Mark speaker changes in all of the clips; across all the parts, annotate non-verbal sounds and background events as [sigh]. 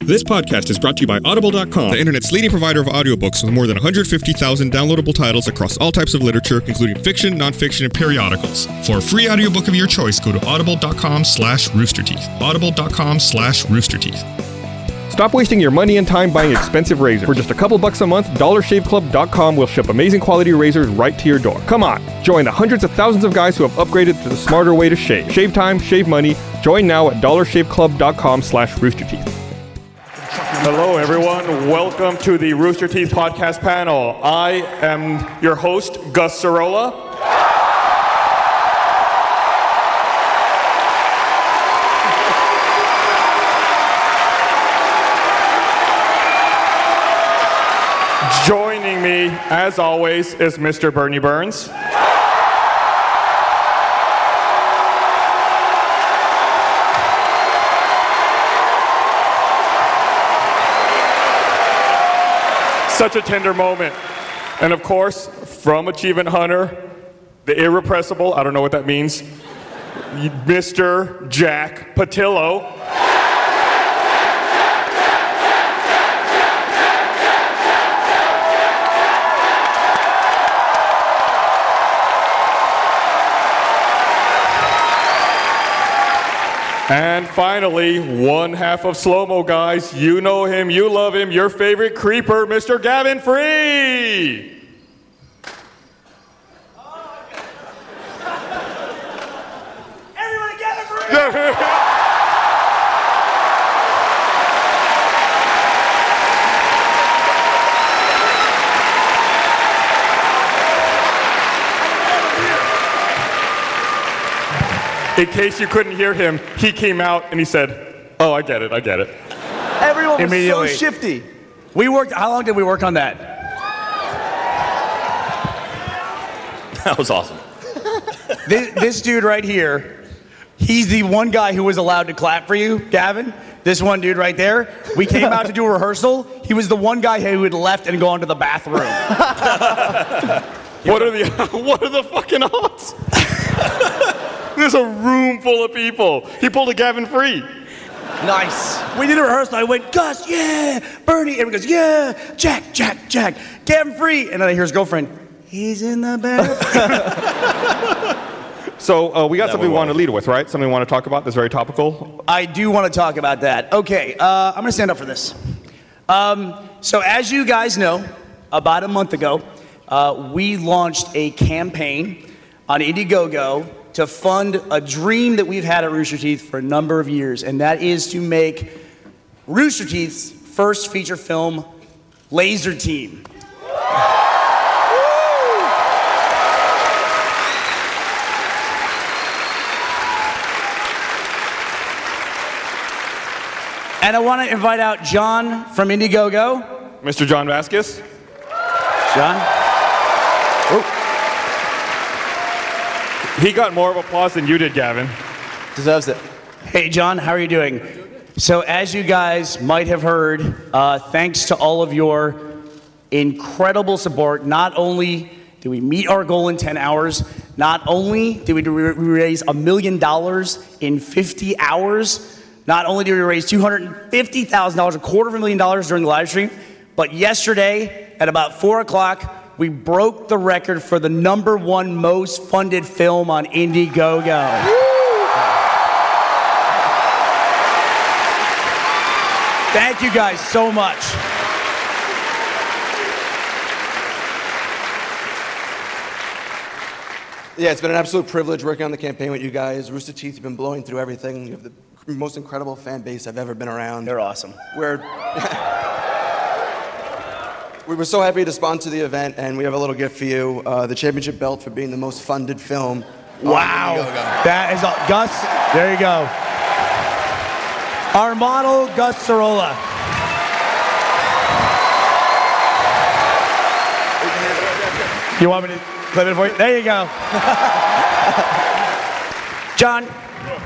Speaker 1: This podcast is brought to you by Audible.com, the internet's leading provider of audiobooks with more than 150,000 downloadable titles across all types of literature, including fiction, nonfiction, and periodicals. For a free audiobook of your choice, go to audible.com slash roosterteeth. Audible.com slash roosterteeth.
Speaker 2: Stop wasting your money and time buying expensive razors. For just a couple bucks a month, DollarShaveClub.com will ship amazing quality razors right to your door. Come on, join the hundreds of thousands of guys who have upgraded to the smarter way to shave. Shave time, shave money. Join now at DollarShaveClub.com slash roosterteeth. Hello, everyone. Welcome to the Rooster Teeth podcast panel. I am your host, Gus Sorola. Joining me, as always, is Mr. Bernie Burns. Such a tender moment. And of course, from Achievement Hunter, the irrepressible, I don't know what that means, Mr. Jack Patillo. And finally, one half of Slow Mo Guys. You know him, you love him, your favorite creeper, Mr. Gavin Free.
Speaker 3: Everybody gather for it!
Speaker 2: In case you couldn't hear him, he came out and he said, Oh, I get it, I get it.
Speaker 3: Everyone was so
Speaker 4: Immediately.
Speaker 3: shifty.
Speaker 4: We worked. How long did we work on that?
Speaker 5: That was awesome.
Speaker 4: This, this dude right here, he's the one guy who was allowed to clap for you, Gavin. This one dude right there. We came out to do a rehearsal. He was the one guy who had left and gone to the bathroom.
Speaker 2: What are the [laughs] what are the fucking odds? [laughs] There's a room full of people. He pulled a Gavin Free.
Speaker 4: Nice. We did a rehearsal. I went, Gus, yeah, Bernie. Everyone goes, yeah, Jack, Jack, Jack, Gavin Free. And then I hear his girlfriend. He's in the bathroom.
Speaker 2: So uh, we got something we
Speaker 5: went
Speaker 2: want to lead with, right? Something we want to talk about that's very topical.
Speaker 4: I do want to talk about that. Okay, uh, I'm going to stand up for this. Um, so, as you guys know, about a month ago, uh, we launched a campaign on Indiegogo to fund a dream that we've had at Rooster Teeth for a number of years, and that is to make Rooster Teeth's first feature film, Laser Team. And I want to invite out John from Indiegogo.
Speaker 2: Mr. John Vasquez.
Speaker 4: John?
Speaker 2: He got more of applause than you did, Gavin.
Speaker 3: Deserves it.
Speaker 4: Hey, John, how are you doing? So, as you guys might have heard, uh, thanks to all of your incredible support, not only did we meet our goal in 10 hours, not only did we, do- we raise a million dollars in 50 hours, not only did we raise $250,000, a quarter of a million dollars during the live stream, but yesterday at about 4 o'clock, we broke the record for the number one most funded film on Indiegogo. Thank you guys so much.
Speaker 3: Yeah, it's been an absolute privilege working on the campaign with you guys. Rooster Teeth, you've been blowing through everything. You have the most incredible fan base I've ever been around.
Speaker 4: They're awesome.
Speaker 3: We're, [laughs] we were so happy to sponsor the event, and we have a little gift for you uh, the championship belt for being the most funded film. on
Speaker 4: Wow.
Speaker 3: Indiegogo.
Speaker 4: That is all. Gus, there you go. Our model, Gus Sorola. You want me to clip it for you? There you go. John,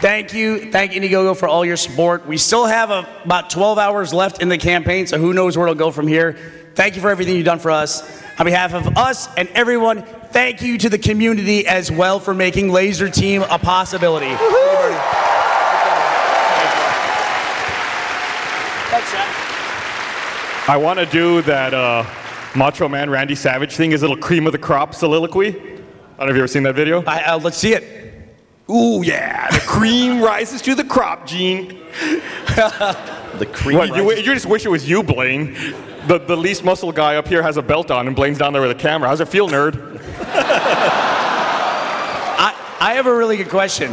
Speaker 4: thank you. Thank Indiegogo for all your support. We still have a, about 12 hours left in the campaign, so who knows where it'll go from here. Thank you for everything you've done for us. On behalf of us and everyone, thank you to the community as well for making Laser Team a possibility. Thanks, John.
Speaker 6: I want to do that uh, Macho Man Randy Savage thing, his little cream of the crop soliloquy. I don't know if you've ever seen that video.
Speaker 4: I, uh, let's see it.
Speaker 6: Ooh, yeah, the cream rises to the crop, Gene.
Speaker 5: The cream.
Speaker 6: What, you,
Speaker 5: rises-
Speaker 6: you just wish it was you, Blaine. The, the least muscle guy up here has a belt on, and Blaine's down there with a camera. How's it feel, nerd?
Speaker 4: I, I have a really good question.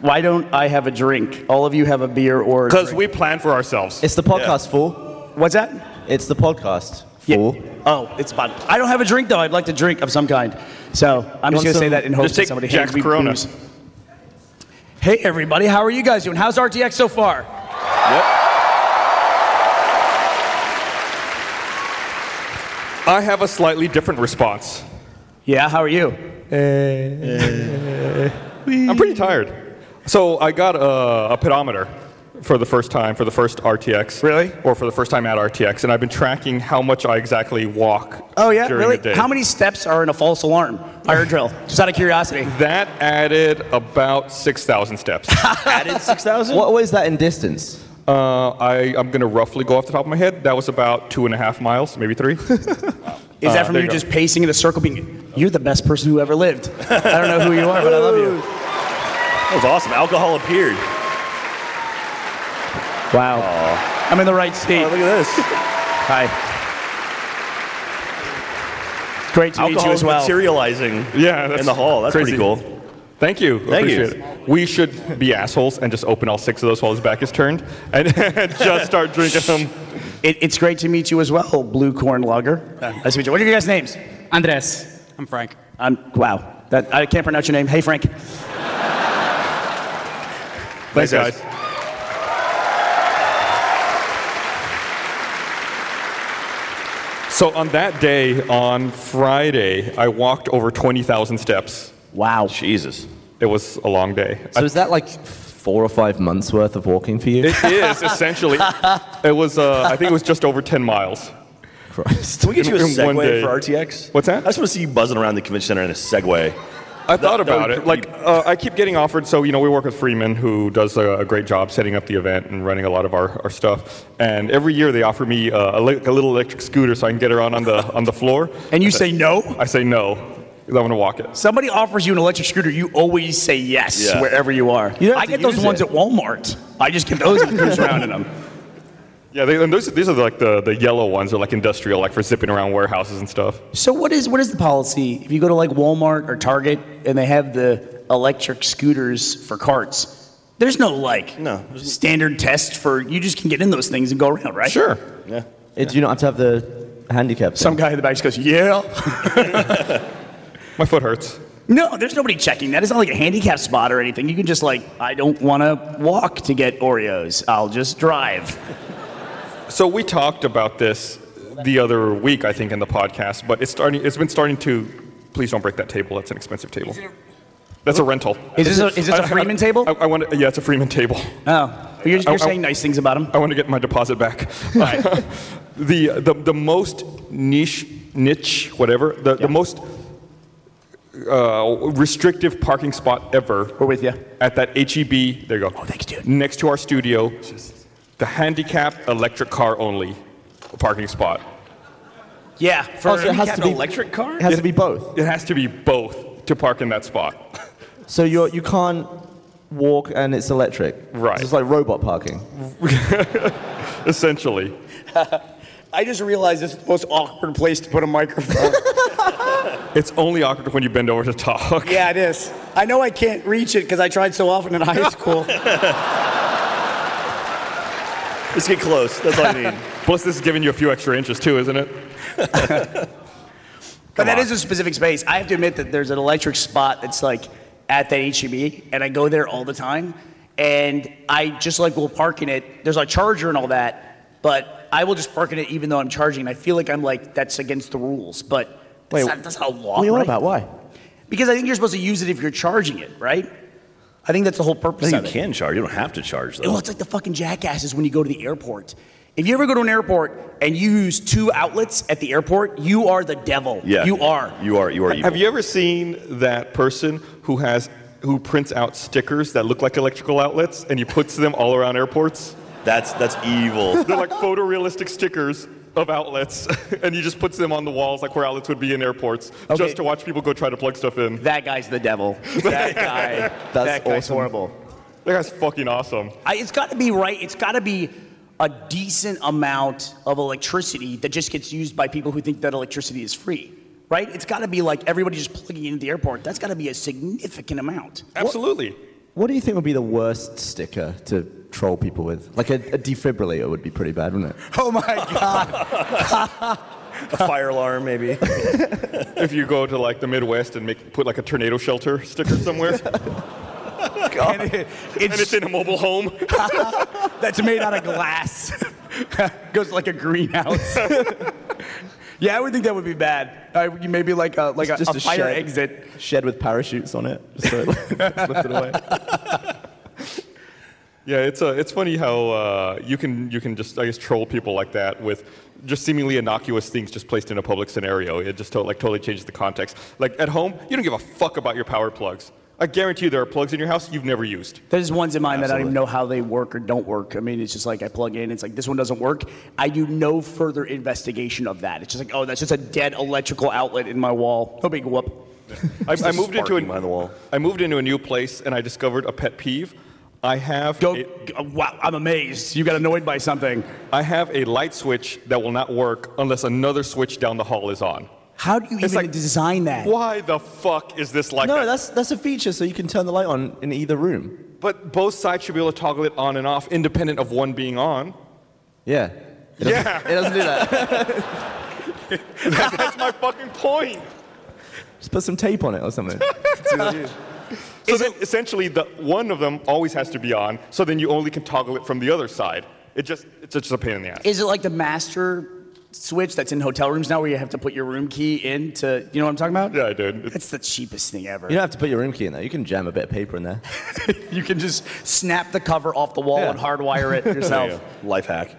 Speaker 4: Why don't I have a drink? All of you have a beer or. a
Speaker 6: Because
Speaker 4: drink.
Speaker 6: we plan for ourselves.
Speaker 7: It's the podcast, fool.
Speaker 4: What's that?
Speaker 7: It's the podcast,
Speaker 4: Yeah. [laughs]
Speaker 7: fool.
Speaker 4: Oh, it's about. I don't have a drink though. I'd like to drink of some kind. So I'm
Speaker 7: You
Speaker 4: just
Speaker 7: want
Speaker 4: gonna say
Speaker 7: some-
Speaker 4: that in hopes
Speaker 6: just
Speaker 4: that
Speaker 6: take
Speaker 4: somebody
Speaker 6: Jack's
Speaker 4: hands me
Speaker 6: Corona.
Speaker 4: booze. Hey everybody, how are you guys doing? How's RTX so far?
Speaker 6: I have a slightly different response.
Speaker 4: Yeah, how are you?
Speaker 6: I'm pretty tired. So I got a, a pedometer for the first time, for the first RTX.
Speaker 4: Really?
Speaker 6: Or for the first time at RTX, and I've been tracking how much I exactly walk.
Speaker 4: Oh yeah,
Speaker 6: during
Speaker 4: really?
Speaker 6: The day.
Speaker 4: How many steps are in a false alarm fire drill? Just out of curiosity.
Speaker 6: That added about 6,000
Speaker 4: [laughs]
Speaker 6: steps.
Speaker 5: added six thousand.
Speaker 7: What was that in distance?
Speaker 6: uh, I, I'm going to roughly go off the top of my head. That was about two and a half miles, maybe
Speaker 4: [laughs]
Speaker 6: three.
Speaker 4: Is
Speaker 6: Uh,
Speaker 4: that from
Speaker 6: there
Speaker 4: you
Speaker 6: you go.
Speaker 4: just pacing in a circle, being you're the best person who ever lived? I don't know who you are, but I love
Speaker 6: [laughs]
Speaker 4: you.
Speaker 5: That was awesome. Alcohol appeared.
Speaker 4: Wow. I'm in the right state.
Speaker 5: Oh, look at this.
Speaker 4: Hi. Great to meet you
Speaker 5: [laughs] Alcohol
Speaker 4: as
Speaker 5: is
Speaker 4: well.
Speaker 5: materializing.
Speaker 6: yeah, that's
Speaker 5: in the hall. That's
Speaker 6: crazy.
Speaker 5: pretty cool.
Speaker 6: Thank you.
Speaker 5: Thank you.
Speaker 6: Appreciate It. We should be assholes and just open all six of those while his back is turned and [laughs] just start drinking them.
Speaker 4: It, it's great to meet you as well, Blue Corn Lager. Uh, nice to meet you. What are your guys' names?
Speaker 8: Andres. I'm Frank.
Speaker 4: I'm wow. That I can't pronounce your name. Hey Frank.
Speaker 6: Thanks,
Speaker 4: uh,
Speaker 6: guys. So on that day, on Friday, I walked over 20,000 steps.
Speaker 4: Wow.
Speaker 5: Jesus.
Speaker 6: It was a long day.
Speaker 7: So is that like four or five months worth of walking for you?
Speaker 6: It is
Speaker 5: [laughs]
Speaker 6: essentially. It was. Uh, I think it was just over 10 miles.
Speaker 7: Christ.
Speaker 5: Can we get you a
Speaker 6: In- in one day.
Speaker 5: Segway for RTX?
Speaker 6: What's that?
Speaker 5: I just want to see you buzzing around the convention center in a Segway.
Speaker 6: I thought
Speaker 5: that
Speaker 6: about
Speaker 5: would
Speaker 6: it. Like, uh, I keep getting offered. So, you know, we work with Freeman, who does a, a great job setting up the event and running a lot of our, our stuff. And every year they offer me uh, a, li- a little electric scooter so I can get around on the on the floor.
Speaker 4: And you say no?
Speaker 6: I say no, 'cause I want to walk it.
Speaker 4: Somebody offers you an electric scooter, you always say yes
Speaker 5: Yeah.
Speaker 4: wherever you are.
Speaker 7: You don't have
Speaker 4: I
Speaker 7: to
Speaker 4: get those
Speaker 7: use
Speaker 4: ones
Speaker 7: it.
Speaker 4: at Walmart. I just get those and cruise around in them.
Speaker 6: Yeah, they, and those, these are like the, the yellow ones. They're like industrial, like for zipping around warehouses and stuff.
Speaker 4: So what is what is the policy if you go to like Walmart or Target and they have the electric scooters for carts? There's no like
Speaker 5: No.
Speaker 4: standard test for you just can get in those things and go around, right?
Speaker 6: Sure.
Speaker 5: Yeah.
Speaker 7: It, do you not have to have the handicap? thing?
Speaker 4: Some guy in the back just goes, "Yeah."
Speaker 6: My foot hurts.
Speaker 4: No, there's nobody checking that. It's not like a handicap spot or anything. You can just like, I don't want to walk to get Oreos. I'll just [laughs] drive.
Speaker 6: So we talked about this the other week, I think, in the podcast. But it's starting. It's been starting to. Please don't break that table. That's an expensive table. That's a rental.
Speaker 4: Is this a, is this a Freeman table?
Speaker 6: I, I want. To, yeah, it's a Freeman table. [laughs]
Speaker 4: Oh, you're, you're
Speaker 6: I- I-
Speaker 4: saying nice things about him.
Speaker 6: I want to get my deposit back. [laughs] the, the the most niche niche whatever the, the most uh, restrictive parking spot ever.
Speaker 4: We're with you.
Speaker 6: at that HEB. There you go.
Speaker 4: Oh, thanks, dude.
Speaker 6: Next to our studio, the handicap electric car only parking spot.
Speaker 4: Yeah, for
Speaker 7: Oh, so it has to be
Speaker 4: electric car.
Speaker 7: It has to be both.
Speaker 6: It has to be both to park in that spot. [laughs]
Speaker 7: So you you can't walk and it's electric.
Speaker 6: Right.
Speaker 7: It's just like robot parking.
Speaker 6: Essentially,
Speaker 4: I just realized it's the most awkward place to put a microphone.
Speaker 6: it's only awkward when you bend over to talk.
Speaker 4: yeah, it is. I know I can't reach it because I tried so often in high
Speaker 7: [laughs]
Speaker 4: school.
Speaker 5: Let's get close. That's all I [laughs] need.
Speaker 6: Plus, this is giving you a few extra inches too, isn't it?
Speaker 4: But that is a specific space. I have to admit that there's an electric spot that's like at that HEB, and I go there all the time. And I just like will park in it. There's a charger and all that, but I will just park in it even though I'm charging. And I feel like I'm like that's against the rules, but that's,
Speaker 7: Wait,
Speaker 4: not, that's not a law.
Speaker 7: What are you on
Speaker 4: right?
Speaker 7: about? Why?
Speaker 4: Because I think you're supposed to use it if you're charging it, right? I think that's the whole purpose
Speaker 5: you
Speaker 4: of it.
Speaker 5: can charge. You don't have to charge
Speaker 4: Well,
Speaker 5: though.
Speaker 4: it's like the fucking jackasses when you go to the airport. If you ever go to an airport and you use two outlets at the airport, you are the devil.
Speaker 5: Yeah.
Speaker 4: You are.
Speaker 5: You are. You are. Evil.
Speaker 6: Have you ever seen that person who has who prints out stickers that look like electrical outlets and he puts them all around airports?
Speaker 5: That's that's [laughs] evil.
Speaker 6: They're like photorealistic stickers of outlets, [laughs] and he just puts them on the walls, like where outlets would be in airports,
Speaker 4: Okay.
Speaker 6: just to watch people go try to plug stuff in. That
Speaker 4: That guy's the devil. [laughs] That guy.
Speaker 7: That's
Speaker 4: that guy's
Speaker 7: awesome.
Speaker 4: horrible.
Speaker 6: guy's fucking awesome.
Speaker 4: I, it's got to be right. It's got to be a decent amount of electricity that just gets used by people who think that electricity is free, right? It's got to be like everybody just plugging into the airport. That's got to be a significant amount.
Speaker 6: Absolutely.
Speaker 7: What do you think would be the worst sticker to troll people with? Like a, a defibrillator would be pretty bad, wouldn't it?
Speaker 4: Oh my [laughs] God!
Speaker 5: A fire alarm, maybe.
Speaker 6: if you go to like the Midwest and make put like a tornado shelter sticker somewhere, and it's in a mobile home.
Speaker 4: that's made out of glass. [laughs] Goes like a greenhouse. [laughs] yeah, I would think that would be bad. Uh, you maybe like a like a,
Speaker 7: Just
Speaker 4: a fire
Speaker 7: shed,
Speaker 4: exit.
Speaker 7: Shed with parachutes on it. Just so it [laughs] lifts it away.
Speaker 6: Yeah, it's uh, it's funny how uh, you can you can just I guess troll people like that with just seemingly innocuous things just placed in a public scenario. It just to- like totally changes the context. Like at home, you don't give a fuck about your power plugs. I guarantee you there are plugs in your house you've never used.
Speaker 4: There's ones in mine that I don't even
Speaker 5: Absolutely.
Speaker 4: know how they work or don't work. I mean, it's just like I plug in, it's like this one doesn't work. I do no further investigation of that. It's just like, oh, that's just a dead electrical outlet in my wall. No big whoop.
Speaker 6: I, I moved into
Speaker 5: Sparking behind the
Speaker 6: a,
Speaker 5: wall.
Speaker 6: I moved into a new place and I discovered a pet peeve. I have
Speaker 4: Go,
Speaker 6: a-
Speaker 4: g- wow, I'm amazed. You got annoyed by something.
Speaker 6: I have a light switch that will not work unless another switch down the hall is on.
Speaker 4: How do you
Speaker 6: It's
Speaker 4: even
Speaker 6: like-
Speaker 4: design that?
Speaker 6: Why the fuck is this like
Speaker 7: No,
Speaker 6: that?
Speaker 7: that's that's a feature, so you can turn the light on in either room.
Speaker 6: But both sides should be able to toggle it on and off independent of one being on. [laughs]
Speaker 7: Yeah. It doesn't-
Speaker 6: Yeah.
Speaker 7: It doesn't do that.
Speaker 6: That's my fucking point.
Speaker 7: [laughs] Just put some tape on it or something.
Speaker 6: So then essentially the one of them always has to be on, so then you only can toggle it from the other side. It just it's just a pain in the ass.
Speaker 4: Is it like the master switch that's in hotel rooms now where you have to put your room key in to, you know what I'm talking about?
Speaker 6: yeah, I did. It's-
Speaker 4: That's the cheapest thing ever.
Speaker 7: You don't have to put your room key in there. You can jam a bit of paper in there.
Speaker 4: You can just snap the cover off the wall
Speaker 7: Yeah.
Speaker 4: and hardwire it yourself.
Speaker 5: Life hack.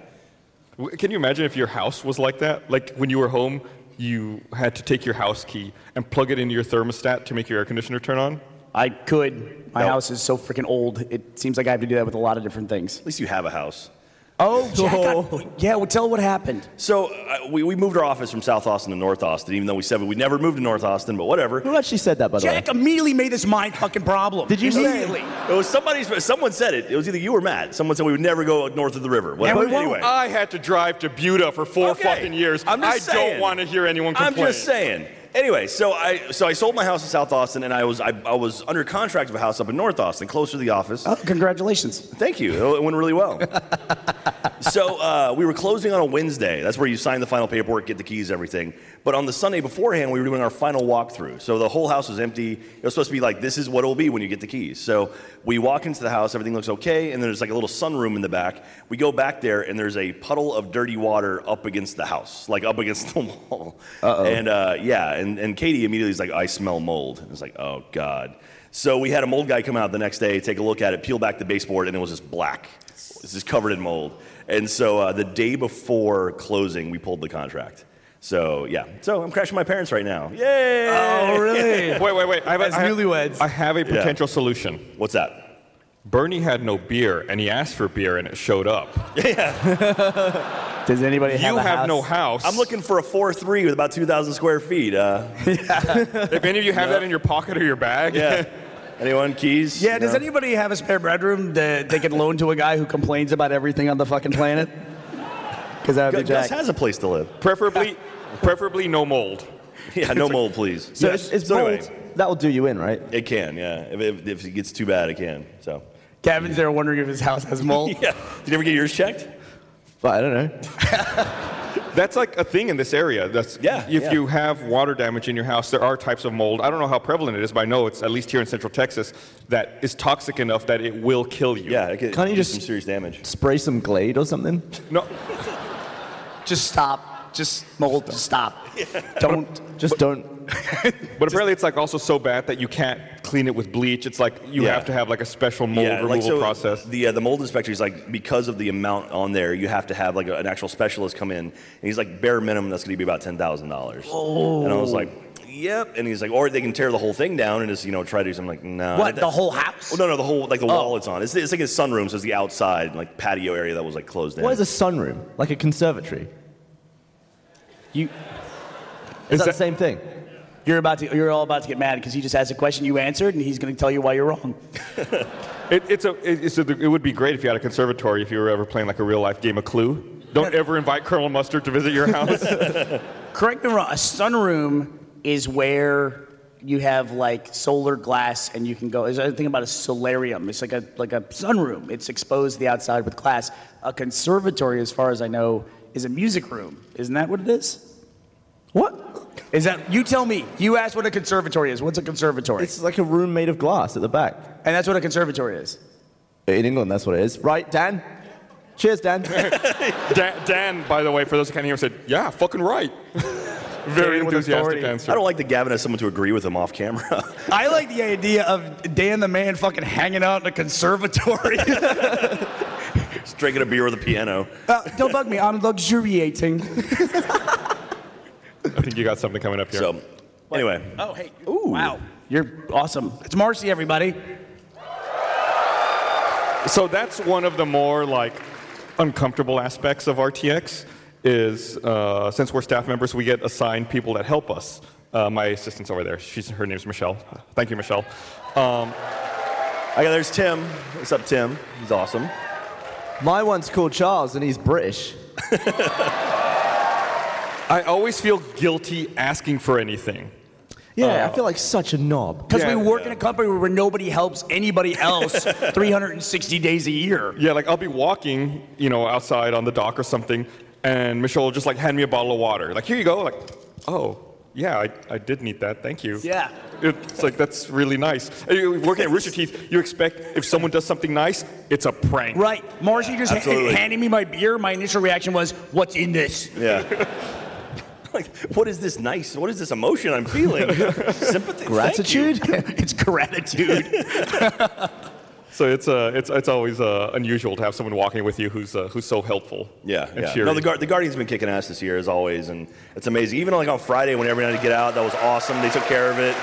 Speaker 6: w- Can you imagine if your house was like that? Like when you were home, you had to take your house key and plug it into your thermostat to make your air conditioner turn on?
Speaker 4: I could. My
Speaker 5: No.
Speaker 4: house is so freaking old. It seems like I have to do that with a lot of different things.
Speaker 5: At least you have a house.
Speaker 4: Oh, Jack, I- yeah. Well, tell what happened.
Speaker 5: So uh, we, we moved our office from South Austin to North Austin, even though we said we never moved to North Austin, but whatever.
Speaker 7: Who actually said that, by the way?
Speaker 4: Jack immediately made this my fucking problem.
Speaker 7: Did you say-
Speaker 4: immediately?
Speaker 5: It was somebody's. Someone said it. It was either you or Matt. Someone said we would never go north of the river.
Speaker 4: And we
Speaker 5: But
Speaker 4: won't.
Speaker 5: anyway,
Speaker 6: I had to drive to Buda for four
Speaker 5: Okay.
Speaker 6: fucking years.
Speaker 5: I'm just
Speaker 6: I
Speaker 5: saying.
Speaker 6: don't want to hear anyone
Speaker 5: I'm
Speaker 6: complain.
Speaker 5: just saying. Anyway, so I so I sold my house in South Austin, and I was I, I was under contract of a house up in North Austin, closer to the office.
Speaker 4: Oh, congratulations.
Speaker 5: Thank you. It went really well. so uh, we were closing on a Wednesday. That's where you sign the final paperwork, get the keys, everything. But on the Sunday beforehand, we were doing our final walkthrough. So the whole house was empty. It was supposed to be like, this is what it will be when you get the keys. So we walk into the house, everything looks okay, and there's like a little sunroom in the back. We go back there, and there's a puddle of dirty water up against the house, like up against [laughs] the wall. Uh-oh. And uh, yeah, and, and Katie immediately is like, I smell mold. And it's like, oh, God. So we had a mold guy come out the next day, take a look at it, peel back the baseboard, and it was just black. This is covered in mold. And so uh, the day before closing, we pulled the contract. So yeah. So I'm crashing my parents right now. Yay!
Speaker 4: Oh, really?
Speaker 6: [laughs] Wait, wait, wait. I have,
Speaker 4: As
Speaker 6: I have-
Speaker 4: newlyweds.
Speaker 6: I have a potential solution.
Speaker 5: What's that?
Speaker 6: Bernie had no beer, and he asked for beer, and it showed up.
Speaker 4: Does anybody
Speaker 6: you have no house.
Speaker 5: I'm looking for a four three with about two thousand square feet. Uh,
Speaker 6: If any of you have that in your pocket or your bag,
Speaker 5: yeah. Anyone keys?
Speaker 4: Yeah. Does
Speaker 5: No?
Speaker 4: anybody have a spare bedroom that they can loan to a guy who complains about everything on the fucking planet? Because that would
Speaker 5: Gu-
Speaker 4: be
Speaker 5: Gus
Speaker 4: Jack.
Speaker 5: has a place to live.
Speaker 6: [laughs] preferably, preferably no mold.
Speaker 5: Yeah, no mold, please.
Speaker 7: so
Speaker 5: Yeah.
Speaker 7: it's, it's
Speaker 5: So
Speaker 7: mold.
Speaker 5: anyway,
Speaker 7: That'll do you in, right?
Speaker 5: it can, yeah. If, if, if it gets too bad, it can. So.
Speaker 4: Gavin's there wondering if his house has mold.
Speaker 5: Yeah. Did you ever get yours checked?
Speaker 7: But I don't know.
Speaker 6: That's like a thing in this area. That's
Speaker 5: Yeah,
Speaker 6: If
Speaker 5: yeah.
Speaker 6: you have water damage in your house, there are types of mold. I don't know how prevalent it is, but I know it's at least here in Central Texas that is toxic enough that it will kill you.
Speaker 5: Yeah. It could,
Speaker 7: Can't you
Speaker 5: do
Speaker 7: just-
Speaker 5: some serious damage?
Speaker 7: Spray some Glade or something.
Speaker 6: No.
Speaker 4: [laughs] Just stop. Just mold. Just stop. Don't.
Speaker 7: Just don't.
Speaker 6: But apparently, it's like also so bad that you can't clean it with bleach. It's like you
Speaker 5: Yeah.
Speaker 6: have to have like a special mold removal process.
Speaker 5: The uh, the mold inspector, he's like, because of the amount on there, you have to have like a- an actual specialist come in, and he's like, bare minimum, that's going to be about ten thousand dollars. Oh. And I was like, yep. And he's like, or they can tear the whole thing down and just you know try to do something. I'm like, no.
Speaker 4: What,
Speaker 5: that-
Speaker 4: the whole house?
Speaker 5: Well, no, no, the whole like the wall it's on. It's, it's like his sunroom, so it's the outside like patio area that was like closed in.
Speaker 7: What is a sunroom? Like a conservatory?
Speaker 4: You,
Speaker 7: Is,
Speaker 6: that-
Speaker 7: that, the same thing?
Speaker 4: you're about to, you're all about to get mad because he just asked a question you answered, and he's going to tell you why you're wrong.
Speaker 6: It, it's a, it, it's a, it would be great if you had a conservatory if you were ever playing like a real life game of Clue. Don't ever invite Colonel Mustard to visit your house.
Speaker 5: [laughs]
Speaker 4: Correct me wrong. A sunroom is where you have like solar glass, and you can go. There's a thing about a solarium. It's like a like a sunroom. It's exposed to the outside with glass. A conservatory, as far as I know, is a music room. Isn't that what it is?
Speaker 7: What?
Speaker 4: Is that you tell me? You asked what a conservatory is. What's a conservatory?
Speaker 7: It's like a room made of glass at the back.
Speaker 4: and that's what a conservatory is.
Speaker 7: In England, that's what it is. Right, Dan? Cheers, [laughs] Dan.
Speaker 6: Dan, Dan, by the way, for those who can't hear, said, "Yeah, fucking right." Very
Speaker 4: Dan with
Speaker 6: enthusiastic
Speaker 4: authority.
Speaker 6: answer.
Speaker 5: I don't like that Gavin has someone to agree with him off camera. [laughs]
Speaker 4: I like the idea of Dan the man fucking hanging out in a conservatory.
Speaker 5: He's drinking a beer with a piano.
Speaker 4: [laughs] Uh, don't bug me. I'm luxuriating.
Speaker 6: I think you got something coming up here.
Speaker 5: So, anyway,
Speaker 4: Oh, hey. Wow. You're awesome. It's Marcy, everybody.
Speaker 6: So that's one of the more like uncomfortable aspects of RTX is uh, since we're staff members, we get assigned people that help us. Uh, my assistant's over there. She's her name's Michelle. Thank you, Michelle. Um,
Speaker 5: I got there's Tim. What's up, Tim? He's awesome.
Speaker 7: My one's called Charles, and he's British.
Speaker 6: I always feel guilty asking for anything.
Speaker 7: Yeah, I feel like such a knob.
Speaker 4: Because
Speaker 6: Yeah.
Speaker 4: we work in a company where nobody helps anybody else [laughs] 360 days a year.
Speaker 6: Yeah, like I'll be walking, you know, outside on the dock or something, and Michelle will just like hand me a bottle of water. Like, here you go. Like, oh, yeah, I, I did need that. Thank you.
Speaker 4: Yeah.
Speaker 6: It's like, that's really nice. And you- Working at Rooster Teeth, you expect if someone does something nice, it's a prank.
Speaker 4: Right. Marcy just ha-
Speaker 5: absolutely.
Speaker 4: handed me my beer. My initial reaction was, What's in this? [laughs]
Speaker 5: Yeah. [laughs] like, what is this nice? What is this emotion I'm [laughs] feeling? Sympathy.
Speaker 7: Gratitude? [laughs]
Speaker 4: it's gratitude.
Speaker 6: So it's, uh, it's, it's always uh, unusual to have someone walking with you who's, uh, who's so helpful.
Speaker 5: [laughs] Yeah,
Speaker 6: and
Speaker 5: yeah.
Speaker 6: cheery.
Speaker 5: No, the, Guard, the Guardian's been kicking ass this year as always, and it's amazing. Even like on Friday when everyone had to get out, that was awesome. They took care of it,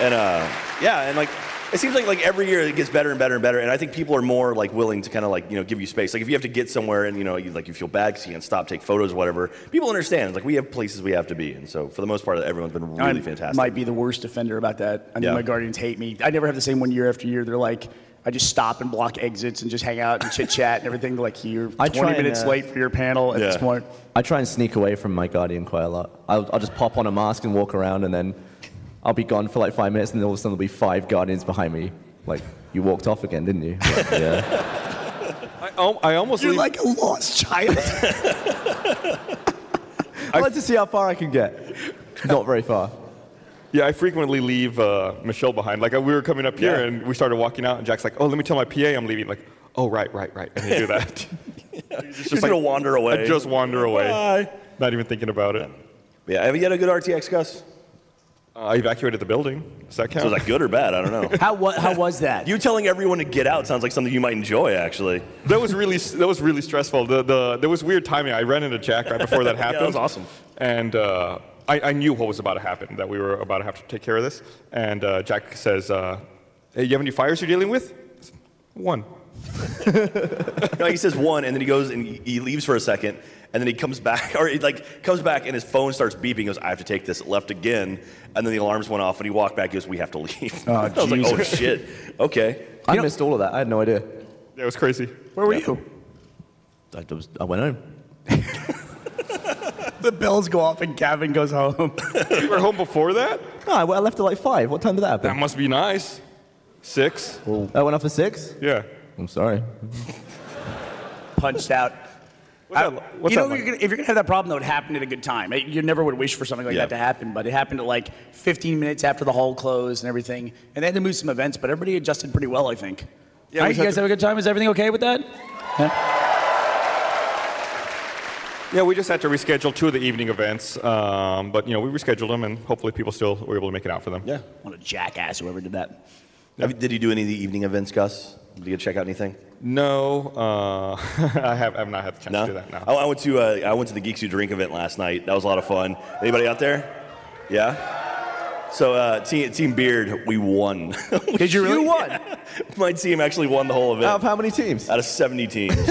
Speaker 5: and uh, yeah, and like it seems like like every year it gets better and better and better. And I think people are more like willing to kind of like you know give you space. Like if you have to get somewhere and you know you, like you feel bad because you can't stop, take photos, whatever. People understand. It's like we have places we have to be, and so for the most part, everyone's been really fantastic.
Speaker 4: might be the worst offender about that. I know
Speaker 5: Yeah.
Speaker 4: my guardians hate me. I never have the same one year after year. They're like, I just stop and block exits and just hang out and chit chat and everything. They're Like, you're
Speaker 7: I
Speaker 4: 20
Speaker 7: try and,
Speaker 4: minutes
Speaker 7: uh,
Speaker 4: late for your panel at this
Speaker 5: Yeah.
Speaker 4: point.
Speaker 7: I try and sneak away from my guardian quite a lot. I'll, I'll just pop on a mask and walk around, and then I'll be gone for like five minutes, and then all of a sudden there'll be five guardians behind me. Like, you walked off again, didn't [laughs] you? Like, yeah.
Speaker 6: I, al- I almost
Speaker 4: You're
Speaker 6: leave-
Speaker 4: like a lost child.
Speaker 7: I'd like to see how far I can get. Not very far.
Speaker 6: Yeah, I frequently leave uh, Michelle behind. Like, I- we were coming up here
Speaker 5: Yeah.
Speaker 6: and we started walking out, and Jack's like, oh, let me tell my PA I'm leaving. Like, oh, right, right, right. And you do
Speaker 5: [laughs]
Speaker 6: that.
Speaker 5: Just, gonna wander away.
Speaker 6: I just wander away.
Speaker 5: Bye.
Speaker 6: Not even thinking about it.
Speaker 5: Yeah. Have you had a good RTX, Gus?
Speaker 6: Uh, I evacuated the building. Does that count?
Speaker 5: So was that good or bad? I don't [laughs] know.
Speaker 4: [laughs] How, wa- how was that?
Speaker 5: You telling everyone to get out sounds like something you might enjoy, actually.
Speaker 6: [laughs] that was really that was really stressful. The the there was weird timing. I ran into Jack right before that
Speaker 5: [laughs] Yeah, that
Speaker 6: happened.
Speaker 5: was awesome.
Speaker 6: And uh, I, I knew what was about to happen. That we were about to have to take care of this. And uh, Jack says, uh, "Hey, you have any fires you're dealing with?" I said, One.
Speaker 5: No, he says one, and then he goes and he- he leaves for a second, and then he comes back, [laughs] or he like comes back, and his phone starts beeping. He goes, "I have to take this." Left again, and then the alarms went off, and he walked back. He goes, "We have to leave." [laughs] I was like, "Oh shit, okay."
Speaker 7: I
Speaker 4: You know-
Speaker 7: missed all of that. I had no idea.
Speaker 6: Yeah, it was [laughs] crazy.
Speaker 4: Where were you?
Speaker 7: I, was, I went home.
Speaker 4: The bells go off and Gavin goes home.
Speaker 6: we were home before that.
Speaker 7: No, Ah, I, I left at like five. What time did that
Speaker 6: That
Speaker 7: happen?
Speaker 6: must be nice. Six.
Speaker 7: I went off at six.
Speaker 6: Yeah.
Speaker 7: I'm sorry.
Speaker 4: Punched out.
Speaker 6: What's
Speaker 4: I-
Speaker 6: that, what's
Speaker 4: you know,
Speaker 6: that like?
Speaker 4: you're gonna, if you're gonna have that problem, though, it happened at a good time. You never would wish for something like
Speaker 5: Yeah.
Speaker 4: that to happen, but it happened at like 15 minutes after the hall closed and everything. And they had to move some events, but everybody adjusted pretty well, I think. Yeah,
Speaker 6: we
Speaker 4: you
Speaker 6: just
Speaker 4: guys have a good time. Is everything okay with that?
Speaker 2: Yeah, we just had to reschedule two of the evening events, um, but you know we rescheduled them, and hopefully people still were able to make it out for them.
Speaker 5: Yeah.
Speaker 4: What a jackass whoever did that.
Speaker 5: Have you- Did you do any of the evening events, Gus? Did you check out anything?
Speaker 2: No, uh, [laughs] I have I've not had the chance
Speaker 5: No.
Speaker 2: to do that. No.
Speaker 5: I, I went to uh, I went to the Geeks Who Drink event last night. That was a lot of fun. Anybody out there? Yeah. So uh, team Team Beard, we won. [laughs]
Speaker 4: Did you really?
Speaker 7: You Oh, won
Speaker 5: My team actually won the whole event.
Speaker 7: out of how many teams?
Speaker 5: out of 70 teams.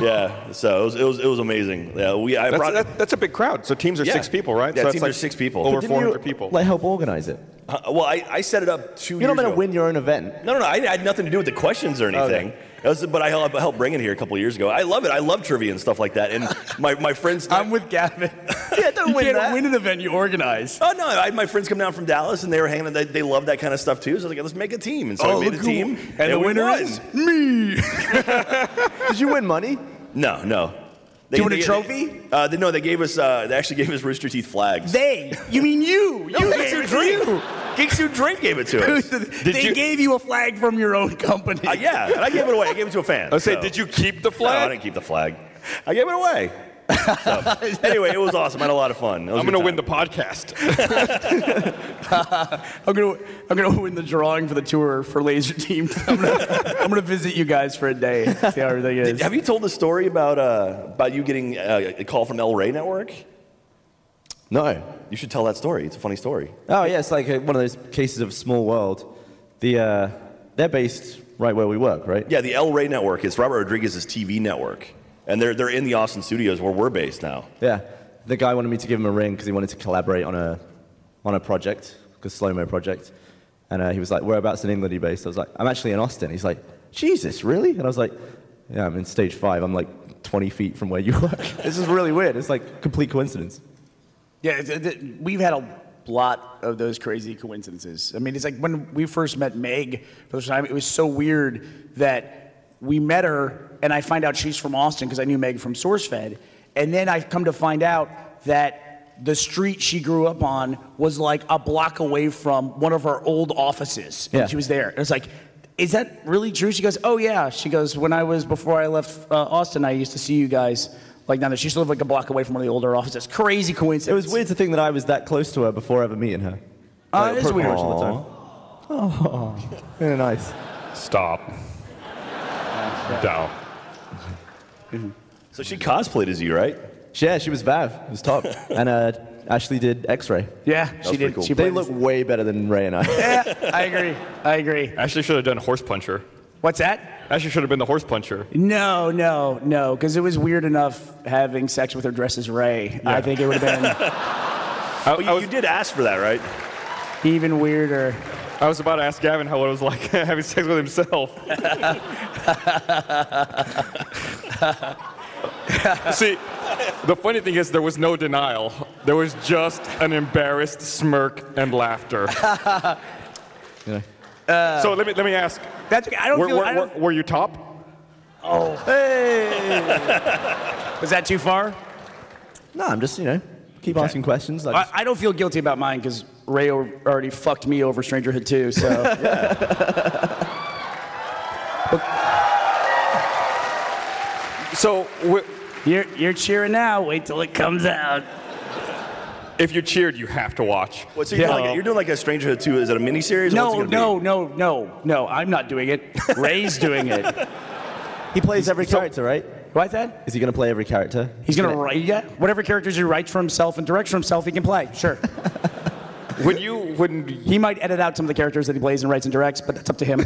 Speaker 5: yeah, so it was, it was it was amazing. Yeah, we I
Speaker 2: That's,
Speaker 5: brought
Speaker 2: that, that's a big crowd. So teams are
Speaker 5: Yeah.
Speaker 2: six people, right?
Speaker 5: Yeah,
Speaker 2: so that's
Speaker 5: teams are six people.
Speaker 2: Over
Speaker 5: But
Speaker 7: Didn't
Speaker 2: 400
Speaker 7: you,
Speaker 2: people.
Speaker 7: Like help organize it.
Speaker 5: uh, well, I, I set it up two
Speaker 7: You're
Speaker 5: years
Speaker 7: not going
Speaker 5: ago.
Speaker 7: to win your own event.
Speaker 5: No, no, no. I, I had nothing to do with the questions or anything.
Speaker 7: Okay.
Speaker 5: That was- but I helped, helped bring it here a couple years ago. I love it. I love trivia and stuff like that. And my, my friends.
Speaker 4: I'm with [laughs] Gavin.
Speaker 5: Yeah, don't
Speaker 4: you
Speaker 5: win
Speaker 4: can't
Speaker 5: that.
Speaker 4: win an event you organize.
Speaker 5: Oh no! I had my friends come down from Dallas, and they were hanging. out. They, they love that kind of stuff too. So I was like, let's make a team, and so I made a
Speaker 4: Oh, look who-
Speaker 5: team,
Speaker 4: And, the
Speaker 5: we
Speaker 4: winner
Speaker 5: won.
Speaker 4: is me.
Speaker 7: Did you win money?
Speaker 5: no, no. They,
Speaker 4: Do you want a
Speaker 5: they-
Speaker 4: trophy?
Speaker 5: uh, they, no, they gave us. Uh, they actually gave us Rooster Teeth flags.
Speaker 4: They. You mean you. You
Speaker 5: No,
Speaker 4: gave
Speaker 5: Geeks Who
Speaker 4: it to
Speaker 5: Drink.
Speaker 4: you.
Speaker 5: Geeks Who Drink gave it to us.
Speaker 4: they
Speaker 5: you-
Speaker 4: gave you a flag from your own company.
Speaker 5: Uh, yeah, and I gave it away. I gave it to a fan.
Speaker 2: I say,
Speaker 5: so-
Speaker 2: did you keep the
Speaker 5: No, I
Speaker 2: flag?
Speaker 5: didn't keep the flag. I gave it away. So,
Speaker 4: [laughs]
Speaker 5: anyway, it was awesome. I had a lot of fun. It was
Speaker 2: I'm
Speaker 5: a
Speaker 2: gonna
Speaker 5: good
Speaker 2: win the
Speaker 5: time. [laughs]
Speaker 2: podcast.
Speaker 4: I'm gonna I'm gonna win the drawing for the tour for Laser Team. [laughs] I'm gonna, I'm gonna visit you guys for a day. See how everything is.
Speaker 5: Have you told the story about uh, about you getting uh, a call from El Rey Network?
Speaker 7: [laughs] No.
Speaker 5: You should tell that story. It's a funny story.
Speaker 7: Oh yeah, it's like uh, one of those cases of small world. The uh, they're based right where we work, right?
Speaker 5: Yeah, the El Rey Network is Robert Rodriguez's TV network, and they're they're in the Austin studios where we're based now.
Speaker 7: Yeah. The guy wanted me to give him a ring because he wanted to collaborate on a on a project, like a slow mo project, and uh, he was like, "Whereabouts in England are you based?" I was like, "I'm actually in Austin." He's like, "Jesus, really?" And I was like, "Yeah, I'm in stage five. I'm like 20 feet from where you work. [laughs] this is really weird. It's like complete coincidence."
Speaker 4: Yeah, it's- it- we've had a lot of those crazy coincidences. I mean, it's like when we first met Meg for the first time, it was so weird that we met her, and I find out she's from Austin because I knew Meg from SourceFed. And then I've come to find out that the street she grew up on was like a block away from one of our old offices.
Speaker 7: Yeah.
Speaker 4: And she was there. And it's like, is that really true? She goes, oh yeah. She goes, when I was, before I left uh, Austin, I used to see you guys. Like now that she used to live like a block away from one of the older offices. Crazy coincidence.
Speaker 7: It was weird to think that I was that close to her before ever meeting her.
Speaker 4: Oh,
Speaker 7: Like,
Speaker 4: it is
Speaker 7: pretty
Speaker 4: weird.
Speaker 7: much all the time. [laughs] Yeah, nice.
Speaker 2: Stop. no.
Speaker 5: So she cosplayed as you, right?
Speaker 7: Yeah, she was Vav. It was [laughs] top. and uh, Ashley did X-Ray.
Speaker 4: Yeah, she did.
Speaker 5: pretty cool.
Speaker 4: She
Speaker 7: They
Speaker 4: played-
Speaker 7: look way better than Ray and I. [laughs]
Speaker 4: Yeah, [laughs] I agree. I agree.
Speaker 2: Ashley should have done horse puncher.
Speaker 4: What's that?
Speaker 2: Ashley should have been the horse puncher.
Speaker 4: No, no, no. Because it was weird enough having sex with her dressed as Ray. I think it would have
Speaker 7: [laughs]
Speaker 4: been
Speaker 2: I,
Speaker 5: But
Speaker 2: I
Speaker 5: Oh, you,
Speaker 2: was,
Speaker 5: you did ask for that, right?
Speaker 4: even weirder.
Speaker 2: I was about to ask Gavin how it was like [laughs] having sex with
Speaker 4: [laughs]
Speaker 2: himself. See, the funny thing is there was no denial. There was just an embarrassed smirk and
Speaker 4: [laughs]
Speaker 2: laughter.
Speaker 7: You
Speaker 2: so let me let me ask.
Speaker 4: That's okay. I don't
Speaker 2: Were,
Speaker 4: feel.
Speaker 2: were-
Speaker 4: I don't,
Speaker 2: were- were you top?
Speaker 4: [laughs] was that too far?
Speaker 7: no, I'm just you know keep asking questions. Like,
Speaker 4: I, I don't feel guilty about mine because Ray o- already fucked me over Strangerhood too. So
Speaker 2: So w-
Speaker 4: you're you're cheering now. Wait till it comes out.
Speaker 2: if you cheered, you have to watch.
Speaker 5: What, so you're,
Speaker 4: Yeah.
Speaker 5: doing like, you're doing like a Stranger Two. Is it a miniseries? or what's it
Speaker 4: No,
Speaker 5: gonna be?
Speaker 4: no, no, no, no. I'm not doing it. Ray's doing it.
Speaker 7: he plays every character, right?
Speaker 4: [laughs] What's that?
Speaker 7: Is he gonna play every character?
Speaker 4: He's gonna write yeah, whatever characters he writes for himself and directs for himself, he can play. Sure.
Speaker 2: When you when
Speaker 4: He might edit out some of the characters that he plays and writes and directs, but that's up to [laughs] him.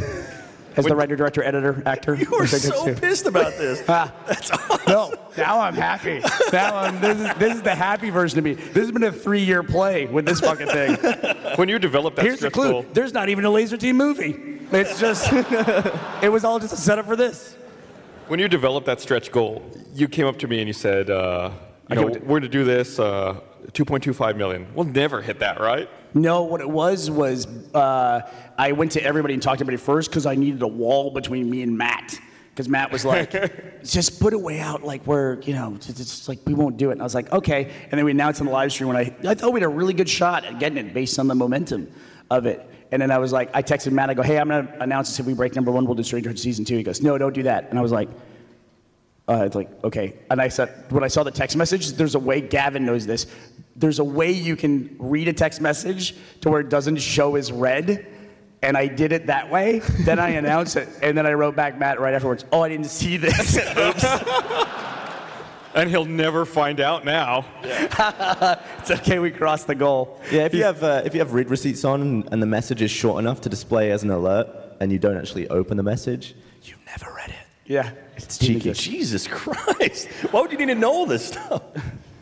Speaker 4: As the writer, director, editor, actor.
Speaker 5: You were
Speaker 4: which I did
Speaker 5: so
Speaker 4: too.
Speaker 5: pissed about
Speaker 6: [laughs]
Speaker 5: this.
Speaker 4: Ah.
Speaker 5: That's awesome.
Speaker 4: No, now I'm happy. Now I'm, this, is, this is the happy version of me. This has been a three-year play with this fucking thing. [laughs]
Speaker 2: when you develop that
Speaker 4: Here's the
Speaker 2: script,
Speaker 4: clue.
Speaker 2: though,
Speaker 4: There's not even a Laser Team movie. It's just, [laughs] it was all just a setup for this.
Speaker 2: When you developed that stretch goal, you came up to me and you said, uh, you know,
Speaker 4: came up to-
Speaker 2: we're going to do this uh, 2.25 million. We'll never hit that, right?
Speaker 4: No, what it was was uh, I went to everybody and talked to everybody first because I needed a wall between me and Matt. Because Matt was like, just put a way out, like we're, you know, it's it's like we won't do it. And I was like, okay. And then we announced on the live stream when I, I thought we had a really good shot at getting it based on the momentum of it. And then I was like, I texted Matt, I go, hey, I'm gonna announce this if we break number one, we'll do Stranger Things season two. He goes, no, don't do that. And I was like, Uh, it's like, okay. And I said, when I saw the text message, there's a way, Gavin knows this, there's a way you can read a text message to where it doesn't show as red. And I did it that way. Then I [laughs] announced it. And then I wrote back Matt right afterwards, oh, I didn't see this. [laughs] Oops.
Speaker 6: And he'll never find out now.
Speaker 4: it's okay, we crossed the goal.
Speaker 7: Yeah, if you have uh, if you have read receipts on and, and the message is short enough to display as an alert, and you don't actually open the message, you've never read it.
Speaker 4: Yeah.
Speaker 7: It's cheeky.
Speaker 5: Jesus Christ. Why would you need to know all this stuff?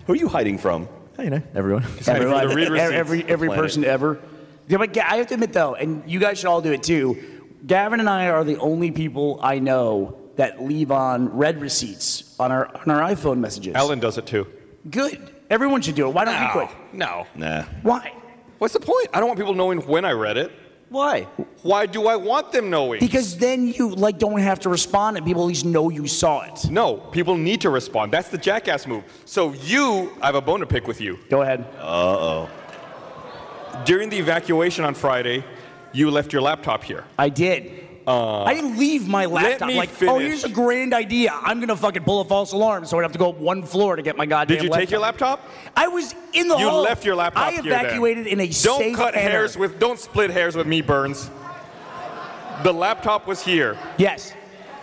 Speaker 5: Who are you hiding from?
Speaker 7: Oh, you know, everyone.
Speaker 4: Everyone,
Speaker 6: the read
Speaker 4: every
Speaker 6: receipts
Speaker 4: every, every
Speaker 5: planet.
Speaker 4: person ever. Yeah, but Ga- I have to admit though, and you guys should all do it too. Gavin and I are the only people I know that leave on red receipts on our on our iPhone messages.
Speaker 6: Ellen does it too.
Speaker 4: Good. Everyone should do it. Why don't we quit?
Speaker 6: No.
Speaker 5: Nah.
Speaker 4: Why?
Speaker 6: What's the point? I don't want people knowing when I read it.
Speaker 7: Why?
Speaker 6: Why do I want them knowing?
Speaker 4: Because then you like don't have to respond, and people at least know you saw it.
Speaker 6: No, people need to respond. That's the jackass move. So you, I have a bone to pick with you.
Speaker 4: Go ahead.
Speaker 6: During the evacuation on Friday, you left your laptop here.
Speaker 4: I did. I didn't leave my laptop.
Speaker 6: Uh, me
Speaker 4: like, oh,
Speaker 6: finish.
Speaker 4: here's a grand idea. I'm gonna fucking pull a false alarm, so I'd have to go up one floor to get my goddamn.
Speaker 6: Did you take your laptop?
Speaker 4: I was in the
Speaker 6: You
Speaker 4: hall.
Speaker 6: left your laptop
Speaker 4: I
Speaker 6: here. then.
Speaker 4: evacuated in a
Speaker 6: don't
Speaker 4: safe
Speaker 6: cut
Speaker 4: manner.
Speaker 6: hairs with. Don't split hairs with me, Burns. The laptop was here.
Speaker 4: yes.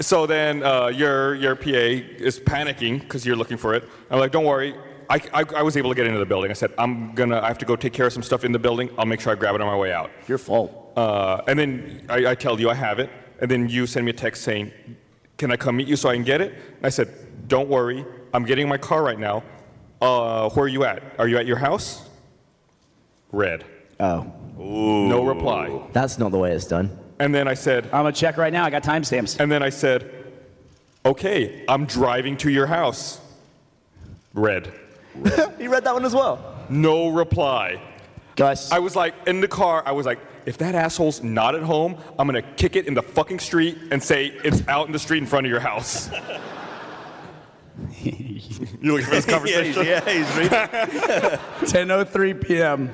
Speaker 6: So then uh, your your PA is panicking because you're looking for it. I'm like, don't worry. I, I, I was able to get into the building. I said, I'm gonna. I have to go take care of some stuff in the building. I'll make sure I grab it on my way out.
Speaker 4: Your fault.
Speaker 6: Uh, and then I, I tell you I have it, and then you send me a text saying, "Can I come meet you so I can get it?" I said, "Don't worry, I'm getting in my car right now. Uh, where are you at? Are you at your house?" Red.
Speaker 7: Oh,
Speaker 6: No reply.
Speaker 7: that's not the way it's done.
Speaker 6: And then I said,
Speaker 4: I'm gonna check right now. I got timestamps.
Speaker 6: and then I said, "Okay, I'm driving to your house." Red.
Speaker 7: You read that one as well.
Speaker 6: No reply.
Speaker 4: Gus.
Speaker 6: I was like in the car. I was like, if that asshole's not at home, I'm gonna kick it in the fucking street and say it's out in the street in front of your house. [laughs] you looking for this
Speaker 5: [laughs] Yeah,
Speaker 6: conversation?
Speaker 5: he's, yeah, he's me.
Speaker 4: 10:03 p.m.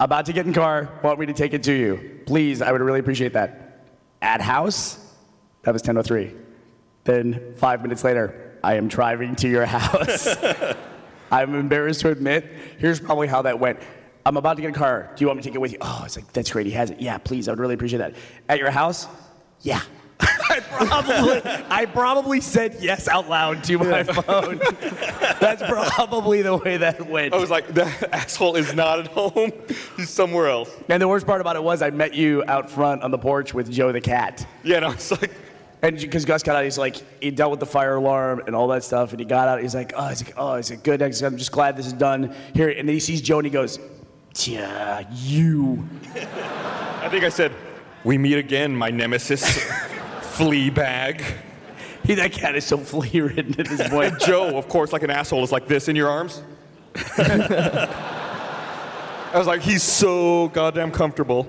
Speaker 4: About to get in car. Want me to take it to you? Please, I would really appreciate that. At house. That was 10:03. Then five minutes later, I am driving to your [laughs] house. I'm embarrassed to admit. Here's probably how that went. I'm about to get a car. Do you want me to take it with you? Oh, it's like that's great. He has it. Yeah, please. I would really appreciate that. At your house? Yeah. [laughs] I probably I probably said yes out loud to my phone. that's probably the way that
Speaker 6: [laughs]
Speaker 4: went.
Speaker 6: I was like, that [laughs] asshole is not at home. He's somewhere else.
Speaker 4: And the worst part about it was I met you out front on the porch with Joe the cat.
Speaker 6: Yeah, and I was like,
Speaker 4: And because Gus got out, he's like, he dealt with the fire alarm and all that stuff. And he got out, he's like, oh, he's like, oh, he's like, good. he's like, I'm just glad this is done here. And then he sees Joe and he goes, yeah, you.
Speaker 6: I think I said, we meet again, my nemesis, [laughs] flea bag.
Speaker 4: He, that cat is so [laughs] flea ridden at this point.
Speaker 6: And Joe, of course, like an asshole, is like this in your arms. [laughs] I was like, he's so goddamn comfortable.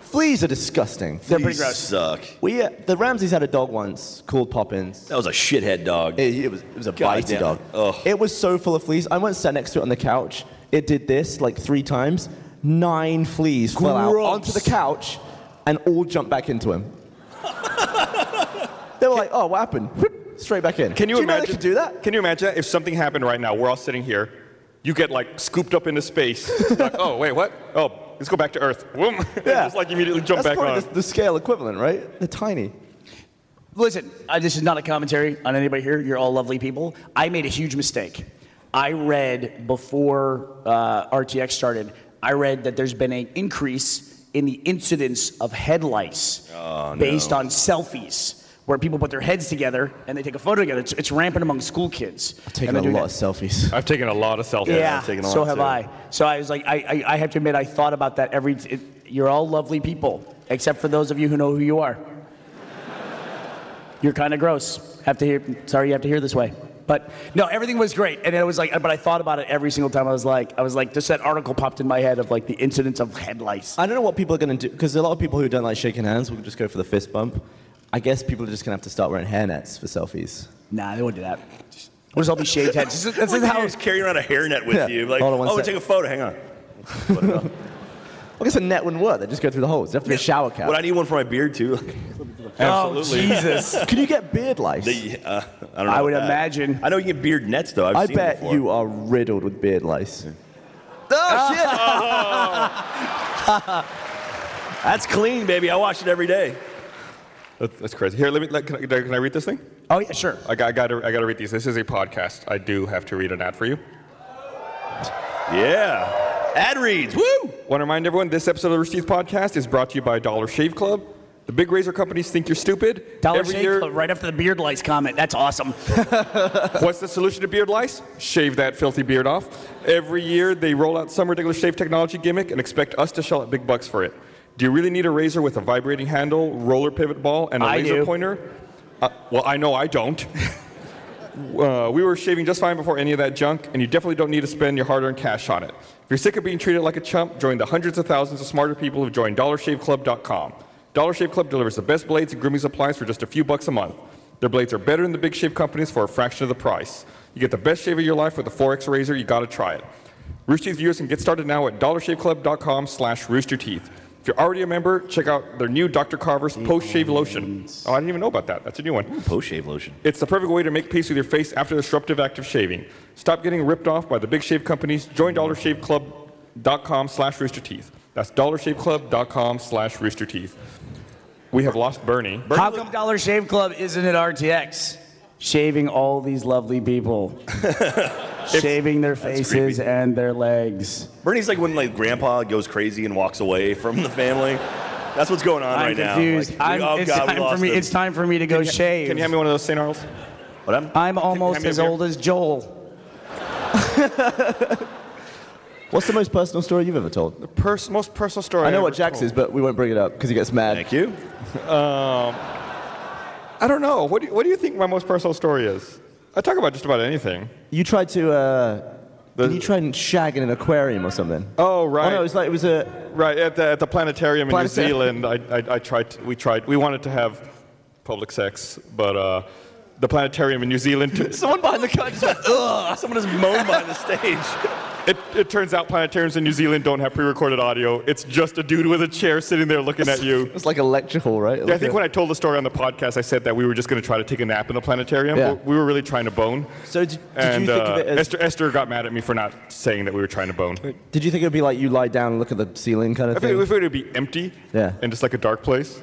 Speaker 7: Fleas are disgusting.
Speaker 4: They're pretty
Speaker 5: You
Speaker 4: gross.
Speaker 5: suck.
Speaker 7: We uh, the Ramses had a dog once called Poppins.
Speaker 5: That was a shithead dog.
Speaker 7: It, it was it was a
Speaker 5: God
Speaker 7: bitey
Speaker 5: damn.
Speaker 7: dog.
Speaker 5: Ugh.
Speaker 7: It was so full of fleas. I once sat next to it on the couch. It did this like three times. Nine fleas fell out
Speaker 4: Gross.
Speaker 7: onto the couch, and all jumped back into him. they were like, "Oh, what happened?" Whoop, Straight back in.
Speaker 6: Can you,
Speaker 7: do you
Speaker 6: imagine?
Speaker 7: Know they could do that?
Speaker 6: Can you imagine that? if something happened right now? We're all sitting here. You get like scooped up into space.
Speaker 7: [laughs]
Speaker 6: like, oh wait, what? Oh, let's go back to Earth. Boom. [laughs] Just like immediately jump
Speaker 7: That's
Speaker 6: back
Speaker 7: probably
Speaker 6: on.
Speaker 7: The, the scale equivalent, right? They're tiny.
Speaker 4: Listen, I, this is not a commentary on anybody here. You're all lovely people. I made a huge mistake. I read before uh, RTX started, I read that there's been an increase in the incidence of head lice based on selfies, where people put their heads together and they take a photo together. It's, it's rampant among school kids.
Speaker 7: I've taken
Speaker 4: And
Speaker 7: a
Speaker 4: they're doing
Speaker 7: lot
Speaker 4: that.
Speaker 7: of selfies.
Speaker 6: I've taken a lot of selfies.
Speaker 4: Yeah,
Speaker 5: I've taken a
Speaker 4: so
Speaker 5: lot,
Speaker 4: have
Speaker 5: too.
Speaker 4: I. So I was like, I, I, I have to admit, I thought about that every. T- it, you're all lovely people, except for those of you who know who you are. You're kind of gross. Have to hear. Sorry, you have to hear this way. But no, everything was great, and it was like. But I thought about it every single time. I was like, I was like, just that article popped in my head of like the incidents of head lice.
Speaker 7: I don't know what people are going to do because a lot of people who don't like shaking hands will just go for the fist bump. I guess people are just going to have to start wearing hairnets for selfies.
Speaker 4: Nah, they wouldn't do that. We'll just all be shaved heads. This is, this
Speaker 5: That's
Speaker 4: is
Speaker 5: how I
Speaker 4: how.
Speaker 5: was carrying around a hairnet with
Speaker 7: Yeah.
Speaker 5: you. Like,
Speaker 7: Hold on one
Speaker 5: oh,
Speaker 7: sec.
Speaker 5: take a photo. Hang on.
Speaker 7: I guess a net wouldn't work. They just go through the holes. They have to be a shower cap.
Speaker 5: Would I need one for my beard too? [laughs]
Speaker 6: Absolutely.
Speaker 4: Oh, Jesus.
Speaker 7: Could you get beard lice?
Speaker 5: The, uh, I don't know.
Speaker 4: I would
Speaker 5: about that.
Speaker 4: imagine.
Speaker 5: I know you get beard nets though. I've
Speaker 7: I
Speaker 5: seen
Speaker 7: bet
Speaker 5: them before.
Speaker 7: you are riddled with beard lice.
Speaker 5: Oh shit! Oh,
Speaker 4: [laughs]
Speaker 5: [laughs] That's clean, baby. I watch it every day.
Speaker 6: That- That's crazy. Here, let me. Let, can, I, can I read this thing?
Speaker 4: Oh, yeah, sure.
Speaker 6: I got, I got to. I got to read these. This is a podcast. I do have to read an ad for you.
Speaker 5: Yeah. Ad reads. Woo!
Speaker 6: Want to remind everyone this episode of the Rooster Teeth Podcast is brought to you by Dollar Shave Club. The big razor companies think you're stupid.
Speaker 4: Dollar
Speaker 6: Every
Speaker 4: Shave
Speaker 6: year,
Speaker 4: Club right after the beard lice comment. That's awesome.
Speaker 6: what's the solution to beard lice? Shave that filthy beard off. Every year, they roll out some ridiculous shave technology gimmick and expect us to shell out big bucks for it. Do you really need a razor with a vibrating handle, roller pivot ball, and a
Speaker 4: I
Speaker 6: laser
Speaker 4: do.
Speaker 6: pointer? Uh, well, I know I don't. Uh, we were shaving just fine before any of that junk, and you definitely don't need to spend your hard-earned cash on it. If you're sick of being treated like a chump, join the hundreds of thousands of smarter people who've joined DollarShaveClub.com. Dollar Shave Club delivers the best blades and grooming supplies for just a few bucks a month. Their blades are better than the big shave companies for a fraction of the price. You get the best shave of your life with a 4X razor. You gotta try it. Rooster Teeth viewers can get started now at dollarshaveclub.com slash roosterteeth. If you're already a member, check out their new Dr. Carver's post-shave lotion. Oh, I didn't even know about that. That's a new one.
Speaker 5: Post shave lotion.
Speaker 6: It's the perfect way to make peace with your face after disruptive act of shaving. Stop getting ripped off by the big shave companies. Join dollarshaveclub.com slash roosterteeth. That's dollarshaveclub.com slash roosterteeth. We have lost Bernie.
Speaker 4: How come Dollar Shave Club isn't at RTX? Shaving all these lovely
Speaker 5: [laughs]
Speaker 4: people. Shaving their faces
Speaker 5: creepy.
Speaker 4: and their legs.
Speaker 5: Bernie's like when like grandpa goes crazy and walks away from the family. That's what's going on
Speaker 4: I'm
Speaker 5: right
Speaker 4: confused.
Speaker 5: now. Like,
Speaker 4: I'm,
Speaker 5: we-
Speaker 4: it's,
Speaker 5: oh God, we
Speaker 4: time for
Speaker 5: lost
Speaker 4: me,
Speaker 5: him.
Speaker 4: it's time for me to go shave.
Speaker 6: Can you hand me one of those St. Arles?
Speaker 4: [laughs]
Speaker 5: What happened?
Speaker 4: I'm almost
Speaker 6: me a
Speaker 4: as
Speaker 6: beer?
Speaker 4: old as Joel.
Speaker 7: What's the most personal story you've ever told?
Speaker 6: Pers- most personal story.
Speaker 7: I know
Speaker 6: I
Speaker 7: what
Speaker 6: ever
Speaker 7: Jack's
Speaker 6: told.
Speaker 7: is, but we won't bring it up because he gets mad.
Speaker 5: Thank you.
Speaker 6: I don't know. What do, you, what do you think my most personal story is? I talk about just about anything.
Speaker 7: You tried to. Uh,
Speaker 6: The-
Speaker 7: did you try and shag in an aquarium or something?
Speaker 6: Oh,
Speaker 7: Oh
Speaker 6: right.
Speaker 7: no, it was like it was a.
Speaker 6: Right at the at the planetarium in
Speaker 7: Planeta-
Speaker 6: New Zealand, I, I, I tried. To, we tried. We wanted to have public sex, but uh, the planetarium in New Zealand.
Speaker 7: [laughs] Someone behind the curtain. [laughs] Just went,
Speaker 5: Ugh, someone just moaned by the stage.
Speaker 6: it, it turns out planetariums in New Zealand don't have pre-recorded audio. It's just a dude with a chair sitting there looking at you.
Speaker 7: It's like a lecture hall, right?
Speaker 6: Yeah, I think when I told the story on the podcast, I said that we were just going to try to take a nap in the planetarium.
Speaker 7: Yeah.
Speaker 6: We were really trying to bone.
Speaker 7: So d- did
Speaker 6: and
Speaker 7: you think
Speaker 6: uh,
Speaker 7: of it as?
Speaker 6: Esther, Esther got mad at me for not saying that we were trying to bone.
Speaker 7: Did you think it'd be like you lie down and look at the ceiling kind of
Speaker 6: I
Speaker 7: thing?
Speaker 6: think if it would be empty
Speaker 7: Yeah.
Speaker 6: and just like a dark place.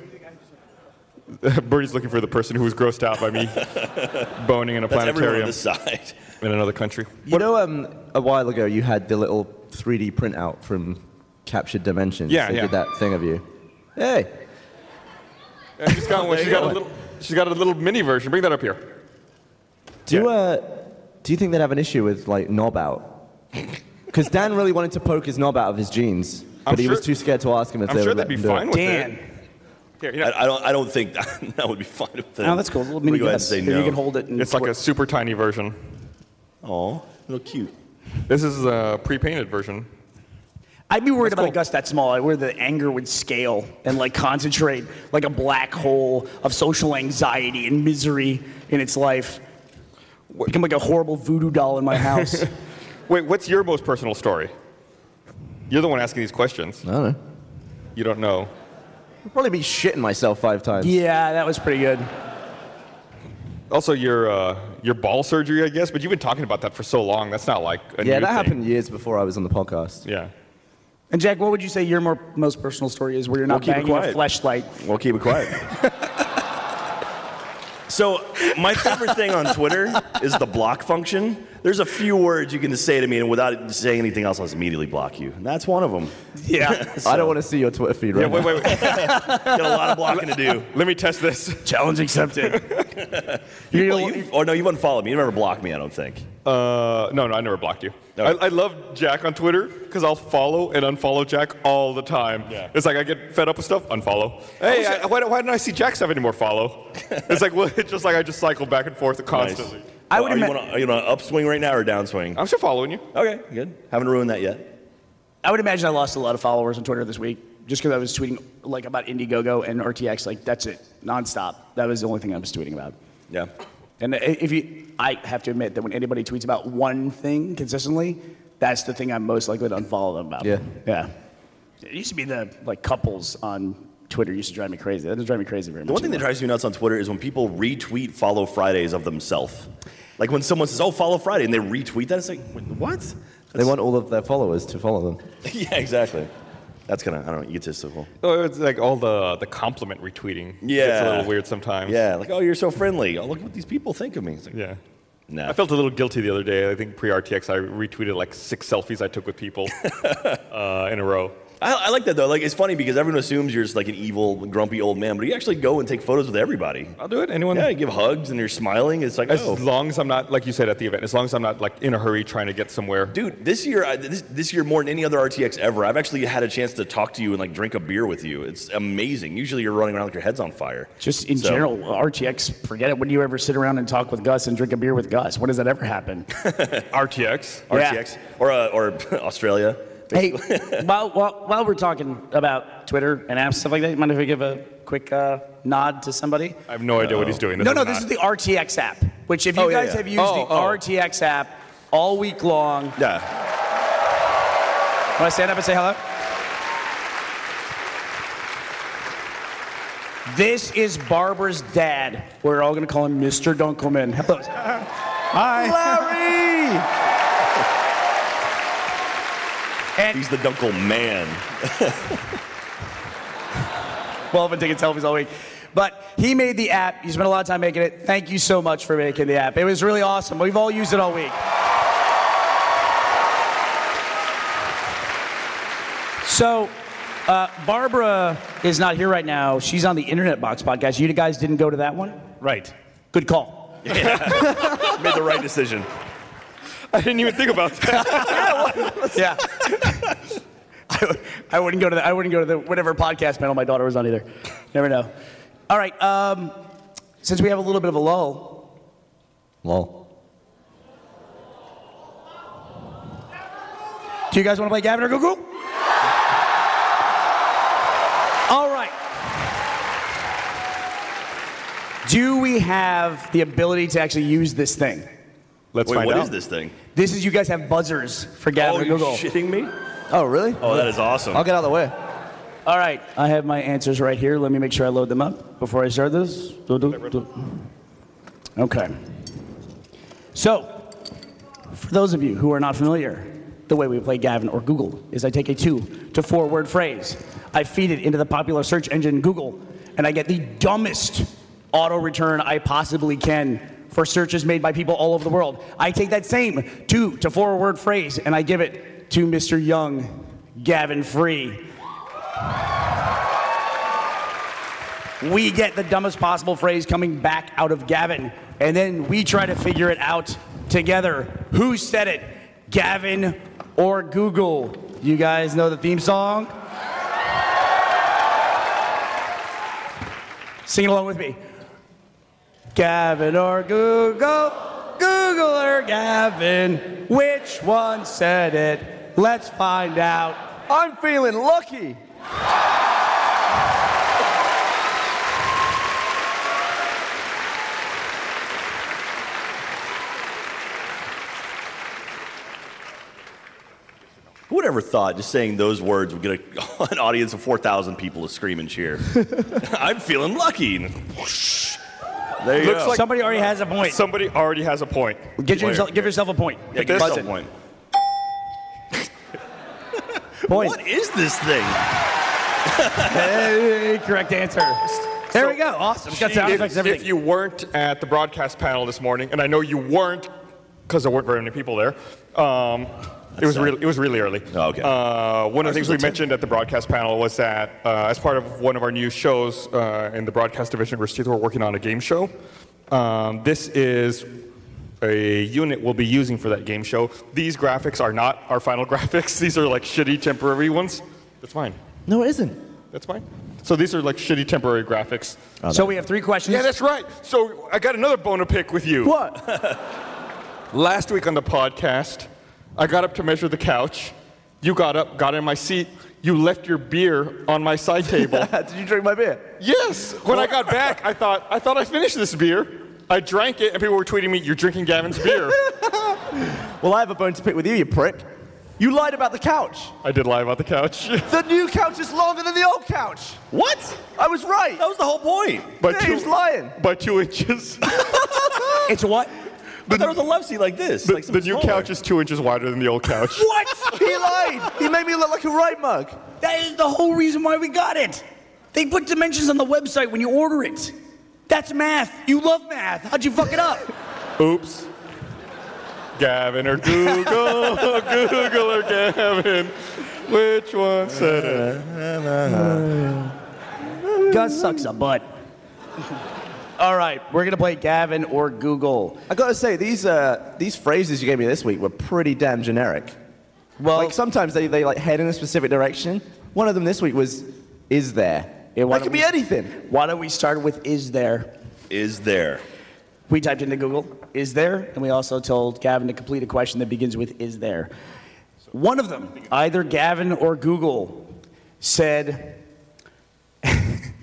Speaker 6: [laughs] Bernie's looking for the person who was grossed out by me
Speaker 7: [laughs]
Speaker 6: boning in a
Speaker 5: That's everyone on
Speaker 6: planetarium
Speaker 5: this side.
Speaker 6: in another country.
Speaker 7: you know, um, a while ago you had the little 3D printout from Captured Dimensions.
Speaker 6: Yeah,
Speaker 7: they
Speaker 6: yeah.
Speaker 7: did that thing of you. Hey,
Speaker 6: And she's got one. She's got a little. She's got a little mini version. Bring that up here.
Speaker 7: Do you,
Speaker 6: Yeah.
Speaker 7: uh, do you think they'd have an issue with like knob out? Because Dan really wanted to poke his knob out of his jeans, but
Speaker 6: I'm
Speaker 7: he was
Speaker 6: sure-
Speaker 7: too scared to ask him if
Speaker 6: I'm
Speaker 7: they
Speaker 6: sure
Speaker 7: would
Speaker 6: they'd
Speaker 7: let
Speaker 6: be
Speaker 7: him do
Speaker 6: fine
Speaker 7: it.
Speaker 6: with
Speaker 4: Dan.
Speaker 6: it. Here, you know,
Speaker 5: I, I don't. I don't think [laughs] that, that would be fine with them.
Speaker 4: No, Oh, that's cool. It's a little
Speaker 5: We
Speaker 4: mini
Speaker 5: go ahead and
Speaker 4: gus.
Speaker 5: say
Speaker 4: Here,
Speaker 5: no.
Speaker 4: You can hold it. And
Speaker 6: it's like a super tiny version.
Speaker 5: Aw, little cute.
Speaker 6: This is a pre-painted version.
Speaker 4: I'd be worried
Speaker 6: That's
Speaker 4: about
Speaker 6: cool.
Speaker 4: a gust that small, where the anger would scale and like concentrate like a black hole of social anxiety and misery in its life. Become like a horrible voodoo doll in my
Speaker 5: [laughs]
Speaker 4: house.
Speaker 6: Wait, what's your most personal story? You're the one asking these questions.
Speaker 7: I don't know.
Speaker 6: You don't know.
Speaker 7: I'd probably be shitting myself five times.
Speaker 4: yeah, that was pretty good.
Speaker 6: Also, your uh, your ball surgery, I guess. But you've been talking about that for so long. That's not like a
Speaker 7: Yeah,
Speaker 6: new
Speaker 7: that
Speaker 6: thing.
Speaker 7: happened years before I was on the podcast.
Speaker 6: Yeah.
Speaker 4: And Jack, what would you say your more, most personal story is, where you're not
Speaker 5: We'll keep it
Speaker 4: banging a
Speaker 5: quiet.
Speaker 4: flashlight?
Speaker 5: We'll keep
Speaker 6: [laughs]
Speaker 5: it quiet. so, my favorite thing on Twitter is the block function. There's a few words you can just say to me, and without saying anything else, I'll just immediately block you. And that's one of them.
Speaker 4: Yeah.
Speaker 7: I don't want to see your Twitter feed right
Speaker 6: Yeah. Wait,
Speaker 7: now.
Speaker 6: wait, wait.
Speaker 5: [laughs] Got a lot of blocking to do.
Speaker 6: Let me test this.
Speaker 4: Challenge accepted.
Speaker 6: [laughs]
Speaker 5: You,
Speaker 4: You're
Speaker 5: well,
Speaker 4: gonna-
Speaker 5: you- oh, no, you've unfollowed me. You never blocked me, I don't think.
Speaker 6: Uh, no, no, I never blocked you.
Speaker 5: Okay.
Speaker 6: I, I love Jack on Twitter because I'll follow and unfollow Jack all the time.
Speaker 5: Yeah.
Speaker 6: It's like I get fed up with stuff, unfollow. Hey, I, why, why didn't I see Jack stuff anymore?
Speaker 7: [laughs]
Speaker 6: Follow. it's like [laughs] well, it's just like I just cycle back and forth constantly.
Speaker 5: Nice.
Speaker 4: I Uh, would
Speaker 5: are, you
Speaker 4: ima-
Speaker 5: on a- are you on an upswing right now or a downswing?
Speaker 6: I'm still following you.
Speaker 5: Okay, good. Haven't ruined that yet.
Speaker 4: I would imagine I lost a lot of followers on Twitter this week just because I was tweeting like about Indiegogo and RTX. Like that's it, nonstop. That was the only thing I was tweeting about.
Speaker 5: Yeah.
Speaker 4: And i- if you, I have to admit that when anybody tweets about one thing consistently, that's the thing I'm most likely to unfollow them about.
Speaker 7: Yeah.
Speaker 4: Yeah. It used to be the like couples on Twitter used to drive me crazy. That doesn't drive me crazy very much.
Speaker 5: The one thing that
Speaker 4: anymore.
Speaker 5: drives me nuts on Twitter is when people retweet follow Fridays of themselves. Like when someone says, "Oh, follow Friday," and they retweet that, it's like, "Wait, what?
Speaker 7: They want all of their followers to follow them.
Speaker 5: [laughs] yeah, exactly. That's kind of I don't know egotistical.
Speaker 6: Oh, it's like all the the compliment retweeting. it's a
Speaker 5: Yeah.
Speaker 6: little weird sometimes.
Speaker 5: Yeah, like, "Oh, you're so friendly. Oh, look what these people think of me." It's like,
Speaker 6: yeah.
Speaker 5: nah.
Speaker 6: I felt a little guilty the other day. I think pre RTX, I retweeted like six selfies I took with
Speaker 5: [laughs]
Speaker 6: people uh, in a row.
Speaker 5: I, I like that though. Like it's funny because everyone assumes you're just like an evil, grumpy old man, but you actually go and take photos with everybody.
Speaker 6: I'll do it. Anyone?
Speaker 5: Yeah, you give hugs and you're smiling. It's like,
Speaker 6: As
Speaker 5: oh,
Speaker 6: long as I'm not, like you said at the event, as long as I'm not like in a hurry trying to get somewhere.
Speaker 5: dude, this year, I, this, this year more than any other RTX ever, I've actually had a chance to talk to you and like drink a beer with you. It's amazing. Usually you're running around like your head's on fire.
Speaker 4: Just in
Speaker 5: So-
Speaker 4: general, RTX, forget it. When do you ever sit around and talk with Gus and drink a beer with Gus? When does that ever happen?
Speaker 6: RTX.
Speaker 4: Yeah.
Speaker 5: RTX or uh, or [laughs] Australia.
Speaker 4: [laughs] hey, [laughs] while, while, while we're talking about Twitter and apps, stuff like that, you mind if I give a quick uh, nod to somebody?
Speaker 6: I have no idea what he's doing.
Speaker 4: No, no, this is the RTX app, which if you
Speaker 5: Oh, yeah,
Speaker 4: guys
Speaker 5: yeah.
Speaker 4: have used
Speaker 6: Oh,
Speaker 4: the
Speaker 6: oh.
Speaker 4: RTX app all week long,
Speaker 5: Yeah.
Speaker 4: want to stand up and say hello? This is Barbara's dad. We're all going to call him Mr. Dunkelman. Hello. Hi. Larry! and
Speaker 5: He's the Dunkel man.
Speaker 4: 12 and taking selfies all week. But he made the app. He spent a lot of time making it. Thank you so much for making the app. It was really awesome. We've all used it all week. So, uh, Barbara is not here right now. She's on the Internet Box podcast. You guys didn't go to that one?
Speaker 9: Right.
Speaker 4: Good call.
Speaker 5: Made the right decision.
Speaker 6: [laughs] I didn't even think about that.
Speaker 4: [laughs]
Speaker 5: [laughs]
Speaker 4: Yeah. [laughs] I, would- I wouldn't go to the, I wouldn't go to the whatever podcast panel my daughter was on either. Never know. All right. Um, since we have a little bit of a lull,
Speaker 7: Lol.
Speaker 4: Do you guys want to play Gavin or Google? All right. Do we have the ability to actually use this thing?
Speaker 6: Let's
Speaker 5: Wait,
Speaker 6: find
Speaker 5: what
Speaker 6: out.
Speaker 5: is this thing?
Speaker 4: This is you guys have buzzers for Gavin
Speaker 5: oh,
Speaker 4: or
Speaker 5: you
Speaker 4: Google.
Speaker 5: shitting me?
Speaker 7: Oh, really?
Speaker 5: Oh, that is awesome.
Speaker 6: Uh,
Speaker 7: I'll get out of the way.
Speaker 4: All right, I have my answers right here. Let me make sure I load them up before I start this. Do, do, do. Okay. So, for those of you who are not familiar, the way we play Gavin or Google is I take a two to four word phrase, I feed it into the popular search engine Google, and I get the dumbest auto return I possibly can for searches made by people all over the world. I take that same two to four word phrase and I give it to Mr. Young, Gavin Free. We get the dumbest possible phrase coming back out of Gavin, and then we try to figure it out together. Who said it, Gavin or Google? You guys know the theme song? Sing along with me. Gavin or Google? Google or Gavin? Which one said it? Let's find out.
Speaker 7: I'm feeling lucky.
Speaker 5: Who would ever thought just saying those words would get a, [laughs] an audience of 4,000 people to scream and cheer?
Speaker 6: [laughs]
Speaker 5: I'm feeling lucky. And whoosh. There you
Speaker 6: Looks
Speaker 5: go.
Speaker 6: like-
Speaker 4: Somebody already has a point.
Speaker 6: Somebody already has a point.
Speaker 4: Get yourself, give yourself a point.
Speaker 5: Yeah, give
Speaker 4: Buzz
Speaker 5: yourself
Speaker 4: it.
Speaker 5: a point.
Speaker 4: Point.
Speaker 5: What is this thing?
Speaker 4: Hey, correct answer. There we go. Awesome. It's got sound
Speaker 6: if,
Speaker 4: effects and everything.
Speaker 6: if you weren't at the broadcast panel this morning, and I know you weren't, because there weren't very many people there, um, it was
Speaker 5: sad.
Speaker 6: really it was really early.
Speaker 5: Oh, okay.
Speaker 6: Uh, one of the
Speaker 5: Ours
Speaker 6: things
Speaker 5: was
Speaker 6: we
Speaker 5: at 10.
Speaker 6: mentioned at the broadcast panel was that uh, as part of one of our new shows uh, in the broadcast division, we're still working on a game show. Um, this is a unit we'll be using for that game show. These graphics are not our final [laughs] graphics. These are like shitty temporary ones. That's fine.
Speaker 7: No, it isn't.
Speaker 6: That's fine. So these are like shitty temporary graphics.
Speaker 4: so we have three questions.
Speaker 6: Yeah, that's right. So I got another bone to pick with you.
Speaker 7: What?
Speaker 6: [laughs] Last week on the podcast, I got up to measure the couch. You got up, got in my seat. You left your beer on my side
Speaker 7: [laughs]
Speaker 6: table.
Speaker 7: [laughs] Did you drink my beer?
Speaker 6: yes. When I got back, I thought I thought I finished this beer. I drank it, and people were tweeting me, "You're drinking Gavin's beer."
Speaker 7: Well, I have a bone to pick with you, you prick. You lied about the couch.
Speaker 6: I did lie about the couch. [laughs]
Speaker 7: The new couch is longer than the old couch.
Speaker 5: What?
Speaker 7: I was right.
Speaker 5: That was the whole point.
Speaker 6: By
Speaker 7: Yeah, he was [laughs] lying.
Speaker 6: By two inches.
Speaker 4: It's what?
Speaker 5: But there was a love seat like this.
Speaker 6: The,
Speaker 5: like
Speaker 6: the new couch is two inches wider than the old couch.
Speaker 4: What?
Speaker 7: He lied. He made me look like a right mug.
Speaker 4: that is the whole reason why we got it. They put dimensions on the website when you order it. That's math. You love math. How'd you fuck it up?
Speaker 6: Oops. Gavin or [laughs] Google, Google or Gavin. Which one said it?
Speaker 4: Gus sucks a butt. All right, we're gonna play Gavin or Google.
Speaker 7: I gotta say, these uh, these phrases you gave me this week were pretty damn generic.
Speaker 4: Well,
Speaker 7: Like sometimes they, they like head in a specific direction. One of them this week was, "Is there?"
Speaker 4: Yeah, why
Speaker 7: that
Speaker 4: don't
Speaker 7: could be
Speaker 4: we-
Speaker 7: anything.
Speaker 4: why don't we start with is there?
Speaker 5: is there.
Speaker 4: We typed into Google, is there? And we also told Gavin to complete a question that begins with is there. One of them, either Gavin or Google, said, [laughs] okay.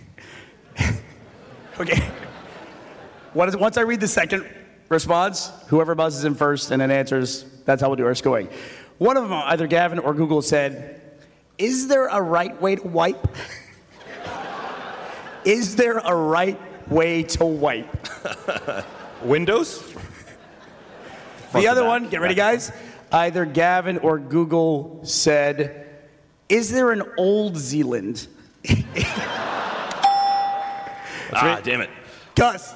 Speaker 4: What is- once I read the second response, whoever buzzes in first and then answers, that's how we'll do our scoring. One of them, either Gavin or Google, said, Is there a right way to wipe? [laughs] is there a right way to wipe?
Speaker 6: Windows?
Speaker 5: Ah,
Speaker 4: The
Speaker 5: to
Speaker 4: other
Speaker 5: back.
Speaker 4: one, get ready, guys. Either Gavin or Google said, Is there an old Zealand?
Speaker 5: ah, damn it.
Speaker 4: Gus.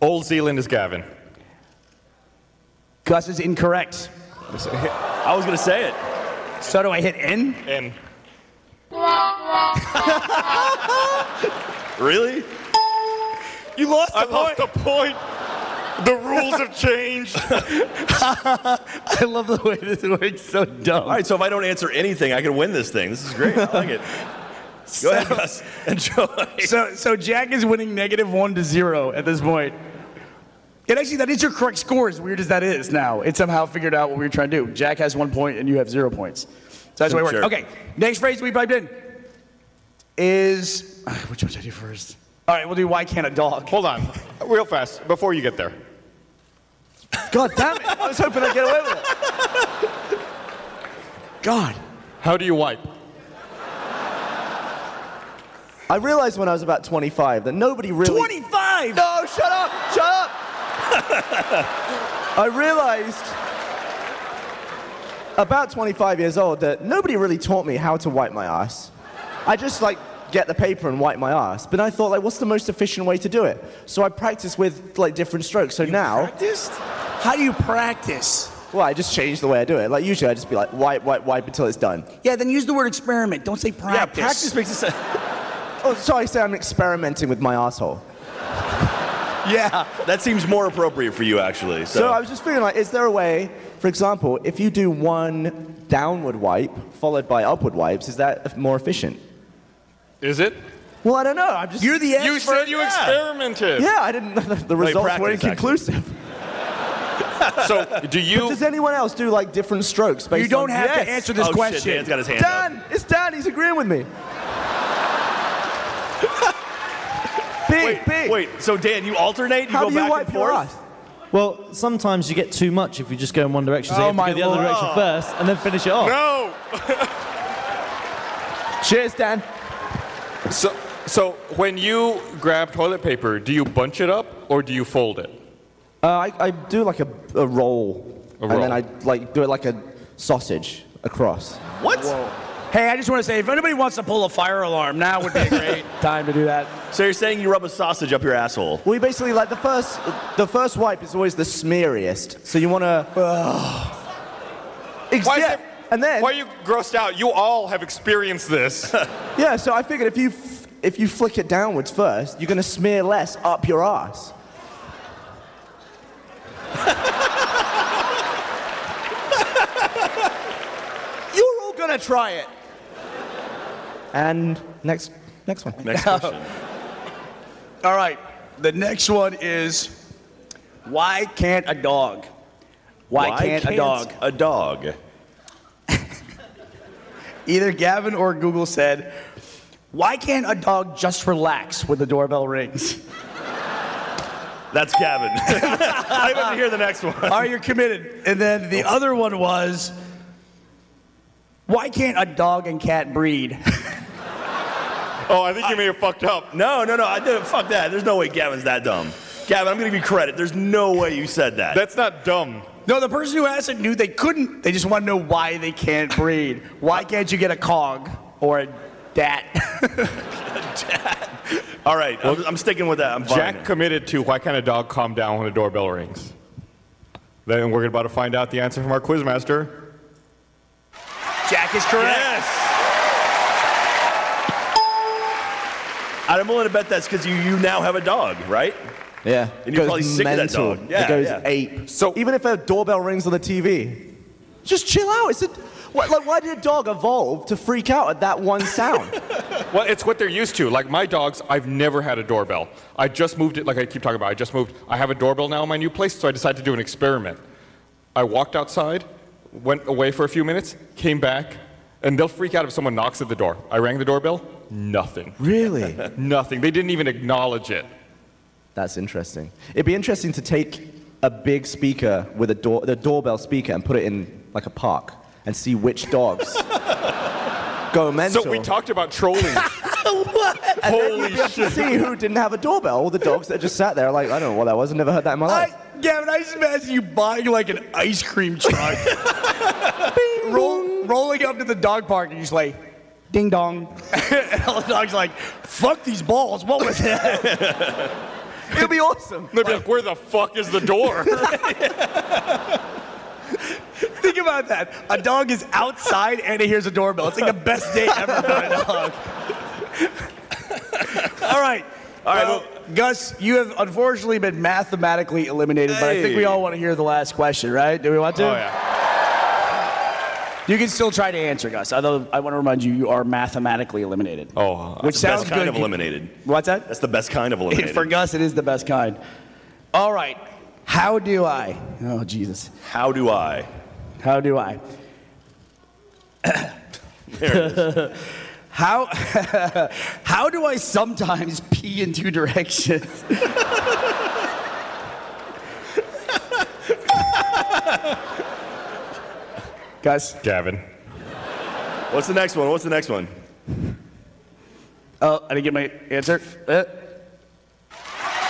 Speaker 6: Old Zealand is Gavin.
Speaker 4: Gus is incorrect.
Speaker 5: I was gonna say it.
Speaker 4: So do I hit N?
Speaker 6: And
Speaker 5: [laughs] Really?
Speaker 4: You lost
Speaker 6: I lost the point. The rules have changed.
Speaker 4: I love the way this works. So dumb.
Speaker 5: [laughs] All right. So if I don't answer anything, I can win this thing. This is great.
Speaker 6: [laughs]
Speaker 5: I like it. Go ahead, Gus. Enjoy.
Speaker 4: So, so Jack is winning negative one to zero at this point. And actually, that is your correct score, as weird as that is now. It somehow figured out what we were trying to do. Jack has one point and you have zero points. So that's the way it works.
Speaker 5: Sure.
Speaker 4: Okay, next phrase we piped in is [sighs] ah, which one should I do first? All right, we'll do why can't a dog?
Speaker 6: Hold on, real fast, before you get there.
Speaker 7: God damn it! I was hoping I'd get away with it.
Speaker 4: God.
Speaker 6: How do you wipe?
Speaker 7: I realized when I was about 25 that nobody really.
Speaker 4: 25!
Speaker 7: No, shut up!
Speaker 4: [laughs]
Speaker 7: Shut up! I realized about 25 years old that nobody really taught me how to wipe my ass. I just like get the paper and wipe my ass. But I thought like what's the most efficient way to do it? So I practiced with like different strokes. So now
Speaker 5: Practiced?
Speaker 4: How do you practice?
Speaker 7: well I just changed the way I do it. Like usually I just be like wipe, wipe, wipe until it's done.
Speaker 4: Yeah, then use the word experiment. Don't say
Speaker 5: Yeah,
Speaker 4: practice.
Speaker 5: practice makes it sense.
Speaker 7: Oh so I say I'm experimenting with my asshole.
Speaker 4: Yeah.
Speaker 5: That seems more appropriate for you, actually. So,
Speaker 7: So I was just figuring, like, is there a way, for example, if you do one downward wipe followed by upward wipes, is that more efficient?
Speaker 6: Is it?
Speaker 7: Well, I don't know. I'm just.
Speaker 4: You're the expert.
Speaker 6: You said you
Speaker 5: yeah.
Speaker 6: experimented.
Speaker 7: yeah, I didn't. The results were
Speaker 5: practice,
Speaker 7: inconclusive.
Speaker 6: So do you?
Speaker 7: Does anyone else do like different strokes? Based
Speaker 4: You don't
Speaker 7: on-
Speaker 4: have
Speaker 7: Yes.
Speaker 4: to answer
Speaker 5: oh,
Speaker 4: this question.
Speaker 5: Shit, Dan's got his hand up.
Speaker 7: Dan, it's Dan. He's agreeing with me.
Speaker 5: [laughs]
Speaker 7: big, big.
Speaker 5: Wait, so Dan, you alternate? You
Speaker 7: How
Speaker 5: go
Speaker 7: do
Speaker 5: back
Speaker 7: you wipe
Speaker 5: and
Speaker 7: your
Speaker 5: forth?
Speaker 7: ass?
Speaker 10: Well, sometimes you get too much if you just go in one direction. So
Speaker 7: Oh
Speaker 10: you have
Speaker 7: my
Speaker 10: to go the other
Speaker 7: lord.
Speaker 10: direction first and then finish it off.
Speaker 6: no.
Speaker 7: Cheers, Dan.
Speaker 6: So, so when you grab toilet paper, do you bunch it up or do you fold it?
Speaker 7: Uh, I, I do like a, a roll,
Speaker 6: A
Speaker 7: and
Speaker 6: roll.
Speaker 7: then I like do it like a sausage across.
Speaker 5: What?
Speaker 4: Hey, I just want to say, if anybody wants to pull a fire alarm, now would be a great [laughs] time to do that.
Speaker 5: So you're saying you rub a sausage up your asshole?
Speaker 7: Well, you basically like the first, the first wipe is always the smeariest. So you want to. Ex-
Speaker 6: Why is
Speaker 7: yeah,
Speaker 6: it-
Speaker 7: and then
Speaker 6: Why are you grossed out? You all have experienced [laughs] this.
Speaker 7: yeah. So I figured if you f- if you flick it downwards first, you're gonna smear less up your ass. [laughs] you're all gonna try it. And next, next one.
Speaker 5: Next question.
Speaker 4: All right, the next one is why can't a dog? Why, can't, a dog?
Speaker 5: A dog.
Speaker 4: Either Gavin or Google said, why can't a dog just relax when the doorbell [laughs] rings?
Speaker 5: That's Gavin. [laughs] I want to hear the next one.
Speaker 4: Are you committed? And then the other one was, Why can't a dog and cat breed?
Speaker 6: Oh, I think you may have fucked up.
Speaker 5: No, no, no. I did Fuck that. There's no way Gavin's that dumb. Gavin, I'm going to give you credit. There's no way you said that.
Speaker 6: That's not dumb.
Speaker 4: no, the person who asked it knew they couldn't. They just want to know why they can't breed. Why can't you get a cog or a dat? [laughs]
Speaker 5: All right. I'm, I'm sticking with that. I'm fine.
Speaker 6: Jack committed to why can't a dog calm down when a doorbell rings? Then we're about to find out the answer from our quizmaster.
Speaker 4: Jack is correct.
Speaker 5: Yes. I'm willing to bet that's because you, you now have a dog, right?
Speaker 7: Yeah.
Speaker 5: And you're probably sick of that dog. Yeah,
Speaker 7: it goes
Speaker 5: yeah.
Speaker 7: ape.
Speaker 6: So-
Speaker 7: So even if a doorbell rings on the TV, just chill out. It's a, what, like, why did a dog evolve to freak out at that one
Speaker 5: [laughs]
Speaker 7: sound?
Speaker 6: Well, it's what they're used to. Like my dogs, I've never had a doorbell. I just moved it, like I keep talking about, I just moved. I have a doorbell now in my new place, so I decided to do an experiment. I walked outside, went away for a few minutes, came back, and they'll freak out if someone knocks at the door. I rang the doorbell, nothing.
Speaker 7: really?
Speaker 6: Nothing. They didn't even acknowledge it.
Speaker 7: That's interesting. It'd be interesting to take a big speaker with a door, the doorbell speaker, and put it in like a park and see which dogs go mental.
Speaker 6: So we talked about trolling.
Speaker 7: what? And then
Speaker 6: Holy
Speaker 7: you'd be able to
Speaker 6: shit.
Speaker 7: see who didn't have a doorbell. All the dogs that just sat there, like I don't know what that was. I never heard that in my
Speaker 4: I,
Speaker 7: life.
Speaker 4: Gavin, I just imagine you buying like an ice cream truck, Roll, rolling up to the dog park, and you just like, ding dong. [laughs] and all the dogs like, fuck these balls. What was that?
Speaker 7: It'd be awesome.
Speaker 6: They'd be like, where the fuck is the door?
Speaker 4: Think about that. A dog is outside and he hears a doorbell. It's like the best day ever for a dog. [laughs] all right.
Speaker 5: All right,
Speaker 4: Well, Gus, you have unfortunately been mathematically eliminated, but I think
Speaker 5: Hey.
Speaker 4: we all want to hear the last question, right? Do we want to?
Speaker 6: Oh, yeah.
Speaker 4: You can still try to answer, Gus. Although I want to remind you, you are mathematically eliminated.
Speaker 6: Oh,
Speaker 4: which
Speaker 5: That's the
Speaker 4: sounds
Speaker 5: best kind
Speaker 4: good.
Speaker 5: of eliminated.
Speaker 4: What's that?
Speaker 5: That's the best
Speaker 4: [laughs]
Speaker 5: kind of eliminated.
Speaker 4: For Gus, it is the best kind. All right. How do I? Oh Jesus.
Speaker 5: How do I?
Speaker 4: How do I?
Speaker 5: [laughs] There it is.
Speaker 4: [laughs] How? how do I sometimes [laughs] pee in two directions? [laughs] Gus,
Speaker 6: Gavin.
Speaker 5: What's the next one? What's the next one?
Speaker 4: oh, I didn't get my answer. Uh.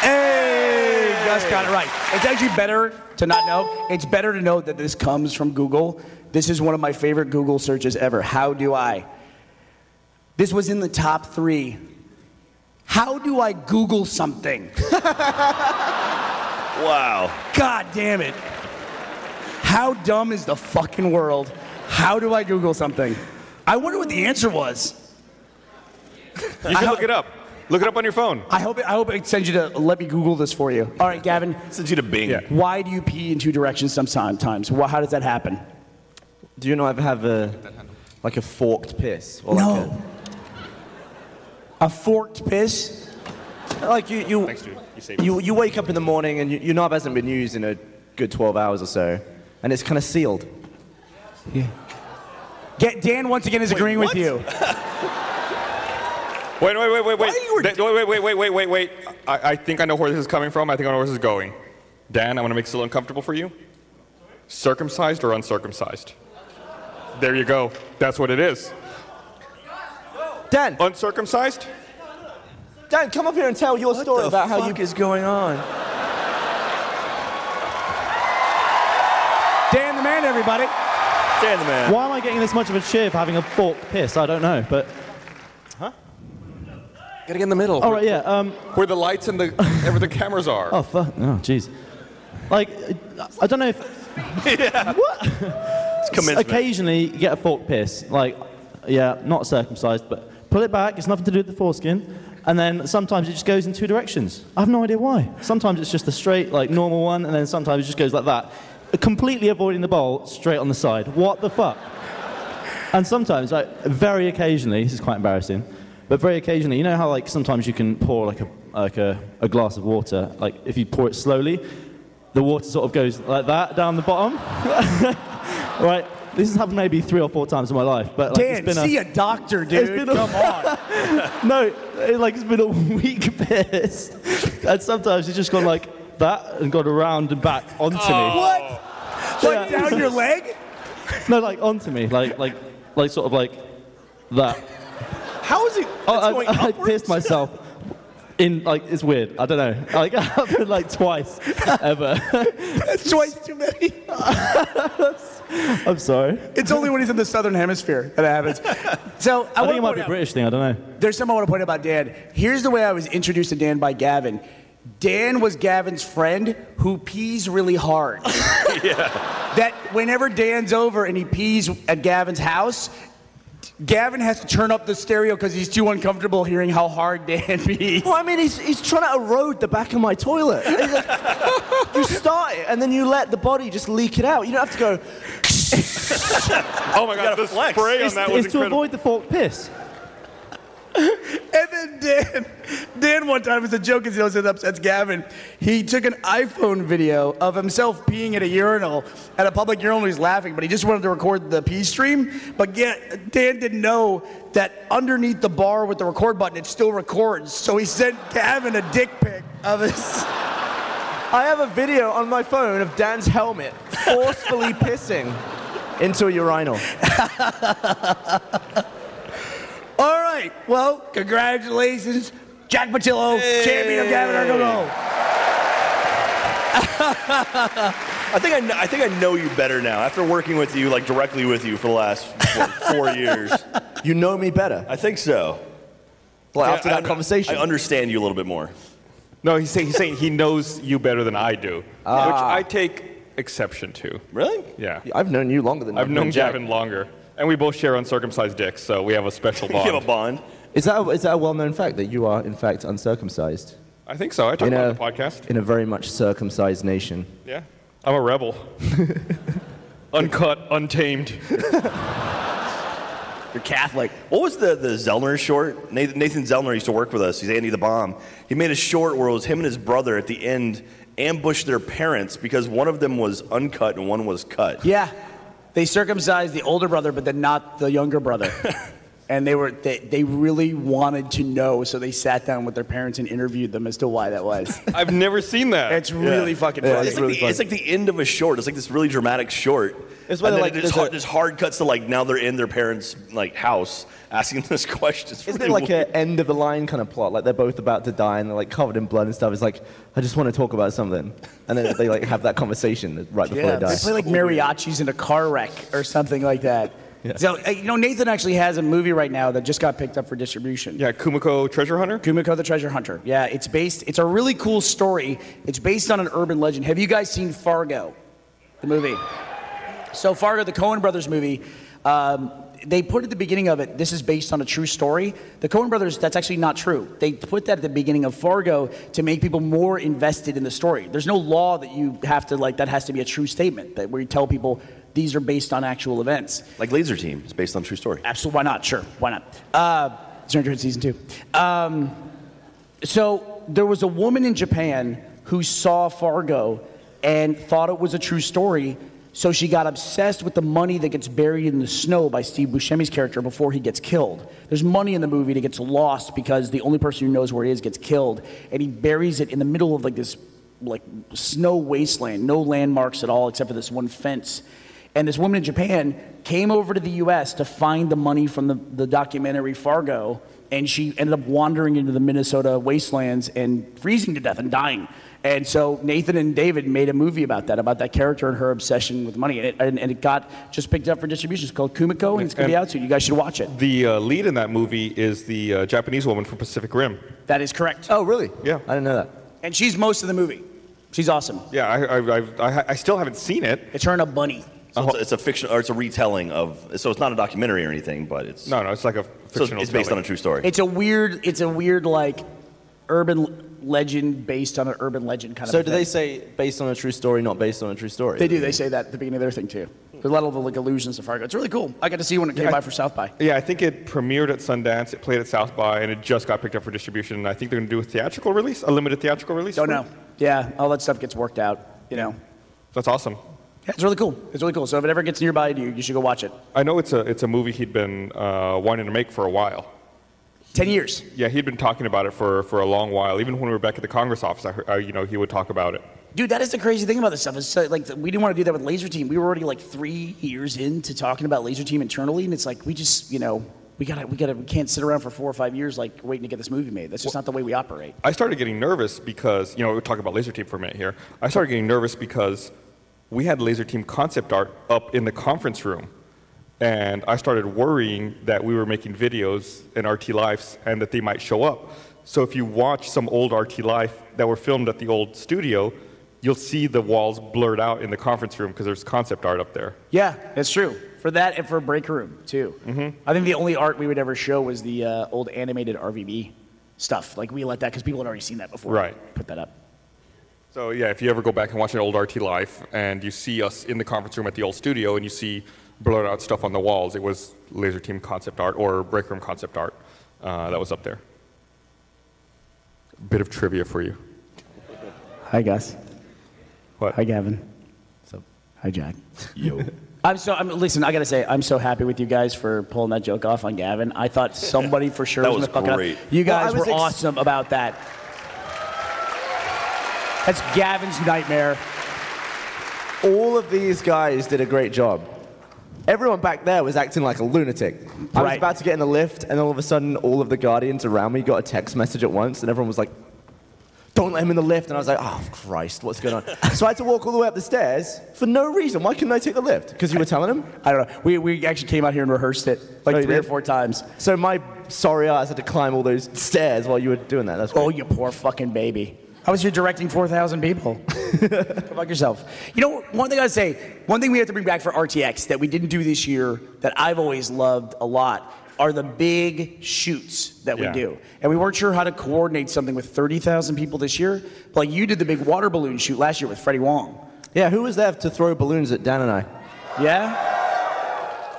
Speaker 4: Hey, Gus got it right. It's actually better to not know. It's better to know that this comes from Google. This is one of my favorite Google searches ever. How do I? This was in the top three. How do I Google [laughs] something?
Speaker 5: Wow.
Speaker 4: God damn it. How dumb is the fucking world? How do I Google something? I wonder what the answer was.
Speaker 6: You should look it up. Look it up on your phone.
Speaker 4: I hope it, I hope it sends you to let me Google this for you. All right, Gavin.
Speaker 5: Sends you to Bing.
Speaker 6: Yeah.
Speaker 4: Why do you pee in two directions sometimes? Why, how does that happen?
Speaker 7: Do you not ever have a like a forked piss? Or like
Speaker 4: No. A forked piss?
Speaker 7: A, like you you, you you wake up in the morning and you, your knob hasn't been used in a good 12 hours or so, and it's kind of sealed.
Speaker 4: Get, Dan once again is agreeing with
Speaker 5: what?
Speaker 4: you.
Speaker 6: Wait, wait, wait, wait, wait.
Speaker 5: Why you were-
Speaker 6: Th- wait, wait, wait, wait, wait, wait. I, I think I know where this is coming from. I think I know where this is going. Dan, I'm going to make this a little uncomfortable for you. Circumcised or uncircumcised? There you go. That's what it is.
Speaker 7: Dan,
Speaker 6: Uncircumcised?
Speaker 7: Dan, come up here and tell your story
Speaker 5: the
Speaker 7: about how you
Speaker 5: fuck
Speaker 7: is going on.
Speaker 4: Dan the man, everybody.
Speaker 5: Stand the man.
Speaker 9: Why am I getting this much of a cheer for having a forked piss? I don't know, but
Speaker 7: Gotta get in the middle.
Speaker 9: all right, yeah. Um,
Speaker 6: Where the lights and the where the cameras are.
Speaker 9: oh fuck, oh jeez. Like, I- I don't
Speaker 7: [laughs]
Speaker 9: know if
Speaker 5: It's commencement.
Speaker 9: occasionally you get a forked piss. Like, yeah, not circumcised, but pull it back. It's nothing to do with the foreskin. And then sometimes it just goes in two directions. I have no idea why. Sometimes it's just a straight, like normal one, and then sometimes it just goes like that, completely avoiding the bowl, straight on the side. What the fuck? And sometimes, like very occasionally, this is quite embarrassing, but very occasionally, you know how like sometimes you can pour like a like a, a glass of water, like if you pour it slowly, the water sort of goes like that down the bottom. [laughs] right. This has happened maybe three or four times in my life, but like,
Speaker 4: Dan,
Speaker 9: it's been
Speaker 4: see
Speaker 9: a,
Speaker 4: a doctor, dude.
Speaker 9: been a-
Speaker 4: Come on.
Speaker 9: no, it, like it's been a [laughs] weak piss, and sometimes it's just gone like that and gone around and back onto me.
Speaker 4: What? Like
Speaker 9: Yeah.
Speaker 4: down your leg?
Speaker 9: No, like onto me, like like
Speaker 10: like sort of like that.
Speaker 5: How is it?
Speaker 10: Oh,
Speaker 5: it's
Speaker 10: I,
Speaker 5: going
Speaker 10: I
Speaker 5: upwards?
Speaker 10: pissed myself. In like it's weird. I don't know. Like [laughs] it happened like twice ever. [laughs]
Speaker 4: Twice too many.
Speaker 10: I'm sorry.
Speaker 4: It's only when he's in the southern hemisphere that it happens.
Speaker 10: I
Speaker 4: So I,
Speaker 10: think
Speaker 4: want to
Speaker 10: it might
Speaker 4: point
Speaker 10: be a
Speaker 4: out-
Speaker 10: British thing. I don't know.
Speaker 4: There's something I want to point out about Dan. Here's the way I was introduced to Dan by Gavin. Dan was Gavin's friend who pees really hard. That whenever Dan's over and he pees at Gavin's house, Gavin has to turn up the stereo because he's too uncomfortable hearing how hard Dan [laughs] pees.
Speaker 7: Well, I mean, he's, he's trying to erode the back of my toilet. It's like- you start it and then you let the body just leak it out. You don't have to go.
Speaker 6: Oh my god,
Speaker 5: gotta
Speaker 6: the
Speaker 5: flex.
Speaker 6: spray on
Speaker 10: It's,
Speaker 6: that was
Speaker 10: it's to
Speaker 6: incredible.
Speaker 10: avoid the fork piss.
Speaker 4: And then Dan, Dan one time, it's a joke because he always upsets Gavin. He took an iPhone video of himself peeing at a urinal, at a public urinal. He's laughing, but he just wanted to record the pee stream. But yeah, Dan didn't know that underneath the bar with the record button, it still records. So he sent Gavin a dick pic of his.
Speaker 7: I have a video on my phone of Dan's helmet
Speaker 5: [laughs]
Speaker 7: forcefully pissing into a urinal.
Speaker 4: All right, well, congratulations, Jack Patillo, champion of Gavin Argonaut.
Speaker 5: I think I, kn- I think I know you better now. After working with you, like directly with you for the last what, four years,
Speaker 7: You know me better.
Speaker 5: I think so.
Speaker 7: Like,
Speaker 5: Yeah,
Speaker 7: after
Speaker 5: I
Speaker 7: that
Speaker 5: under-
Speaker 7: conversation.
Speaker 5: I understand you a little bit more.
Speaker 6: No, he's saying, he's saying he knows you better than I do, which I take exception to.
Speaker 5: Really?
Speaker 6: Yeah.
Speaker 7: I've known you longer than
Speaker 6: I've known
Speaker 7: Jack.
Speaker 6: Gavin longer, and we both share uncircumcised dicks, so we have a special
Speaker 5: You
Speaker 6: bond.
Speaker 5: have a bond.
Speaker 7: Is that, a, is that a well-known fact that you are, in fact, uncircumcised?
Speaker 6: I think so. I talked
Speaker 7: In
Speaker 6: about
Speaker 7: a,
Speaker 6: it on the podcast.
Speaker 7: in a very much circumcised nation.
Speaker 6: Yeah. I'm a rebel. Uncut, untamed.
Speaker 5: You're Catholic. What was the, the Zellner short? Nathan, Nathan Zellner used to work with us. He's Andy the Bomb. He made a short where it was him and his brother at the end ambushed their parents because one of them was uncut and one was cut.
Speaker 4: Yeah, they circumcised the older brother, but then not the younger brother. and they were they, they really wanted to know, so they sat down with their parents and interviewed them as to why that was.
Speaker 6: I've never seen that.
Speaker 4: it's really fucking
Speaker 7: Yeah,
Speaker 4: funny.
Speaker 5: It's, like the, it's like the end of a short. It's like this really dramatic short.
Speaker 7: It's whether,
Speaker 5: And then
Speaker 7: like,
Speaker 5: it
Speaker 7: there's
Speaker 5: just, hard,
Speaker 7: a-
Speaker 5: just hard cuts to like now they're in their parents' like house asking [laughs] this question. It's
Speaker 7: Isn't
Speaker 5: really
Speaker 7: it like
Speaker 5: weird.
Speaker 7: an end of the line kind of plot? Like they're both about to die and they're like covered in blood and stuff. It's like, I just want to talk about something. And then they like have that conversation right before
Speaker 4: Yeah,
Speaker 7: they die.
Speaker 4: they play like mariachis in a car wreck or something like that. So uh, you know, Nathan actually has a movie right now that just got picked up for distribution.
Speaker 6: yeah, Kumiko Treasure Hunter?
Speaker 4: Kumiko the Treasure Hunter. Yeah, it's based. It's a really cool story. It's based on an urban legend. Have you guys seen Fargo, the movie? So Fargo, the Coen Brothers movie. Um, they put at the beginning of it, this is based on a true story. The Coen Brothers, that's actually not true. They put that at the beginning of Fargo to make people more invested in the story. There's no law that you have to like. That has to be a true statement that where you tell people these are based on actual events.
Speaker 5: like Laser Team. It's based on a true story.
Speaker 4: Absolutely. Why not? Sure. Why not? Uh, Stranger Things season two. Um, so there was a woman in Japan who saw Fargo and thought it was a true story. So she got obsessed with the money that gets buried in the snow by Steve Buscemi's character before he gets killed. There's money in the movie that gets lost because the only person who knows where it is gets killed, and he buries it in the middle of like this like snow wasteland, no landmarks at all except for this one fence. And this woman in Japan came over to the US to find the money from the, the documentary Fargo. And she ended up wandering into the Minnesota wastelands and freezing to death and dying. And so Nathan and David made a movie about that, about that character and her obsession with money. And it, and, and it got just picked up for distribution. It's called Kumiko, and it's going to be
Speaker 6: And-
Speaker 4: out soon. You guys should watch it.
Speaker 6: The uh, lead in that movie is the uh, Japanese woman from Pacific Rim.
Speaker 4: That is correct.
Speaker 7: oh, really?
Speaker 6: Yeah.
Speaker 7: I didn't know that.
Speaker 4: And she's most of the movie. She's awesome.
Speaker 6: Yeah, I, I, I've- I, I still haven't seen it.
Speaker 4: It's her and a bunny.
Speaker 5: So it's, a, it's a fiction or it's a retelling of. So it's not a documentary or anything, but it's
Speaker 6: No, no, it's like a
Speaker 5: so
Speaker 6: fictional.
Speaker 5: it's based on a true story.
Speaker 4: It's a weird, it's a weird, like, urban legend based on an urban legend kind
Speaker 7: So
Speaker 4: of
Speaker 7: do
Speaker 4: thing.
Speaker 7: they say based on a true story, not based on a true story?
Speaker 4: They do. They say that at the beginning of their thing too. There's a lot of the like illusions of Fargo. It's really cool. I got to see when it came
Speaker 6: Yeah, I-
Speaker 4: by for South by.
Speaker 6: Yeah, I think it premiered at Sundance. It played at South by, and it just got picked up for distribution. And I think they're going to do a theatrical release, a limited theatrical release.
Speaker 4: Don't
Speaker 6: for it.
Speaker 4: know. Yeah, all that stuff gets worked out. You know,
Speaker 6: That's awesome.
Speaker 4: yeah, it's really cool. It's really cool. So if it ever gets nearby to you, you should go watch it.
Speaker 6: I know it's a it's a movie he'd been uh, wanting to make for a while.
Speaker 4: Ten years.
Speaker 6: Yeah, he'd been talking about it for, for a long while. Even when we were back at the Congress office, I, heard, uh, you know, he would talk about it.
Speaker 4: Dude, that is the crazy thing about this stuff. Is so, like we didn't want to do that with Laser Team. We were already like three years into talking about Laser Team internally, and it's like we just, you know, we gotta, we gotta, we can't sit around for four or five years like waiting to get this movie made. That's just not the way we operate.
Speaker 6: I started getting nervous because, you know, we're talking about laser team for a minute here. I started getting nervous because we had laser team concept art up in the conference room. And I started worrying that we were making videos in RT Lives and that they might show up. So if you watch some old RT Life that were filmed at the old studio, you'll see the walls blurred out in the conference room because there's concept art up there.
Speaker 4: Yeah, that's true. For that and for Break Room, too. I think the only art we would ever show was the uh, old animated RVB stuff. Like, we let that because people had already seen that before.
Speaker 6: Right.
Speaker 4: Put that up.
Speaker 6: So yeah, if you ever go back and watch an old RT live and you see us in the conference room at the old studio and you see blurred out stuff on the walls, it was laser team concept art or break room concept art uh, that was up there. Bit of trivia for you.
Speaker 4: Hi, Gus.
Speaker 6: What?
Speaker 4: Hi, Gavin. So, hi, Jack. Yo. [laughs] I'm so. I'm listen. I gotta say, I'm so happy with you guys for pulling that joke off on Gavin. I thought somebody for sure
Speaker 5: That
Speaker 4: was,
Speaker 5: was
Speaker 4: gonna fuck
Speaker 5: great.
Speaker 4: it up. You
Speaker 7: Well, I
Speaker 4: guys
Speaker 7: was
Speaker 4: were
Speaker 7: ex-
Speaker 4: awesome about that. That's Gavin's nightmare.
Speaker 7: all of these guys did a great job. Everyone back there was acting like a lunatic. I was
Speaker 4: Right.
Speaker 7: about to get in a lift, and all of a sudden, all of the guardians around me got a text message at once, and everyone was like, "Don't let him in the lift!" And I was like, "Oh Christ, what's [laughs] going on?" so I had to walk all the way up the stairs for no reason. Why couldn't I take the lift? Because you were telling him.
Speaker 4: I don't know. We, we actually came out here and rehearsed it like
Speaker 7: Oh, you
Speaker 4: three or
Speaker 7: did?
Speaker 4: four times.
Speaker 7: So my sorry ass had to climb all those stairs while you were doing that. That's
Speaker 4: Oh,
Speaker 7: great.
Speaker 4: you poor fucking baby. I was here directing 4,000 [laughs] people. Go fuck yourself. You know, one thing I would say, one thing we have to bring back for RTX that we didn't do this year that I've always loved a lot are the big shoots that we
Speaker 6: Yeah.
Speaker 4: do. And we weren't sure how to coordinate something with 30,000 people this year. But like you did the big water balloon shoot last year with Freddie Wong.
Speaker 7: yeah. Who was there to throw balloons at Dan and I?
Speaker 4: Yeah?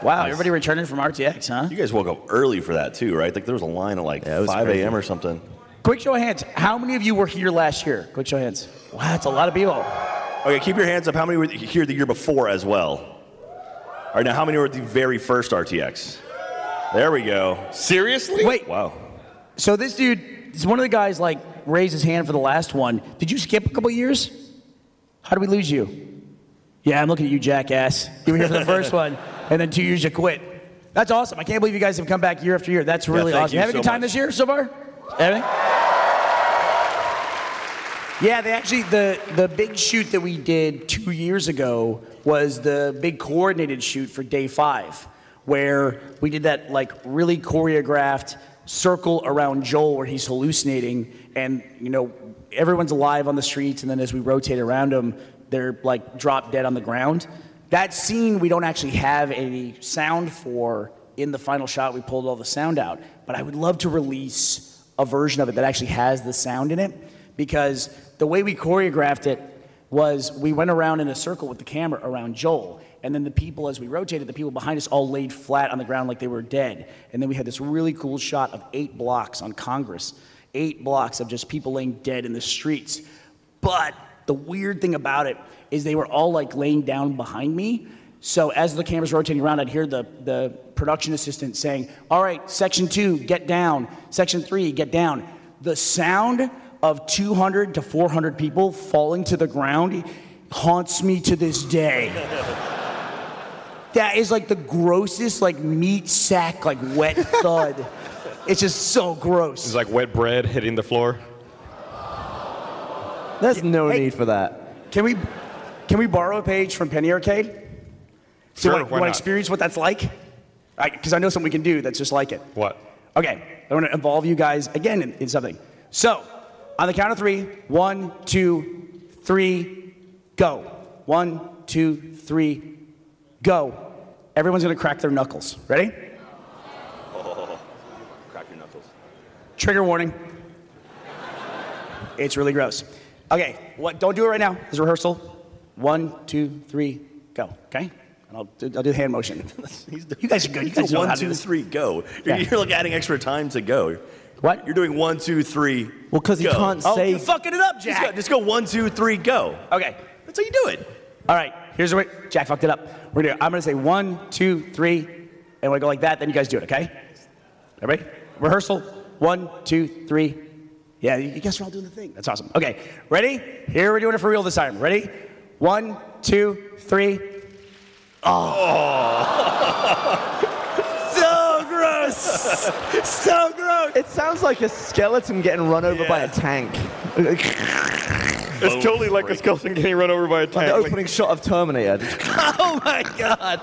Speaker 4: Wow, everybody returning from RTX, huh?
Speaker 5: You guys woke up early for that too, right? Like there was a line at like
Speaker 7: Yeah, it was
Speaker 5: 5
Speaker 7: crazy.
Speaker 5: a.m. or something.
Speaker 4: Quick show of hands. How many of you were here last year? Quick show of hands. Wow, that's a lot of people.
Speaker 5: Okay, keep your hands up. How many were here the year before as well? All right, now how many were at the very first RTX? There we go.
Speaker 6: Seriously?
Speaker 4: Wait,
Speaker 5: Wow.
Speaker 4: So this dude, this one of the guys like raised his hand for the last one. Did you skip a couple years? How did we lose you? Yeah, I'm looking at you, jackass. You were here for the
Speaker 5: [laughs]
Speaker 4: first one, and then two years you quit. That's awesome. I can't believe you guys have come back year after year. That's really
Speaker 5: thank
Speaker 4: awesome.
Speaker 5: you
Speaker 4: having a
Speaker 5: so
Speaker 4: good time
Speaker 5: much.
Speaker 4: this year so far? Everything? Yeah, they actually the the big shoot that we did two years ago was the big coordinated shoot for day five, where we did that like really choreographed circle around Joel where he's hallucinating, and you know everyone's alive on the streets, and then as we rotate around them, they're like drop dead on the ground. That scene we don't actually have any sound for in the final shot. We pulled all the sound out, but I would love to release a version of it that actually has the sound in it because the way we choreographed it was we went around in a circle with the camera around Joel. And then the people, as we rotated, the people behind us all laid flat on the ground like they were dead. And then we had this really cool shot of eight blocks on Congress, eight blocks of just people laying dead in the streets. But the weird thing about it is they were all like laying down behind me. So as the camera's rotating around, I'd hear the, the production assistant saying, All right, section two, get down. Section three, get down. The sound of 200 to 400 people falling to the ground haunts me to this day. that is like the grossest, like meat sack, like wet thud. it's just so gross.
Speaker 6: It's like wet bread hitting the floor.
Speaker 7: There's no
Speaker 4: Hey.
Speaker 7: need for that.
Speaker 4: Can we can we borrow a page from Penny Arcade? So
Speaker 6: Sure,
Speaker 4: you
Speaker 6: why
Speaker 4: want to
Speaker 6: not?
Speaker 4: experience what that's like? Because I know something we can do that's just like it.
Speaker 6: What?
Speaker 4: Okay, I want to involve you guys again in, in something. So, on the count of three, one, two, three, go. One, two, three, go. Everyone's gonna crack their knuckles. Ready?
Speaker 5: [laughs] Crack your knuckles.
Speaker 4: Trigger warning. It's really gross. Okay, what? Don't do it right now. It's rehearsal. One, two, three, go. Okay, and I'll do, I'll do the hand
Speaker 5: [laughs]
Speaker 4: motion. You guys are good. You guys know
Speaker 5: one,
Speaker 4: how to do
Speaker 5: two,
Speaker 4: this.
Speaker 5: three, go. You're,
Speaker 4: Yeah.
Speaker 5: you're like adding extra time to go.
Speaker 4: What?
Speaker 5: You're doing one, two, three.
Speaker 7: Well, 'cause you
Speaker 5: go.
Speaker 7: can't
Speaker 5: Oh,
Speaker 7: say-
Speaker 5: you're fucking it up, Jack. Just go, just go one, two, three, go.
Speaker 4: Okay.
Speaker 5: That's how you do it.
Speaker 4: All right. Here's the way. Jack fucked it up. We're gonna. I'm gonna say one, two, three, and we go like that. Then you guys do it. Okay? Everybody? Rehearsal. One, two, three, Yeah, you you guys are all doing the thing. That's awesome. Okay, ready? Here we're doing it for real this time. Ready? One, two, three.
Speaker 5: So gross. so gross.
Speaker 7: It sounds like a skeleton getting run over by a tank.
Speaker 6: It's totally like a
Speaker 5: break.
Speaker 6: skeleton getting run over by a
Speaker 7: The
Speaker 5: oh,
Speaker 6: tank.
Speaker 7: opening shot of Terminator.
Speaker 4: [laughs] Oh my God.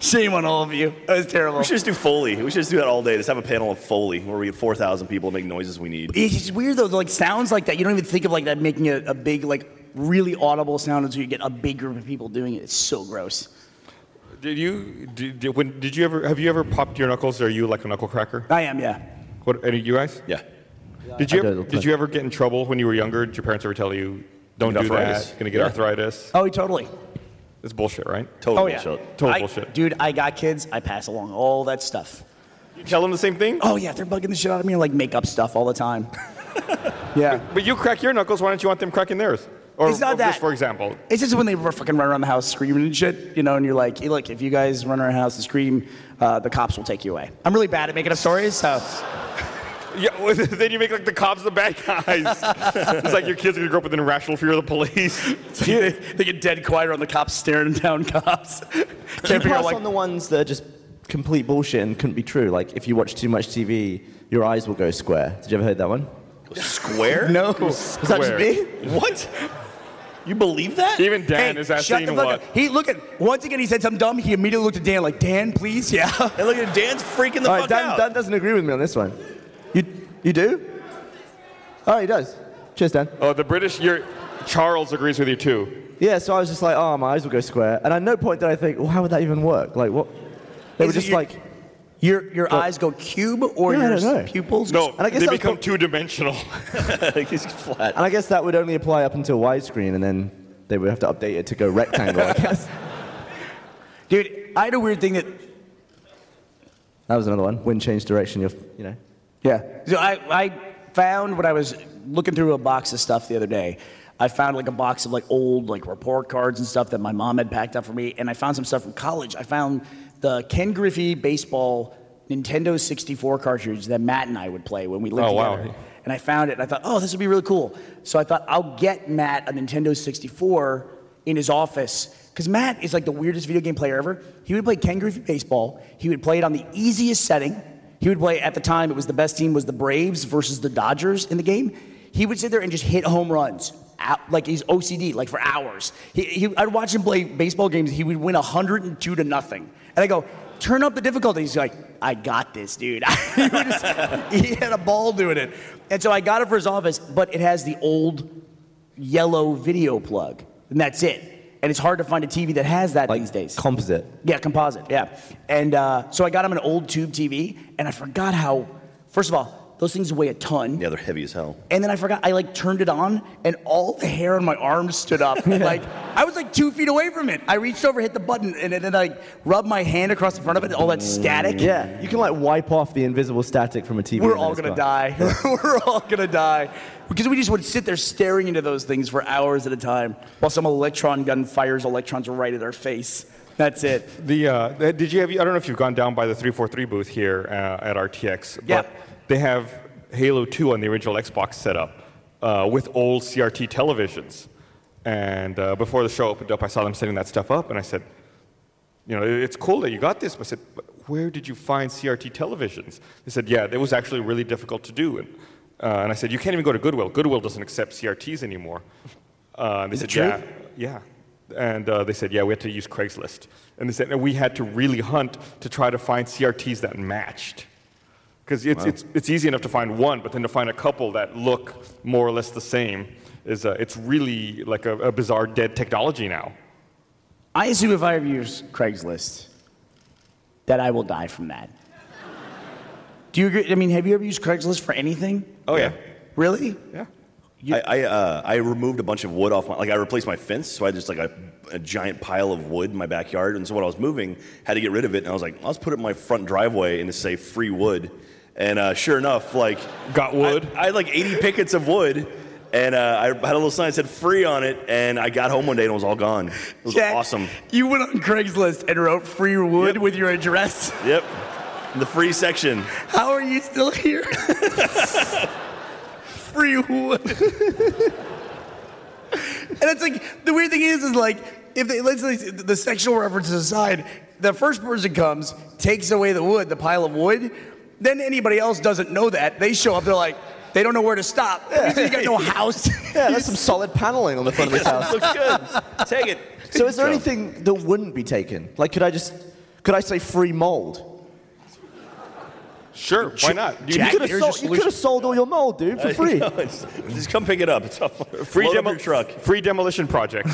Speaker 4: Shame on all of you. That was terrible.
Speaker 5: We should just do Foley. We should just do that all day. Just have a panel of Foley where we get 4,000 people to make noises we need.
Speaker 4: It's just weird though, like sounds like that. You don't even think of like that making a, a big, like really audible sound until you get a big group of people doing it. It's so gross.
Speaker 6: Did you did, did, when, did you ever have you ever popped your knuckles? Are you like a knuckle cracker?
Speaker 4: I am, yeah.
Speaker 6: What any of you guys?
Speaker 5: Yeah.
Speaker 6: Did you
Speaker 7: I
Speaker 6: ever,
Speaker 7: did.
Speaker 6: did you ever get in trouble when you were younger? Did your parents ever tell you don't
Speaker 5: Get
Speaker 6: do
Speaker 5: arthritis.
Speaker 6: that? You're gonna get arthritis.
Speaker 4: Oh, totally.
Speaker 6: It's bullshit, right?
Speaker 5: Total
Speaker 4: oh, yeah.
Speaker 5: bullshit.
Speaker 6: Total
Speaker 4: I-
Speaker 6: bullshit.
Speaker 4: Dude, I got kids. I pass along all that stuff.
Speaker 6: You tell them the same thing.
Speaker 4: Oh, yeah, they're bugging the shit out of me. Like make up stuff all the [laughs] time. yeah.
Speaker 6: But you crack your knuckles. Why don't you want them cracking theirs? Or,
Speaker 4: It's not
Speaker 6: or
Speaker 4: that.
Speaker 6: Just for example,
Speaker 4: It's just when they were fucking run around the house screaming and shit, you know, and you're like, hey, look, if you guys run around the house and scream, uh, the cops will take you away. I'm really bad at making up stories, so.
Speaker 6: yeah. [laughs] well, then you make like the cops the bad guys. [laughs] it's like your kids are gonna grow up with an irrational fear of the police.
Speaker 4: [laughs] they, they get dead quiet on the cops staring down [laughs] cops.
Speaker 7: Can you
Speaker 4: Can't figure out
Speaker 7: pass
Speaker 4: why.
Speaker 7: on the ones that are just complete bullshit and couldn't be true? Like, if you watch too much TV, your eyes will go square. Did you ever hear that one? [laughs]
Speaker 5: Square?
Speaker 7: No. Was that just
Speaker 6: Square.
Speaker 7: me?
Speaker 5: What? You believe that?
Speaker 6: Even Dan
Speaker 4: Hey,
Speaker 6: is
Speaker 4: shut
Speaker 6: asking
Speaker 4: the fuck
Speaker 6: what.
Speaker 4: up. He look at once again. He said something dumb. He immediately looked at Dan like, Dan, please, [laughs] yeah.
Speaker 5: And look at Dan's freaking the
Speaker 7: All right,
Speaker 5: fuck
Speaker 7: Dan,
Speaker 5: out.
Speaker 7: Dan doesn't agree with me on this one. You, you do? Oh, he does. Cheers, Dan.
Speaker 6: Oh, the British. Your Charles agrees with you too.
Speaker 7: Yeah, so I was just like, oh, my eyes will go square. And at no point did I think, well, how would that even work? Like, what? They were
Speaker 4: Is it
Speaker 7: just
Speaker 4: your-
Speaker 7: like,
Speaker 4: Your your eyes go cube or
Speaker 7: Yeah, I
Speaker 4: your
Speaker 7: don't know.
Speaker 4: s- pupils?
Speaker 6: No,
Speaker 7: I guess
Speaker 6: they
Speaker 7: that was
Speaker 6: become
Speaker 7: prob-
Speaker 6: two dimensional.
Speaker 5: [laughs] He's flat.
Speaker 7: and I guess that would only apply up until widescreen, and then they would have to update it to go rectangle, I guess. [laughs]
Speaker 4: dude. I had a weird thing that
Speaker 7: That was another one. Wind change direction, you're, f- you know.
Speaker 4: Yeah. So I, I found when I was looking through a box of stuff the other day, I found like a box of like old like report cards and stuff that my mom had packed up for me, and I found some stuff from college. I found the Ken Griffey baseball Nintendo 64 cartridge that Matt and I would play when we lived
Speaker 6: Oh, wow.
Speaker 4: together. And I found it, and I thought, oh, this would be really cool. So I thought I'll get Matt a Nintendo 64 in his office. Because Matt is like the weirdest video game player ever. He would play Ken Griffey baseball. He would play it on the easiest setting. He would play at the time. It was the best team was the Braves versus the Dodgers in the game. He would sit there and just hit home runs. Out, like he's OCD, like for hours. He, he, I'd watch him play baseball games. He would win 102 to nothing. And I go, turn up the difficulty. He's like, I got this, dude. [laughs] he, would just- [laughs] he had a ball doing it. And so I got it for his office, but it has the old yellow video plug, and that's it. And it's hard to find a TV that has that
Speaker 7: Like,
Speaker 4: these days.
Speaker 7: composite.
Speaker 4: Yeah, composite. Yeah, and uh, so I got him an old tube TV, and I forgot how. First of all, those things weigh a ton.
Speaker 5: Yeah, they're heavy as hell.
Speaker 4: And then I forgot. I like turned it on, and all the hair on my arms stood
Speaker 7: [laughs]
Speaker 4: up. like I was like two feet away from it. I reached over, hit the button, and then I rubbed my hand across the front of it. All that static.
Speaker 7: Yeah, you can like wipe off the invisible static from a TV.
Speaker 4: We're
Speaker 7: and then
Speaker 4: all
Speaker 7: it's
Speaker 4: gonna
Speaker 7: gone.
Speaker 4: die. [laughs] We're all gonna die. Because we just would sit there staring into those things for hours at a time while some electron gun fires electrons right at our face. That's it.
Speaker 6: [laughs] The uh, th- did you have? I don't know if you've gone down by the 343 booth here uh, at RTX. But
Speaker 4: Yeah.
Speaker 6: They have Halo 2 on the original Xbox setup uh, with old CRT televisions. And uh, before the show opened up, I saw them setting that stuff up, and I said, "You know, it's cool that you got this." But I said, but "Where did you find CRT televisions?" They said, "Yeah, it was actually really difficult to do." And, uh, and I said, "You can't even go to Goodwill. Goodwill doesn't accept CRTs anymore." Uh, they
Speaker 7: Is
Speaker 6: said,
Speaker 7: it
Speaker 6: Yeah.
Speaker 7: true?
Speaker 6: Yeah. And uh, they said, yeah, we had to use Craigslist. And they said, and we had to really hunt to try to find CRTs that matched. Because it's, it's, it's easy enough to find one, but then to find a couple that look more or less the same is uh, it's really like a, a bizarre dead technology now.
Speaker 4: I assume if I ever use Craigslist, that I will die from that. Do you agree? I mean, have you ever used Craigslist for anything?
Speaker 6: Oh, yeah.
Speaker 4: Really?
Speaker 6: Yeah.
Speaker 5: I I, uh, I removed a bunch of wood off my like I replaced my fence, so I had just like a, a giant pile of wood in my backyard, and so when I was moving, had to get rid of it, and I was like, I'll just put it in my front driveway and just say free wood, and uh, sure enough, like
Speaker 6: Got wood?
Speaker 5: I, I had like 80 pickets of wood, and uh, I had a little sign that said free on it, and I got home one day and it was all gone. It was
Speaker 4: Jack,
Speaker 5: awesome.
Speaker 4: You went on Craigslist and wrote free wood
Speaker 5: Yep.
Speaker 4: with your address.
Speaker 5: Yep, the free section.
Speaker 4: How are you still here? [laughs] free wood. and it's like the weird thing is, is like if they let's say the sexual references aside, the first person comes, takes away the wood, the pile of wood, then anybody else doesn't know that. They show up, they're like, they don't know where to stop. You got [laughs] no house.
Speaker 7: Yeah, that's some solid paneling on the front of this house.
Speaker 5: Looks good. Take it. [laughs]
Speaker 7: So is there
Speaker 5: Go.
Speaker 7: anything that wouldn't be taken? Like, could I just, could I say free mold?
Speaker 6: Sure, why not? You,
Speaker 7: You
Speaker 4: Jack,
Speaker 7: could have
Speaker 4: there's your
Speaker 7: sold, you
Speaker 4: solution.
Speaker 7: could have sold all your mold, dude, for free.
Speaker 5: No, it's- just come pick it up. It's off.
Speaker 6: free,
Speaker 5: Load up
Speaker 6: demo-
Speaker 5: your truck.
Speaker 6: free demolition
Speaker 5: [laughs]
Speaker 6: project.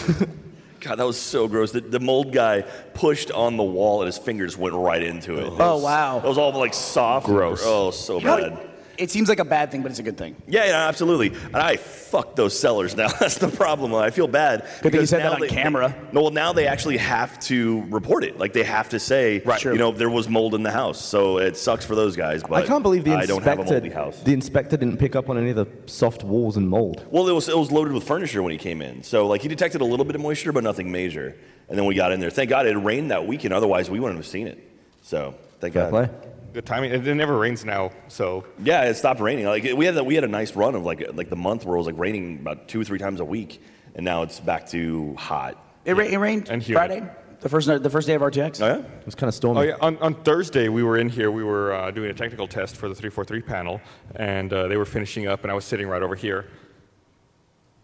Speaker 5: God, that was so gross. The, the mold guy pushed on the wall and his fingers went right into it.
Speaker 7: Oh,
Speaker 5: It was-
Speaker 4: wow.
Speaker 5: It was all like soft.
Speaker 6: Gross.
Speaker 5: Oh, so bad.
Speaker 4: It seems like a bad thing, but it's a good thing.
Speaker 5: Yeah, yeah, absolutely. And I fucked those sellers now. [laughs] That's the problem. I feel bad.
Speaker 4: Good thing you
Speaker 5: because
Speaker 4: said that
Speaker 5: now
Speaker 4: on camera.
Speaker 5: No, well, now they actually have to report it. Like, they have to say,
Speaker 4: Right. Sure.
Speaker 5: you know, there was mold in the house. So it sucks for those guys. But
Speaker 7: I can't believe the
Speaker 5: I don't have a
Speaker 7: inspector,
Speaker 5: moldy house.
Speaker 7: the inspector didn't pick up on any of the soft walls and mold.
Speaker 5: Well, it was, it was loaded with furniture when he came in. So, like, he detected a little bit of moisture, but nothing major. And then we got in there. Thank God it rained that weekend. Otherwise, we wouldn't have seen it. So, thank
Speaker 7: Fair
Speaker 5: God.
Speaker 7: play.
Speaker 6: Good timing. It, it never rains now, so
Speaker 5: Yeah, it stopped raining. Like we had that, we had a nice run of like like the month where it was like raining about two or three times a week, and now it's back to hot.
Speaker 4: It, ra- it rained
Speaker 6: And humid.
Speaker 4: Friday, the first night, the first day of RTX.
Speaker 5: Oh yeah,
Speaker 7: It was kind of
Speaker 6: Oh
Speaker 7: stormy.
Speaker 6: yeah, on, on Thursday we were in here. We were uh, doing a technical test for the 343 panel, and uh, they were finishing up, and I was sitting right over here.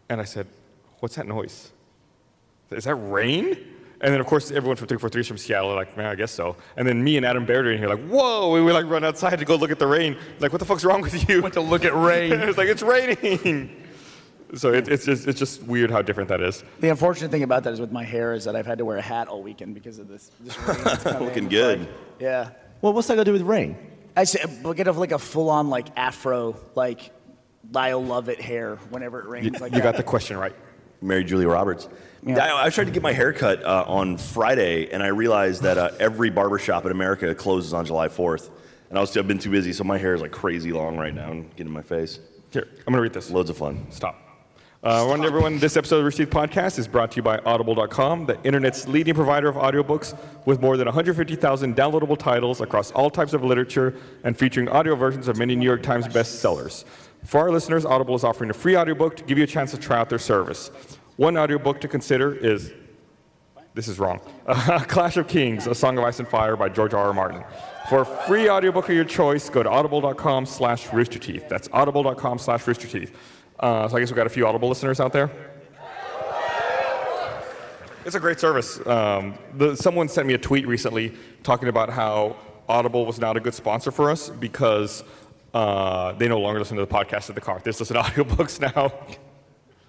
Speaker 6: And I said, "What's that noise? Is that rain?" And then of course everyone from 343 is from Seattle. They're like, "Man, I guess so." And then me and Adam Baird are in here, like, "Whoa!" And we like run outside to go look at the rain. Like, what the fuck's wrong with you? Went to look at rain. [laughs] it's like it's raining. So it, it's just it's just weird how different that is.
Speaker 4: The unfortunate thing about that is with my hair is that I've had to wear a hat all weekend because of this. this rain that's come in.
Speaker 5: [laughs] looking
Speaker 4: It's
Speaker 5: good.
Speaker 4: like- yeah,
Speaker 7: Well, what's that got to do with rain?
Speaker 4: I say, but get of like a full on like afro like Lyle Lovett hair whenever it rains.
Speaker 6: You,
Speaker 4: like
Speaker 6: you
Speaker 4: that.
Speaker 6: got the question right.
Speaker 5: Mary Julie Roberts.
Speaker 4: Yeah.
Speaker 5: I, I tried to get my hair cut uh, on Friday, and I realized that uh, every barbershop in America closes on July 4th. And I was, I've been too busy, so my hair is like crazy long right now and getting in my face.
Speaker 6: Here, I'm gonna read this.
Speaker 5: Loads of fun.
Speaker 6: Stop. Uh, Stop. everyone, this episode of Receipt Podcast is brought to you by Audible.com, the internet's leading provider of audiobooks with more than 150,000 downloadable titles across all types of literature and featuring audio versions of many New York Times bestsellers. For our listeners, Audible is offering a free audiobook to give you a chance to try out their service. One audiobook to consider is this is wrong. [laughs] Clash of Kings, A Song of Ice and Fire by George R. R. Martin. For a free audiobook of your choice, go to audible.com slash rooster teeth. That's audible.com slash rooster teeth. Uh, so I guess we've got a few Audible listeners out there. It's a great service. Um, the, someone sent me a tweet recently talking about how Audible was not a good sponsor for us because uh, they no longer listen to the podcast in the car. They just listen to [laughs] audiobooks now.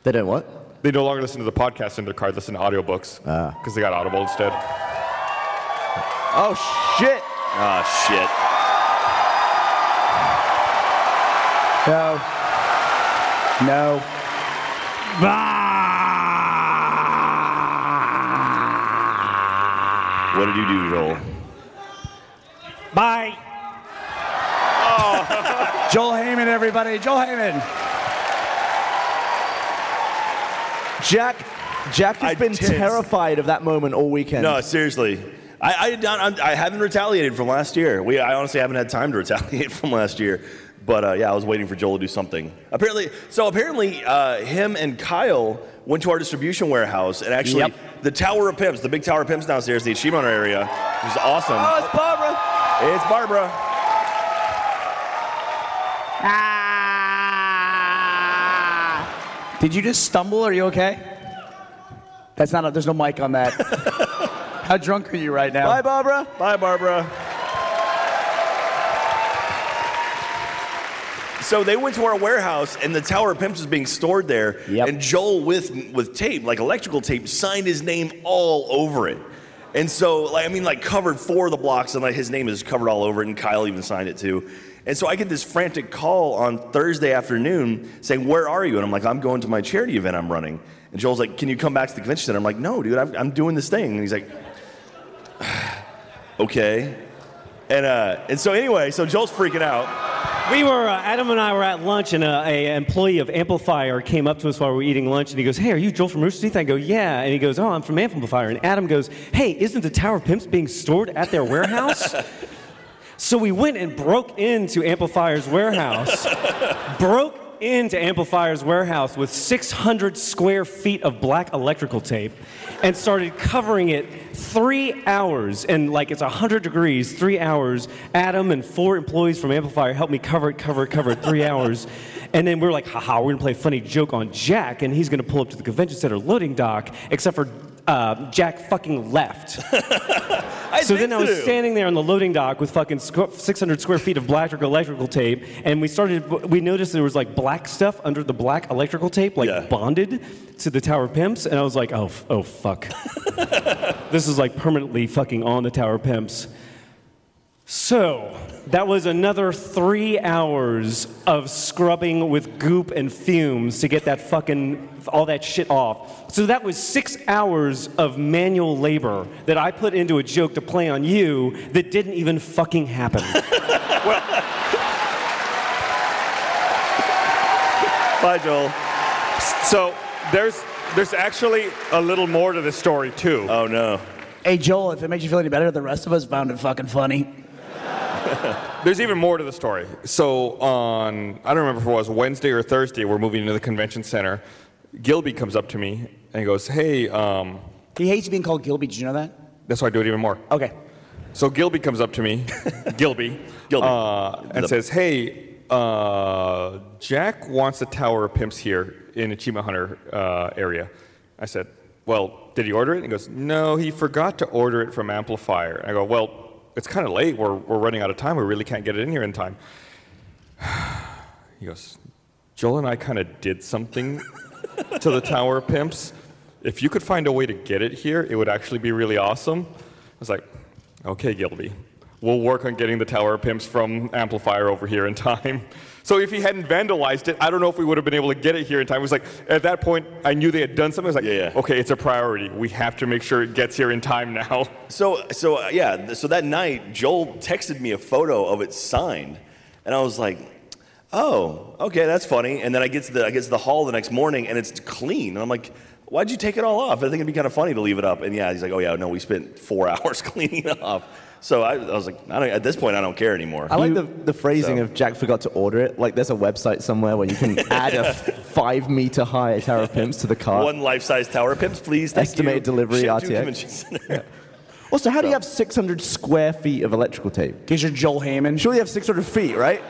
Speaker 7: They don't what?
Speaker 6: They no longer listen to the podcast in their car, they listen to audiobooks because they got Audible instead.
Speaker 7: Oh shit!
Speaker 5: Ah, shit.
Speaker 4: no, no.
Speaker 5: What did you do, Joel?
Speaker 9: Bye.
Speaker 4: Joel Heyman, everybody, Joel Heyman.
Speaker 7: Jack, Jack has
Speaker 5: I
Speaker 7: been
Speaker 5: tensed.
Speaker 7: terrified of that moment all weekend.
Speaker 5: No, seriously. I, I, don't, I'm- I haven't retaliated from last year. We, I honestly haven't had time to [laughs] retaliate from last year. But uh, yeah, I was waiting for Joel to do something. Apparently, so apparently, uh, him and Kyle went to our distribution warehouse and actually
Speaker 4: Yep.
Speaker 5: the Tower of Pimps, the big Tower of Pimps downstairs, the Achievement Hunter area, which is awesome.
Speaker 7: Oh, it's Barbara.
Speaker 5: It's Barbara.
Speaker 4: Ah! Did you just stumble? Are you okay? That's not. A, there's no mic on
Speaker 7: [laughs]
Speaker 4: that. How drunk are you right now?
Speaker 7: Bye, Barbara.
Speaker 5: Bye, Barbara. So they went to our warehouse, and the Tower of Pimps was being stored there.
Speaker 4: Yep.
Speaker 5: And Joel, with with tape, like electrical tape, signed his name all over it. And so, like, I mean, like covered four of the blocks, and like his name is covered all over it. And Kyle even signed it too. And so I get this frantic call on Thursday afternoon saying, "Where are you?" And I'm like, "I'm going to my charity event I'm running." And Joel's like, "Can you come back to the convention center?" I'm like, "No, dude, I'm, I'm doing this thing." And he's like, "Okay." And uh, and so anyway, so Joel's freaking out.
Speaker 9: We were, uh, Adam and I were at lunch, and uh, a employee of Amplifier came up to us while we were eating lunch, and he goes, Hey, are you Joel from Rooster Teeth? I go, Yeah. And he goes, Oh, I'm from Amplifier. And Adam goes, Hey, isn't the Tower of Pimps being stored at their warehouse? so we went and broke into Amplifier's warehouse, broke into Amplifier's warehouse with 600 square feet of black electrical tape and started covering it three hours. And like it's 100 degrees, three hours. Adam and four employees from Amplifier helped me cover it, cover it, cover it, three hours. And then we were like, haha, we're going to play a funny joke on Jack, and he's going to pull up to the convention center loading dock, except for uh, Jack fucking left.
Speaker 5: I
Speaker 9: So
Speaker 5: think
Speaker 9: then I was
Speaker 5: so.
Speaker 9: standing there on the loading dock with fucking squ- 600 square feet of black electrical tape, and we started. We noticed there was like black stuff under the black electrical tape, like
Speaker 5: Yeah.
Speaker 9: bonded to the Tower of Pimps, and I was like, oh, f-
Speaker 5: [laughs]
Speaker 9: oh fuck, this is like permanently fucking on the Tower of Pimps. So that was another three hours of scrubbing with goop and fumes to get that fucking all that shit off. So that was six hours of manual labor that I put into a joke to play on you that didn't even fucking happen.
Speaker 5: Bye, Joel.
Speaker 6: So there's there's actually a little more to this story too.
Speaker 5: Oh no.
Speaker 4: Hey, Joel, if it makes you feel any better, the rest of us found it fucking funny.
Speaker 6: There's even more to the story. So on, I don't remember if it was Wednesday or Thursday, we're moving into the convention center. Gilby comes up to me and goes, "Hey," um,
Speaker 4: He hates being called Gilby. Did you know that?
Speaker 6: that's why I do it even more.
Speaker 4: Okay.
Speaker 6: So Gilby comes up to me, Gilby,
Speaker 5: Gilby.
Speaker 6: uh, and
Speaker 5: The-
Speaker 6: says, "Hey, uh, Jack wants a tower of pimps here in Achievement Hunter uh, area." I said, "Well, did he order it?" And he goes, "No, he forgot to order it from Amplifier." I go, "Well, it's kind of late. We're we're running out of time. We really can't get it in here in time." [sighs] He goes, "Joel and I kind of did something to the tower of pimps. If you could find a way to get it here, it would actually be really awesome." I was like, "Okay, Gilby, we'll work on getting the tower of pimps from Amplifier over here in time." [laughs] So if he hadn't vandalized it, I don't know if we would have been able to get it here in time. It was like at that point, I knew they had done something. I was like,
Speaker 5: Yeah, yeah.
Speaker 6: "Okay, it's a priority. We have to make sure it gets here in time now." [laughs]
Speaker 5: So, so uh, yeah, th- so that night, Joel texted me a photo of it signed, and I was like, "Oh, okay, that's funny." And then I get to the I get to the hall the next morning, and it's clean, and I'm like, "Why'd you take it all off?" I think it'd be kind of funny to leave it up. And yeah, he's like, "Oh yeah, no, we spent four [laughs] hours cleaning it off." So I, I was like, I don't, "At this point, I don't care anymore."
Speaker 7: I like the, the phrasing of Jack forgot to order it. Like there's a website somewhere where you can add a five meter high tower of pimps to the cart.
Speaker 5: One life-size tower of pimps, please. Thank
Speaker 7: Estimated
Speaker 5: you.
Speaker 7: delivery,
Speaker 5: Shandu
Speaker 7: RTX.
Speaker 5: Convention Center.
Speaker 7: also, how do you have 600 square feet of electrical tape?
Speaker 4: Because you're Joel Heyman.
Speaker 7: Surely you have 600 feet, right?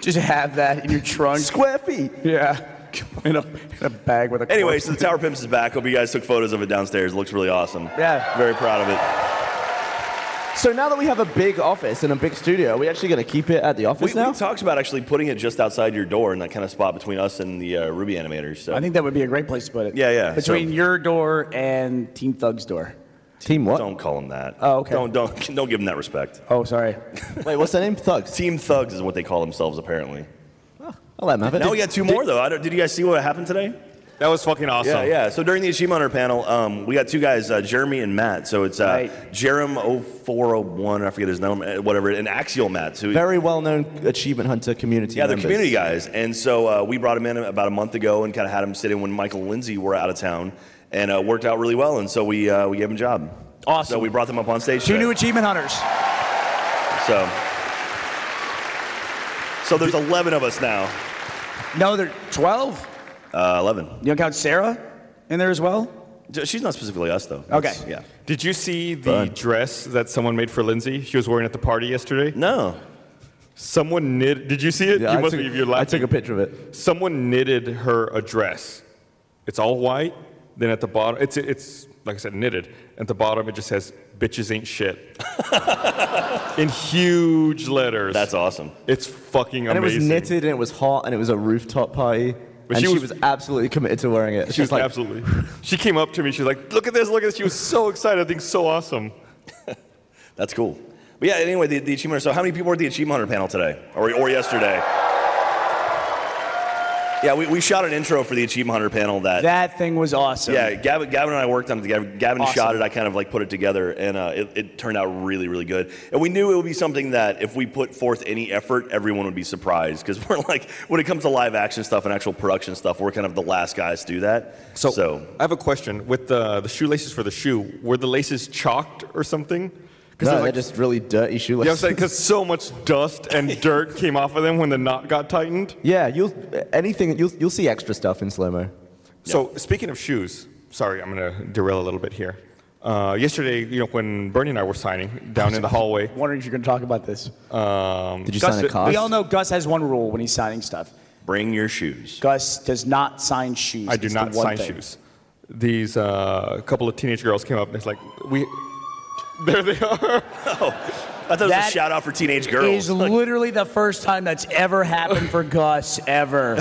Speaker 4: Just have that in your trunk.
Speaker 7: Square feet. [laughs]
Speaker 4: Yeah. In a, in a bag with a.
Speaker 5: Anyway,
Speaker 4: cork.
Speaker 5: so the Tower Pimps is back. Hope you guys took photos of it downstairs. It looks really awesome.
Speaker 4: Yeah.
Speaker 5: Very proud of it.
Speaker 7: So now that we have a big office and a big studio, are we actually going to keep it at the
Speaker 5: We,
Speaker 7: office
Speaker 5: we
Speaker 7: now?
Speaker 5: talked about actually putting it just outside your door in that kind of spot between us and the uh, Ruby animators. So.
Speaker 4: I think that would be a great place to put it.
Speaker 5: Yeah, yeah,
Speaker 4: Between
Speaker 5: so-
Speaker 4: your door and Team Thug's door.
Speaker 7: Team what?
Speaker 5: don't call them that.
Speaker 4: Oh, okay.
Speaker 5: Don't don't [laughs] don't give them that respect.
Speaker 4: Oh, sorry.
Speaker 7: Wait, what's their name? Thugs.
Speaker 5: [laughs] Team Thugs is what they call themselves apparently.
Speaker 7: I'll let them have it.
Speaker 5: Now we got two more though. I don't, did you guys see what happened today?
Speaker 6: That was fucking awesome.
Speaker 5: Yeah, yeah. So during the Achievement Hunter panel, um, we got two guys, uh, Jeremy and Matt. So it's uh,
Speaker 4: Right.
Speaker 5: Jerem0401, I forget his number, whatever, and Axial Matt. So
Speaker 7: Very well known achievement hunter community.
Speaker 5: Yeah, they're
Speaker 7: members.
Speaker 5: community guys. And so uh, we brought him in about a month ago and kind of had him sit in when Michael and Lindsay were out of town and uh, worked out really well. And so we, uh, we gave him a job.
Speaker 4: Awesome.
Speaker 5: So we brought them up on stage.
Speaker 4: Two
Speaker 5: today.
Speaker 4: new achievement hunters.
Speaker 5: So. So there's 11 of us now.
Speaker 4: No, they're 12.
Speaker 5: Uh, 11.
Speaker 4: You don't count Sarah in there as well?
Speaker 5: J- She's not specifically us, though.
Speaker 4: Okay.
Speaker 5: It's- Yeah.
Speaker 6: Did you see the
Speaker 5: Fun.
Speaker 6: dress that someone made for Lindsay? She was wearing at the party yesterday.
Speaker 5: No.
Speaker 6: Someone knit. Did you see it?
Speaker 7: Yeah,
Speaker 6: you
Speaker 7: I
Speaker 6: must
Speaker 7: took-
Speaker 6: be if you're
Speaker 7: I
Speaker 6: laughing.
Speaker 7: took a picture of it.
Speaker 6: Someone knitted her a dress. It's all white. Then at the bottom, it's it's like I said, knitted. At the bottom, it just says "bitches ain't
Speaker 7: [laughs]
Speaker 6: shit" in huge letters.
Speaker 5: That's awesome.
Speaker 6: It's fucking
Speaker 7: And it was
Speaker 6: amazing.
Speaker 7: knitted and it was hot and it was a rooftop party.
Speaker 6: But
Speaker 7: and
Speaker 6: she
Speaker 7: she was,
Speaker 6: was-
Speaker 7: absolutely committed to wearing it.
Speaker 6: She was
Speaker 7: like,
Speaker 6: absolutely. She came up to me. She was like, "Look at this! Look at this!" She was so excited. I think so awesome.
Speaker 5: That's cool. But yeah, anyway, the, the Achievement Hunter. So, how many people were at the Achievement Hunter panel today or, or yesterday? Yeah, we, we shot an intro for the Achievement Hunter panel that
Speaker 4: That thing was awesome.
Speaker 5: Yeah, Gavin, Gavin and I worked on it together. Gavin
Speaker 4: Awesome.
Speaker 5: shot it. I kind of like put it together, and uh, it, it turned out really, really good. And we knew it would be something that if we put forth any effort, everyone would be surprised because [laughs] we're like, when it comes to live action stuff and actual production stuff, we're kind of the last guys to do that.
Speaker 6: So, I have a question. With the, the shoelaces for the shoe, were the laces chalked or something?
Speaker 7: No,
Speaker 6: they're
Speaker 7: they're
Speaker 6: like-
Speaker 7: just really dirty shoelaces.
Speaker 6: Yeah, I'm saying because so much dust and dirt came off of them when the knot got tightened.
Speaker 7: [laughs] Yeah, you'll anything you'll you'll see extra stuff in slow mo.
Speaker 6: So speaking of shoes, sorry, I'm gonna derail a little bit here. Uh, yesterday, you know, when Bernie and I were signing down in the hallway,
Speaker 4: Wondering if you're going to talk about this.
Speaker 6: um,
Speaker 7: Did you
Speaker 6: Gus
Speaker 7: sign a
Speaker 6: did-
Speaker 7: cost?
Speaker 4: We all know Gus has one rule when he's signing stuff.
Speaker 5: Bring your shoes.
Speaker 4: Gus does not sign shoes.
Speaker 6: I do
Speaker 4: It's the
Speaker 6: not
Speaker 4: one
Speaker 6: sign
Speaker 4: thing.
Speaker 6: shoes. These uh, couple of teenage girls came up and it's like, we, [laughs] there they are.
Speaker 5: I thought it was
Speaker 4: That
Speaker 5: a shout out for teenage girls.
Speaker 4: Is literally the first time that's ever happened for Gus
Speaker 6: [laughs]
Speaker 4: ever.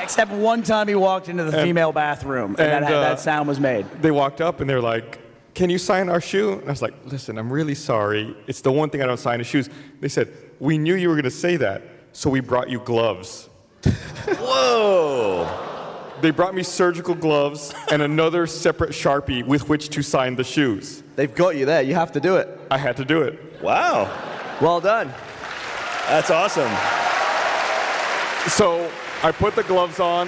Speaker 4: Except one time he walked into the female bathroom and, that,
Speaker 6: and, uh,
Speaker 4: that sound was made.
Speaker 6: They walked up and they're like, can you sign our shoe? And I was like, listen, I'm really sorry. It's the one thing I don't sign is shoes. They said, we knew you were going to say that, so we brought you gloves.
Speaker 5: Whoa!
Speaker 6: They brought me surgical gloves and another separate Sharpie with which to sign the shoes.
Speaker 7: They've got you there. You have to do it.
Speaker 6: I had to do it.
Speaker 5: Wow,
Speaker 7: Well done.
Speaker 5: that's awesome.
Speaker 6: So I put the gloves on,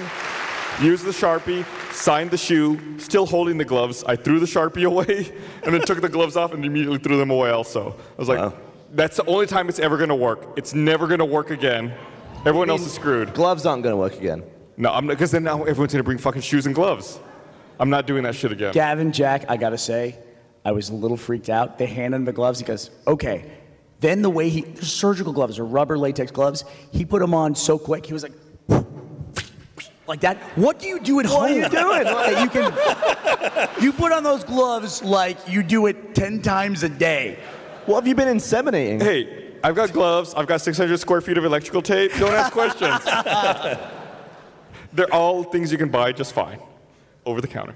Speaker 6: used the Sharpie, signed the shoe, still holding the gloves. I threw the Sharpie [laughs] away and then took the gloves off and immediately threw them away also. I was like,
Speaker 5: Wow.
Speaker 6: that's the only time it's ever going to work. It's never going to work again. Everyone else is screwed.
Speaker 7: Gloves aren't going to work again.
Speaker 6: No, I'm because then now everyone's going to bring fucking shoes and gloves. I'm not doing that shit again.
Speaker 4: Gavin, Jack, I gotta say, I was a little freaked out. They hand him the gloves. He goes, okay. Then the way he, they're surgical gloves or rubber latex gloves, he put them on so quick. He was like, like that. What do you do at home? What are you doing? you can, you put on those gloves like you do it ten times a day.
Speaker 7: What have you been inseminating?
Speaker 6: Hey, I've got gloves. I've got 600 square feet of electrical tape. Don't ask questions. They're all things you can buy just fine, over the counter.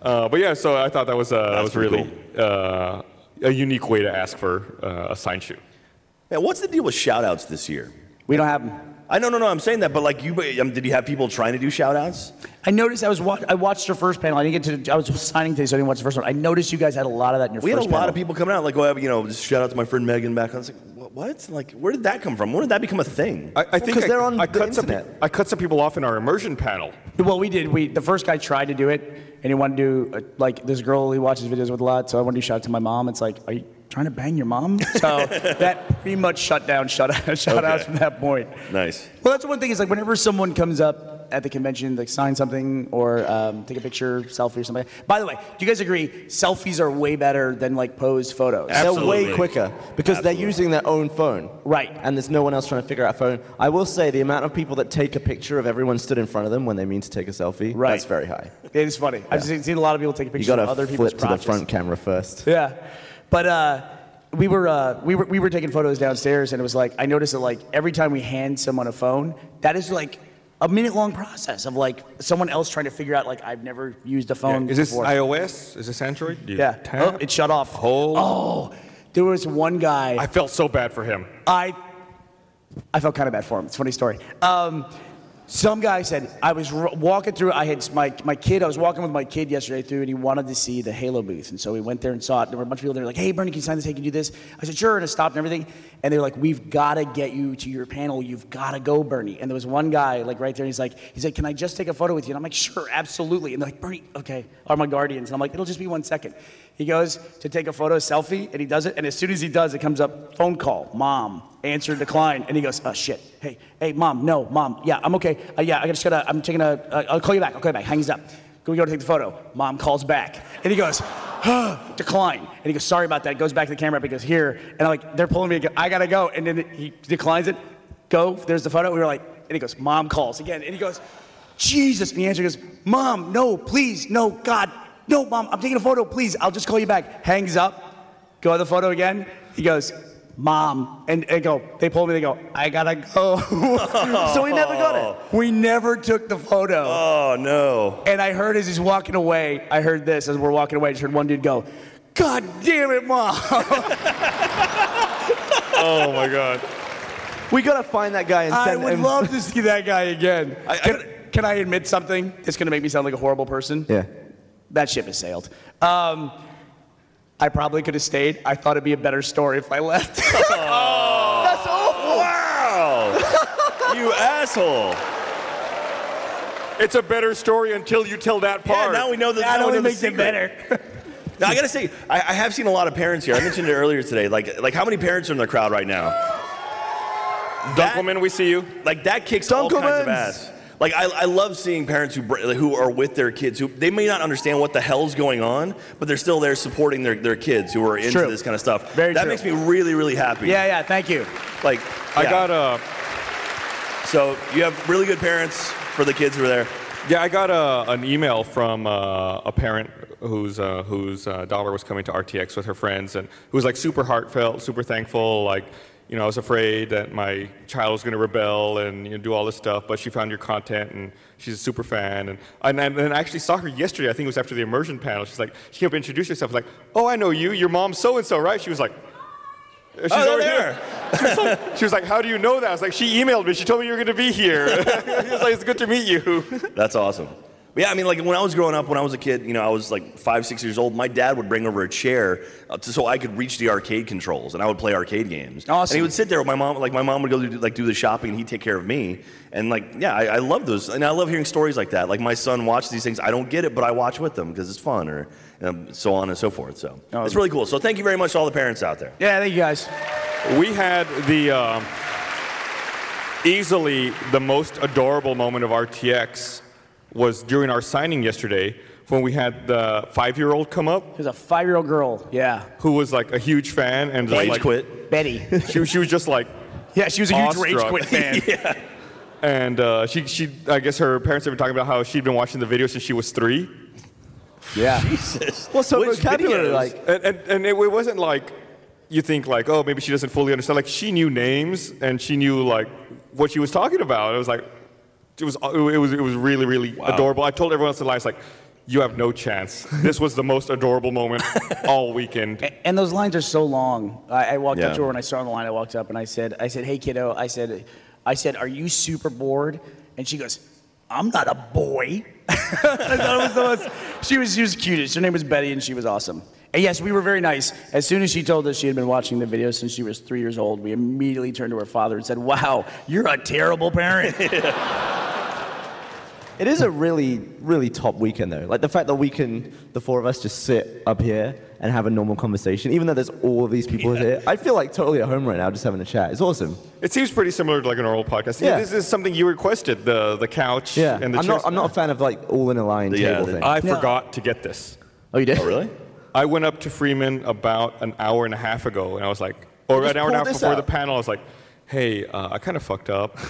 Speaker 6: Uh, but yeah, so I thought that was uh, that was
Speaker 5: That's pretty
Speaker 6: really uh, a unique way to ask for uh, a signed shoe.
Speaker 5: Man, what's the deal with shout outs this year?
Speaker 4: We don't have them.
Speaker 5: I no no no. I'm saying that, but like you, um, did you have people trying to do shout outs?
Speaker 4: I noticed I was wa- I watched your first panel. I didn't get to. I was signing today, so I didn't watch the first one. I noticed you guys had a lot of that in your
Speaker 5: We had a
Speaker 4: first
Speaker 5: lot
Speaker 4: panel.
Speaker 5: of people coming out like, well, you know, just shout out to my friend Megan back. on. I was like, "Wha- what? Like, where did that come from? When did that become a thing?
Speaker 6: I, I think
Speaker 7: 'cause
Speaker 6: I,
Speaker 7: they're on
Speaker 6: I
Speaker 7: the
Speaker 6: cut some
Speaker 7: internet.
Speaker 6: peop- I cut some people off in our immersion panel.
Speaker 4: Well, we did. We the first guy tried to do it, and he wanted to do uh, like this girl he watches videos with a lot. So I wanted to shout out to my mom. It's like, are you trying to bang your mom?
Speaker 7: [laughs]
Speaker 4: So that pretty much shut down shut out [laughs] shout outs
Speaker 5: Okay.
Speaker 4: from that point.
Speaker 5: nice.
Speaker 4: Well, that's one thing is like whenever someone comes up at the convention, like sign something or um, take a picture, selfie or something. By the way, do you guys agree? Selfies are way better than like posed photos.
Speaker 7: They're
Speaker 5: Absolutely.
Speaker 7: way quicker because they're using their own phone.
Speaker 4: Right.
Speaker 7: And there's no one else trying to figure out a phone. I will say the amount of people that take a picture of everyone stood in front of them when they mean to take a selfie,
Speaker 4: Right.
Speaker 7: that's very high.
Speaker 4: It is funny. I've seen seen a lot of people take a
Speaker 7: You
Speaker 4: picture
Speaker 7: got
Speaker 4: of
Speaker 7: to
Speaker 4: other people's
Speaker 7: flip to the
Speaker 4: crotches.
Speaker 7: front camera first.
Speaker 4: [laughs] Yeah, but uh, we were uh, we were we were taking photos downstairs, and it was like I noticed that like every time we hand someone a phone, that is like a minute long process of like someone else trying to figure out like I've never used a phone
Speaker 6: Is this
Speaker 4: before.
Speaker 6: iOS? Is this Android? Do you
Speaker 4: yeah,
Speaker 6: tap?
Speaker 4: oh, it shut off.
Speaker 6: Hold.
Speaker 4: Oh, there was one guy.
Speaker 6: I felt so bad for him.
Speaker 4: I I felt kind of bad for him. It's a funny story. Um, some guy said I was r- walking through. I had my my kid. I was walking with my kid yesterday through, and he wanted to see the Halo booth, and so we went there and saw it. There were a bunch of people there, like, "Hey, Bernie, can you sign this? Hey, can you do this?" I said, "Sure," and I stopped and everything. And they were like, "We've got to get you to your panel. You've got to go, Bernie." And there was one guy like right there. And he's like, "He's like, can I just take a photo with you?" And I'm like, "Sure, absolutely." And they're like, "Bernie, okay." Are my guardians? And I'm like, "It'll just be one second. He goes to take a photo selfie, and he does it. And as soon as he does, it comes up phone call, mom, answer decline, and he goes, oh shit, hey, hey, mom, no, mom, yeah, I'm okay, uh, yeah, I just gotta, I'm taking a, uh, I'll call you back, I'll call you back, hangs up. Go, we go to take the photo. Mom calls back, and he goes, "Ah, decline. And he goes, sorry about that. Goes back to the camera, because here, and I'm like, they're pulling me. again. I gotta go, and then he declines it. Go. There's the photo. We were like, and he goes, mom calls again, and he goes, Jesus. And the answer goes, mom, no, please, no, God, no, mom, I'm taking a photo, please. I'll just call you back. Hangs up. Go to the photo again. He goes, Mom. And they go, they pull me, they go, I gotta go. [laughs] so we never got it. We never took the photo.
Speaker 5: Oh no!
Speaker 4: And I heard as he's walking away, I heard this as we're walking away, I just heard one dude go, God damn it, Mom.
Speaker 6: Oh my God.
Speaker 7: We got to find that guy
Speaker 4: [laughs]
Speaker 7: and
Speaker 4: I
Speaker 7: send
Speaker 4: would
Speaker 7: him.
Speaker 4: love to see that guy again.
Speaker 5: I- I-
Speaker 4: can, can I admit something? It's gonna make me sound like a horrible person.
Speaker 7: yeah.
Speaker 4: That ship has sailed. Um, I probably could have stayed. I thought it'd be a better story if I left. [laughs]
Speaker 7: That's awful.
Speaker 5: Oh, Wow! you asshole!
Speaker 6: It's a better story until you tell that
Speaker 5: Yeah,
Speaker 6: part.
Speaker 5: now we know that.
Speaker 4: That
Speaker 5: now
Speaker 4: only
Speaker 5: we know the
Speaker 4: makes it
Speaker 5: secret.
Speaker 4: better.
Speaker 5: Now I gotta say, I, I have seen a lot of parents here. I mentioned it earlier today. Like, like how many parents are in the crowd right now? That-
Speaker 6: Dunkelman, we see you.
Speaker 5: like that kicks all kinds of
Speaker 7: Dunkelmans.
Speaker 5: ass. Like I, I love seeing parents who br- who are with their kids who they may not understand what the hell's going on, but they're still there supporting their, their kids who are into
Speaker 4: True.
Speaker 5: this kind of stuff.
Speaker 4: Very
Speaker 5: that
Speaker 4: true.
Speaker 5: makes me really really happy.
Speaker 4: Yeah, yeah, thank you.
Speaker 5: Like
Speaker 6: I
Speaker 5: yeah.
Speaker 6: got a
Speaker 5: So you have really good parents for the kids who are there.
Speaker 6: yeah, I got a, an email from uh, a parent whose uh, whose uh, daughter was coming to RTX with her friends, and who was like super heartfelt, super thankful. Like, you know, I was afraid that my child was going to rebel and you know, do all this stuff, but she found your content, and she's a super fan. And and, and and I actually saw her yesterday. I think it was after the immersion panel. She's like, she kept introducing herself. Like, oh, I know you. Your mom's so and so, right? She was like. She's
Speaker 5: they're
Speaker 6: already
Speaker 5: there.
Speaker 6: She was, like, she was like, "How do you know that?" I was like, "She emailed me. She told me you were going to be here." [laughs] She was like, "It's good to meet you."
Speaker 5: That's awesome. But yeah, I mean, like when I was growing up, when I was a kid, you know, I was like five, six years old. My dad would bring over a chair uh, to, so I could reach the arcade controls, and I would play arcade games.
Speaker 4: Awesome.
Speaker 5: And he would sit there with my mom. Like my mom would go do, like do the shopping, and he'd take care of me. And like, yeah, I, I love those, and I love hearing stories like that. Like my son watched these things. I don't get it, but I watch with them because it's fun, or um, so on and so forth. So it's really cool. So thank you very much to all the parents out there.
Speaker 4: Yeah, thank you guys.
Speaker 6: We had the um, easily the most adorable moment of RTX was during our signing yesterday when we had the five-year-old come up
Speaker 4: There's a five-year-old girl. Yeah,
Speaker 6: who was like a huge fan and
Speaker 5: Rage
Speaker 6: like
Speaker 5: quit.
Speaker 4: Betty.
Speaker 6: [laughs] She, she was just like,
Speaker 4: Yeah, she was a huge Rage
Speaker 6: Awestruck.
Speaker 4: Quit fan.
Speaker 6: and uh, she she I guess her parents have been talking about how she'd been watching the video since she was three.
Speaker 7: Yeah.
Speaker 5: Jesus.
Speaker 7: What's her
Speaker 5: Which
Speaker 7: vocabulary
Speaker 5: videos?
Speaker 7: like?
Speaker 6: And, and, and it, it wasn't like you think like, oh, maybe she doesn't fully understand. Like she knew names and she knew like what she was talking about. It was like it was it was it was really really adorable. I told everyone else in life like. You have no chance. This was the most adorable
Speaker 7: [laughs]
Speaker 6: moment all weekend.
Speaker 4: A- And those lines are so long. I, I walked
Speaker 5: Yeah.
Speaker 4: up to her when I saw her on the line. I walked up and I said, I said, hey kiddo. I said, I said, are you super bored? And she goes, I'm not a boy. [laughs] I thought it was the most. She was she was cutest. Her name was Betty, and she was awesome. And yes, we were very nice. As soon as she told us she had been watching the video since she was three years old, we immediately turned to her father and said, "Wow, you're a terrible parent."
Speaker 7: It is a really, really top weekend though. Like the fact that we can, the four of us, just sit up here and have a normal conversation, even though there's all of these people here. I feel like totally at home right now, just having a chat. It's awesome.
Speaker 6: It seems pretty similar to like an oral podcast.
Speaker 7: Yeah.
Speaker 6: This is something you requested the the couch
Speaker 7: Yeah.
Speaker 6: and the
Speaker 7: I'm not,
Speaker 6: chairs.
Speaker 7: I'm not a fan of like all in a line
Speaker 5: Yeah,
Speaker 7: table
Speaker 5: the-
Speaker 7: thing.
Speaker 6: I forgot to get this.
Speaker 7: oh, you did?
Speaker 5: Oh, really?
Speaker 6: I went up to Freeman about an hour and a half ago, and I was like, or
Speaker 7: just
Speaker 6: an hour and a
Speaker 7: pulled
Speaker 6: half
Speaker 7: this
Speaker 6: before
Speaker 7: out.
Speaker 6: the panel, I was like, hey, uh, I kind of fucked up. [laughs]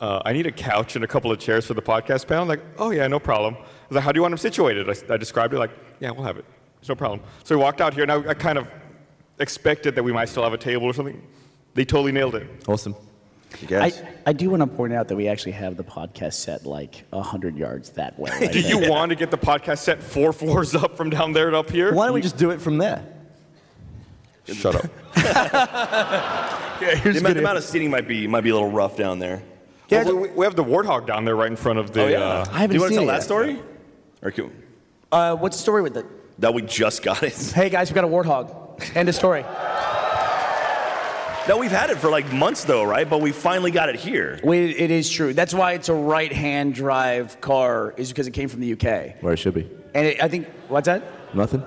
Speaker 6: Uh, I need a couch and a couple of chairs for the podcast panel. like, oh yeah, no problem. I was like, how do you want them situated? I, s- I described it like, yeah, we'll have it. It's no problem. So we walked out here, and I, I kind of expected that we might still have a table or something. They totally nailed it.
Speaker 7: Awesome.
Speaker 4: I, I do want to point out that we actually have the podcast set like 100 yards that way. right
Speaker 6: Do
Speaker 4: there.
Speaker 6: [laughs] you want to get the podcast set four [laughs] floors up from down there to up here?
Speaker 7: Why don't we just do it from there?
Speaker 6: Shut up.
Speaker 5: The amount, the amount of seating might be might be a little rough down there. Oh,
Speaker 6: Yeah, we, we- we have the warthog down there right in front of the. uh,
Speaker 5: Do
Speaker 7: I haven't
Speaker 5: you want to
Speaker 7: seen
Speaker 5: tell
Speaker 7: it
Speaker 5: that
Speaker 7: yet.
Speaker 5: story? Or can,
Speaker 4: Uh, what's the story with it?
Speaker 5: that we just
Speaker 7: [laughs]
Speaker 5: got it.
Speaker 4: Hey guys, we got a warthog. End of story.
Speaker 5: No, we've had it for like months though, right? But we finally got it here.
Speaker 4: We, it is true. That's why it's a right-hand drive car, is because it came from the UK.
Speaker 7: Where it should be.
Speaker 4: And it, I think, what's that?
Speaker 7: Nothing.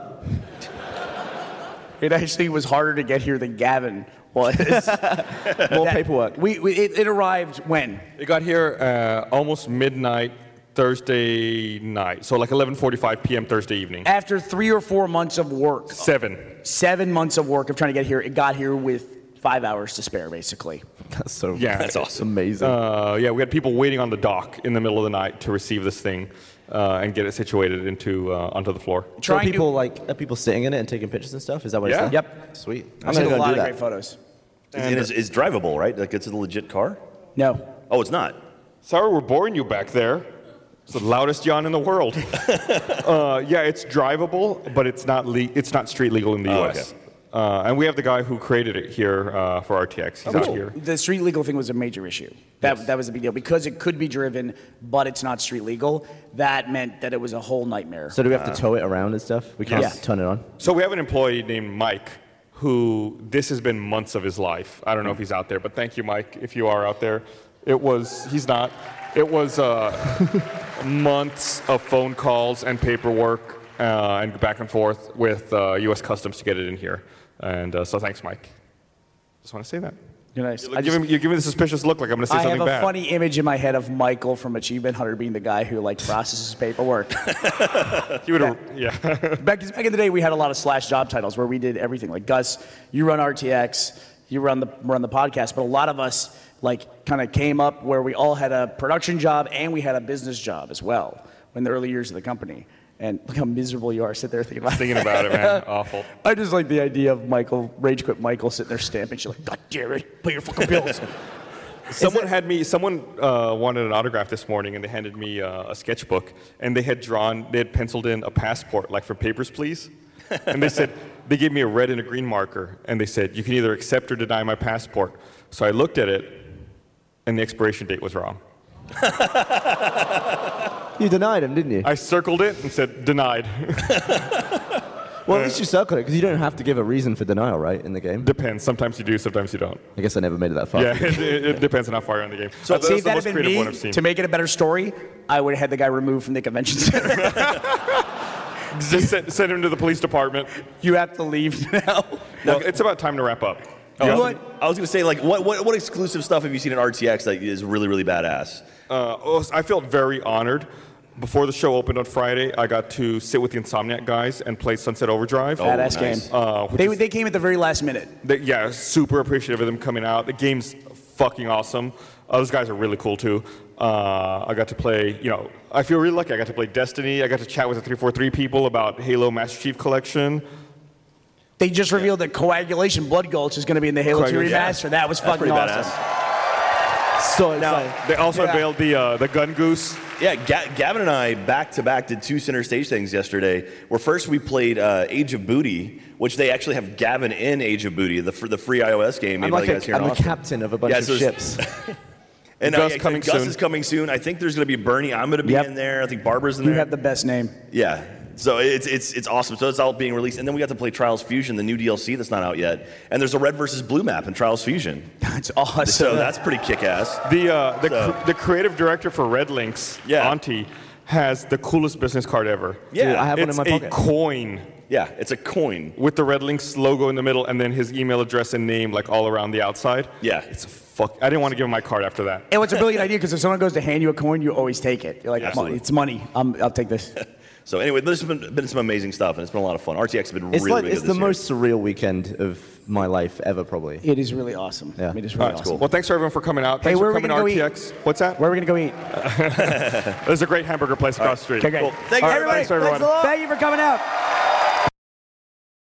Speaker 4: It actually was harder to get here than Gavin [laughs] was.
Speaker 7: More
Speaker 4: That-
Speaker 7: paperwork.
Speaker 4: We, we it, it arrived when?
Speaker 6: It got here uh, almost midnight Thursday night, so like 11:45 p.m. Thursday evening.
Speaker 4: After three or four months of work,
Speaker 6: Seven.
Speaker 4: seven months of work of trying to get here, it got here with five hours to spare, basically.
Speaker 7: [laughs] [laughs] That's so.
Speaker 6: Yeah, that's
Speaker 7: it's Amazing.
Speaker 6: Uh, yeah, we had people waiting on the dock in the middle of the night to receive this thing uh, and get it situated into uh, onto the floor.
Speaker 7: so
Speaker 4: Trying to-
Speaker 7: people like are people sitting in it and taking pictures and stuff? Is that what
Speaker 6: Yeah.
Speaker 7: it's like?
Speaker 4: Yep.
Speaker 7: Sweet.
Speaker 4: I've
Speaker 7: I'm
Speaker 4: seen
Speaker 7: gonna
Speaker 4: a
Speaker 7: go
Speaker 4: lot
Speaker 7: and
Speaker 4: of great
Speaker 7: do that.
Speaker 4: photos.
Speaker 5: And it's, it's drivable, right? Like it's a legit car.
Speaker 4: No.
Speaker 5: Oh, it's not.
Speaker 6: Sorry, we're boring you back there. It's the loudest yawn in the world. [laughs] uh, yeah, it's drivable, but it's not le- it's not street legal in the
Speaker 5: Oh,
Speaker 6: U.S.
Speaker 5: okay.
Speaker 6: Uh, and we have the guy who created it here uh, for RTX. He's out here.
Speaker 4: The street legal thing was a major issue. That, that was a big deal because it could be driven, but it's not street legal. That meant that it was a whole nightmare.
Speaker 7: So do we have to tow it around and stuff? We can't
Speaker 4: Yeah.
Speaker 7: just turn it on.
Speaker 6: So we have an employee named Mike who this has been months of his life. I don't know if he's out there, but thank you, Mike, if you are out there. It was he's [laughs] not. It was uh, months of phone calls and paperwork uh, and back and forth with uh, U.S. Customs to get it in here. And uh, so thanks, Mike. Just want to say that.
Speaker 4: You're nice.
Speaker 6: You're giving, you're giving me the suspicious look like I'm going to say
Speaker 4: I
Speaker 6: something
Speaker 4: have a
Speaker 6: bad.
Speaker 4: funny image in my head of Michael from Achievement Hunter being the guy who like processes paperwork.
Speaker 6: You would've- yeah.
Speaker 4: [laughs] back, 'cause back in the day, we had a lot of slash job titles where we did everything. Like Gus, you run RTX, you run the run the podcast, but a lot of us like kind of came up where we all had a production job and we had a business job as well in the early years of the company. And look how miserable you are. Sit there thinking about
Speaker 6: Thinking about it, man. Awful.
Speaker 4: I just like the idea of Michael rage quit Michael sitting there stamping. She's like, God damn it, pay your fucking bills. [laughs]
Speaker 6: Someone had me. Someone uh, wanted an autograph this morning, and they handed me uh, a sketchbook, and they had drawn, they had penciled in a passport, like for papers, please. And they said [laughs] they gave me a red and a green marker, and they said you can either accept or deny my passport. So I looked at it, and the expiration date was wrong.
Speaker 7: You denied him, didn't you?
Speaker 6: I circled it and said denied. [laughs]
Speaker 7: well,
Speaker 5: Uh,
Speaker 7: at least you circled it because you don't have to give a reason for denial, right, in the game?
Speaker 6: depends. Sometimes you do, sometimes you don't.
Speaker 7: I guess I never made it that far. [laughs]
Speaker 6: Yeah, it, it, it depends on how far you're in the game.
Speaker 4: So
Speaker 6: That's
Speaker 4: see, if
Speaker 6: the
Speaker 4: that
Speaker 6: most
Speaker 4: had been
Speaker 6: creative one I've
Speaker 4: me,
Speaker 6: seen.
Speaker 4: to make it a better story, I would have had the guy removed from the convention [laughs] center.
Speaker 6: Just send, send him to the police department.
Speaker 4: you Oh, have to leave
Speaker 6: Oh,
Speaker 4: now.
Speaker 6: Well, it's about time to wrap up.
Speaker 5: I was,
Speaker 4: What?
Speaker 5: I was gonna say like what, what what exclusive stuff have you seen in RTX that is really really badass?
Speaker 6: Uh, oh, I felt very honored. Before the show opened on Friday, I got to sit with the Insomniac guys and play Sunset Overdrive.
Speaker 7: Oh.
Speaker 4: Badass
Speaker 5: nice.
Speaker 4: game.
Speaker 6: Uh, which
Speaker 4: they,
Speaker 6: is-
Speaker 4: they came at the very last minute.
Speaker 6: They- yeah, super appreciative of them coming out. The game's fucking awesome. Uh, those guys are really cool too. Uh, I got to play, you know, I feel really lucky. I got to play Destiny. I got to chat with the 343 people about Halo Master Chief Collection.
Speaker 4: They just revealed that Coagulation Blood Gulch is going to be in the Halo 2
Speaker 6: Coagulation, yeah.
Speaker 4: remaster. That was
Speaker 5: That's
Speaker 4: fucking
Speaker 5: pretty
Speaker 4: awesome.
Speaker 5: badass.
Speaker 7: So excited.
Speaker 6: They also
Speaker 4: Yeah.
Speaker 6: unveiled the uh, the Gun Goose.
Speaker 5: Yeah, Ga- Gavin and I back to back did two center stage things yesterday. Where first we played uh, Age of Booty, which they actually have Gavin in Age of Booty, the fr- the free iOS game.
Speaker 7: I'm
Speaker 5: made by
Speaker 7: like
Speaker 5: the
Speaker 7: a,
Speaker 5: guys here in
Speaker 7: I'm the
Speaker 5: Austin.
Speaker 7: captain of a bunch
Speaker 5: Yeah,
Speaker 7: of
Speaker 5: so it's-
Speaker 7: ships.
Speaker 5: And
Speaker 6: Gus
Speaker 5: uh, yeah,
Speaker 6: coming
Speaker 5: Gus
Speaker 6: soon.
Speaker 5: is coming soon. I think there's going to be Bernie. I'm going to be
Speaker 4: Yep.
Speaker 5: in there. I think Barbara's in
Speaker 4: You
Speaker 5: there.
Speaker 4: have the
Speaker 6: [laughs]
Speaker 4: best name.
Speaker 5: Yeah. So it's it's it's awesome. So it's all being released, and then we got to play Trials Fusion, the new DLC that's not out yet. And there's a red versus blue map in Trials Fusion.
Speaker 4: It's awesome.
Speaker 7: [laughs]
Speaker 6: [laughs]
Speaker 5: So that's pretty kick-ass.
Speaker 6: The uh, the,
Speaker 5: So-
Speaker 6: cr- the creative director for Red Links,
Speaker 5: Yeah.
Speaker 6: Auntie, has the coolest business card ever.
Speaker 5: Yeah,
Speaker 7: Dude, I have one
Speaker 6: it's
Speaker 7: in my
Speaker 6: a
Speaker 7: pocket.
Speaker 6: coin
Speaker 5: yeah. It's a coin.
Speaker 6: with the Red Links logo in the middle, and then his email address and name like all around the outside.
Speaker 5: Yeah.
Speaker 6: it's a fuck. I didn't want to give him my card after that.
Speaker 4: and what's a brilliant idea because if someone goes to hand you a coin, you always take it. You're like,
Speaker 5: Absolutely.
Speaker 4: it's money. I'm, I'll
Speaker 6: [laughs]
Speaker 4: take this.
Speaker 5: So anyway, there's been, been some amazing stuff, and it's been a lot of fun. RTX has been
Speaker 7: it's
Speaker 5: really,
Speaker 7: like
Speaker 5: really
Speaker 7: it's
Speaker 5: good
Speaker 7: the
Speaker 5: this year.
Speaker 7: most surreal weekend of my life ever, probably.
Speaker 4: It is really awesome.
Speaker 7: Yeah.
Speaker 4: It is
Speaker 6: All
Speaker 4: really
Speaker 6: right,
Speaker 4: awesome.
Speaker 6: Well, thanks for everyone for coming out.
Speaker 4: Hey,
Speaker 6: Thanks
Speaker 4: where
Speaker 6: for
Speaker 4: are we
Speaker 6: coming
Speaker 4: gonna
Speaker 6: to
Speaker 4: go
Speaker 6: RTX. What's that?
Speaker 4: Where are we going to go eat?
Speaker 6: There's a great hamburger place across the street.
Speaker 4: Okay, great.
Speaker 6: Cool.
Speaker 5: Thank you,
Speaker 6: All right,
Speaker 5: everybody.
Speaker 6: Thanks, everyone.
Speaker 4: Thank you for coming out.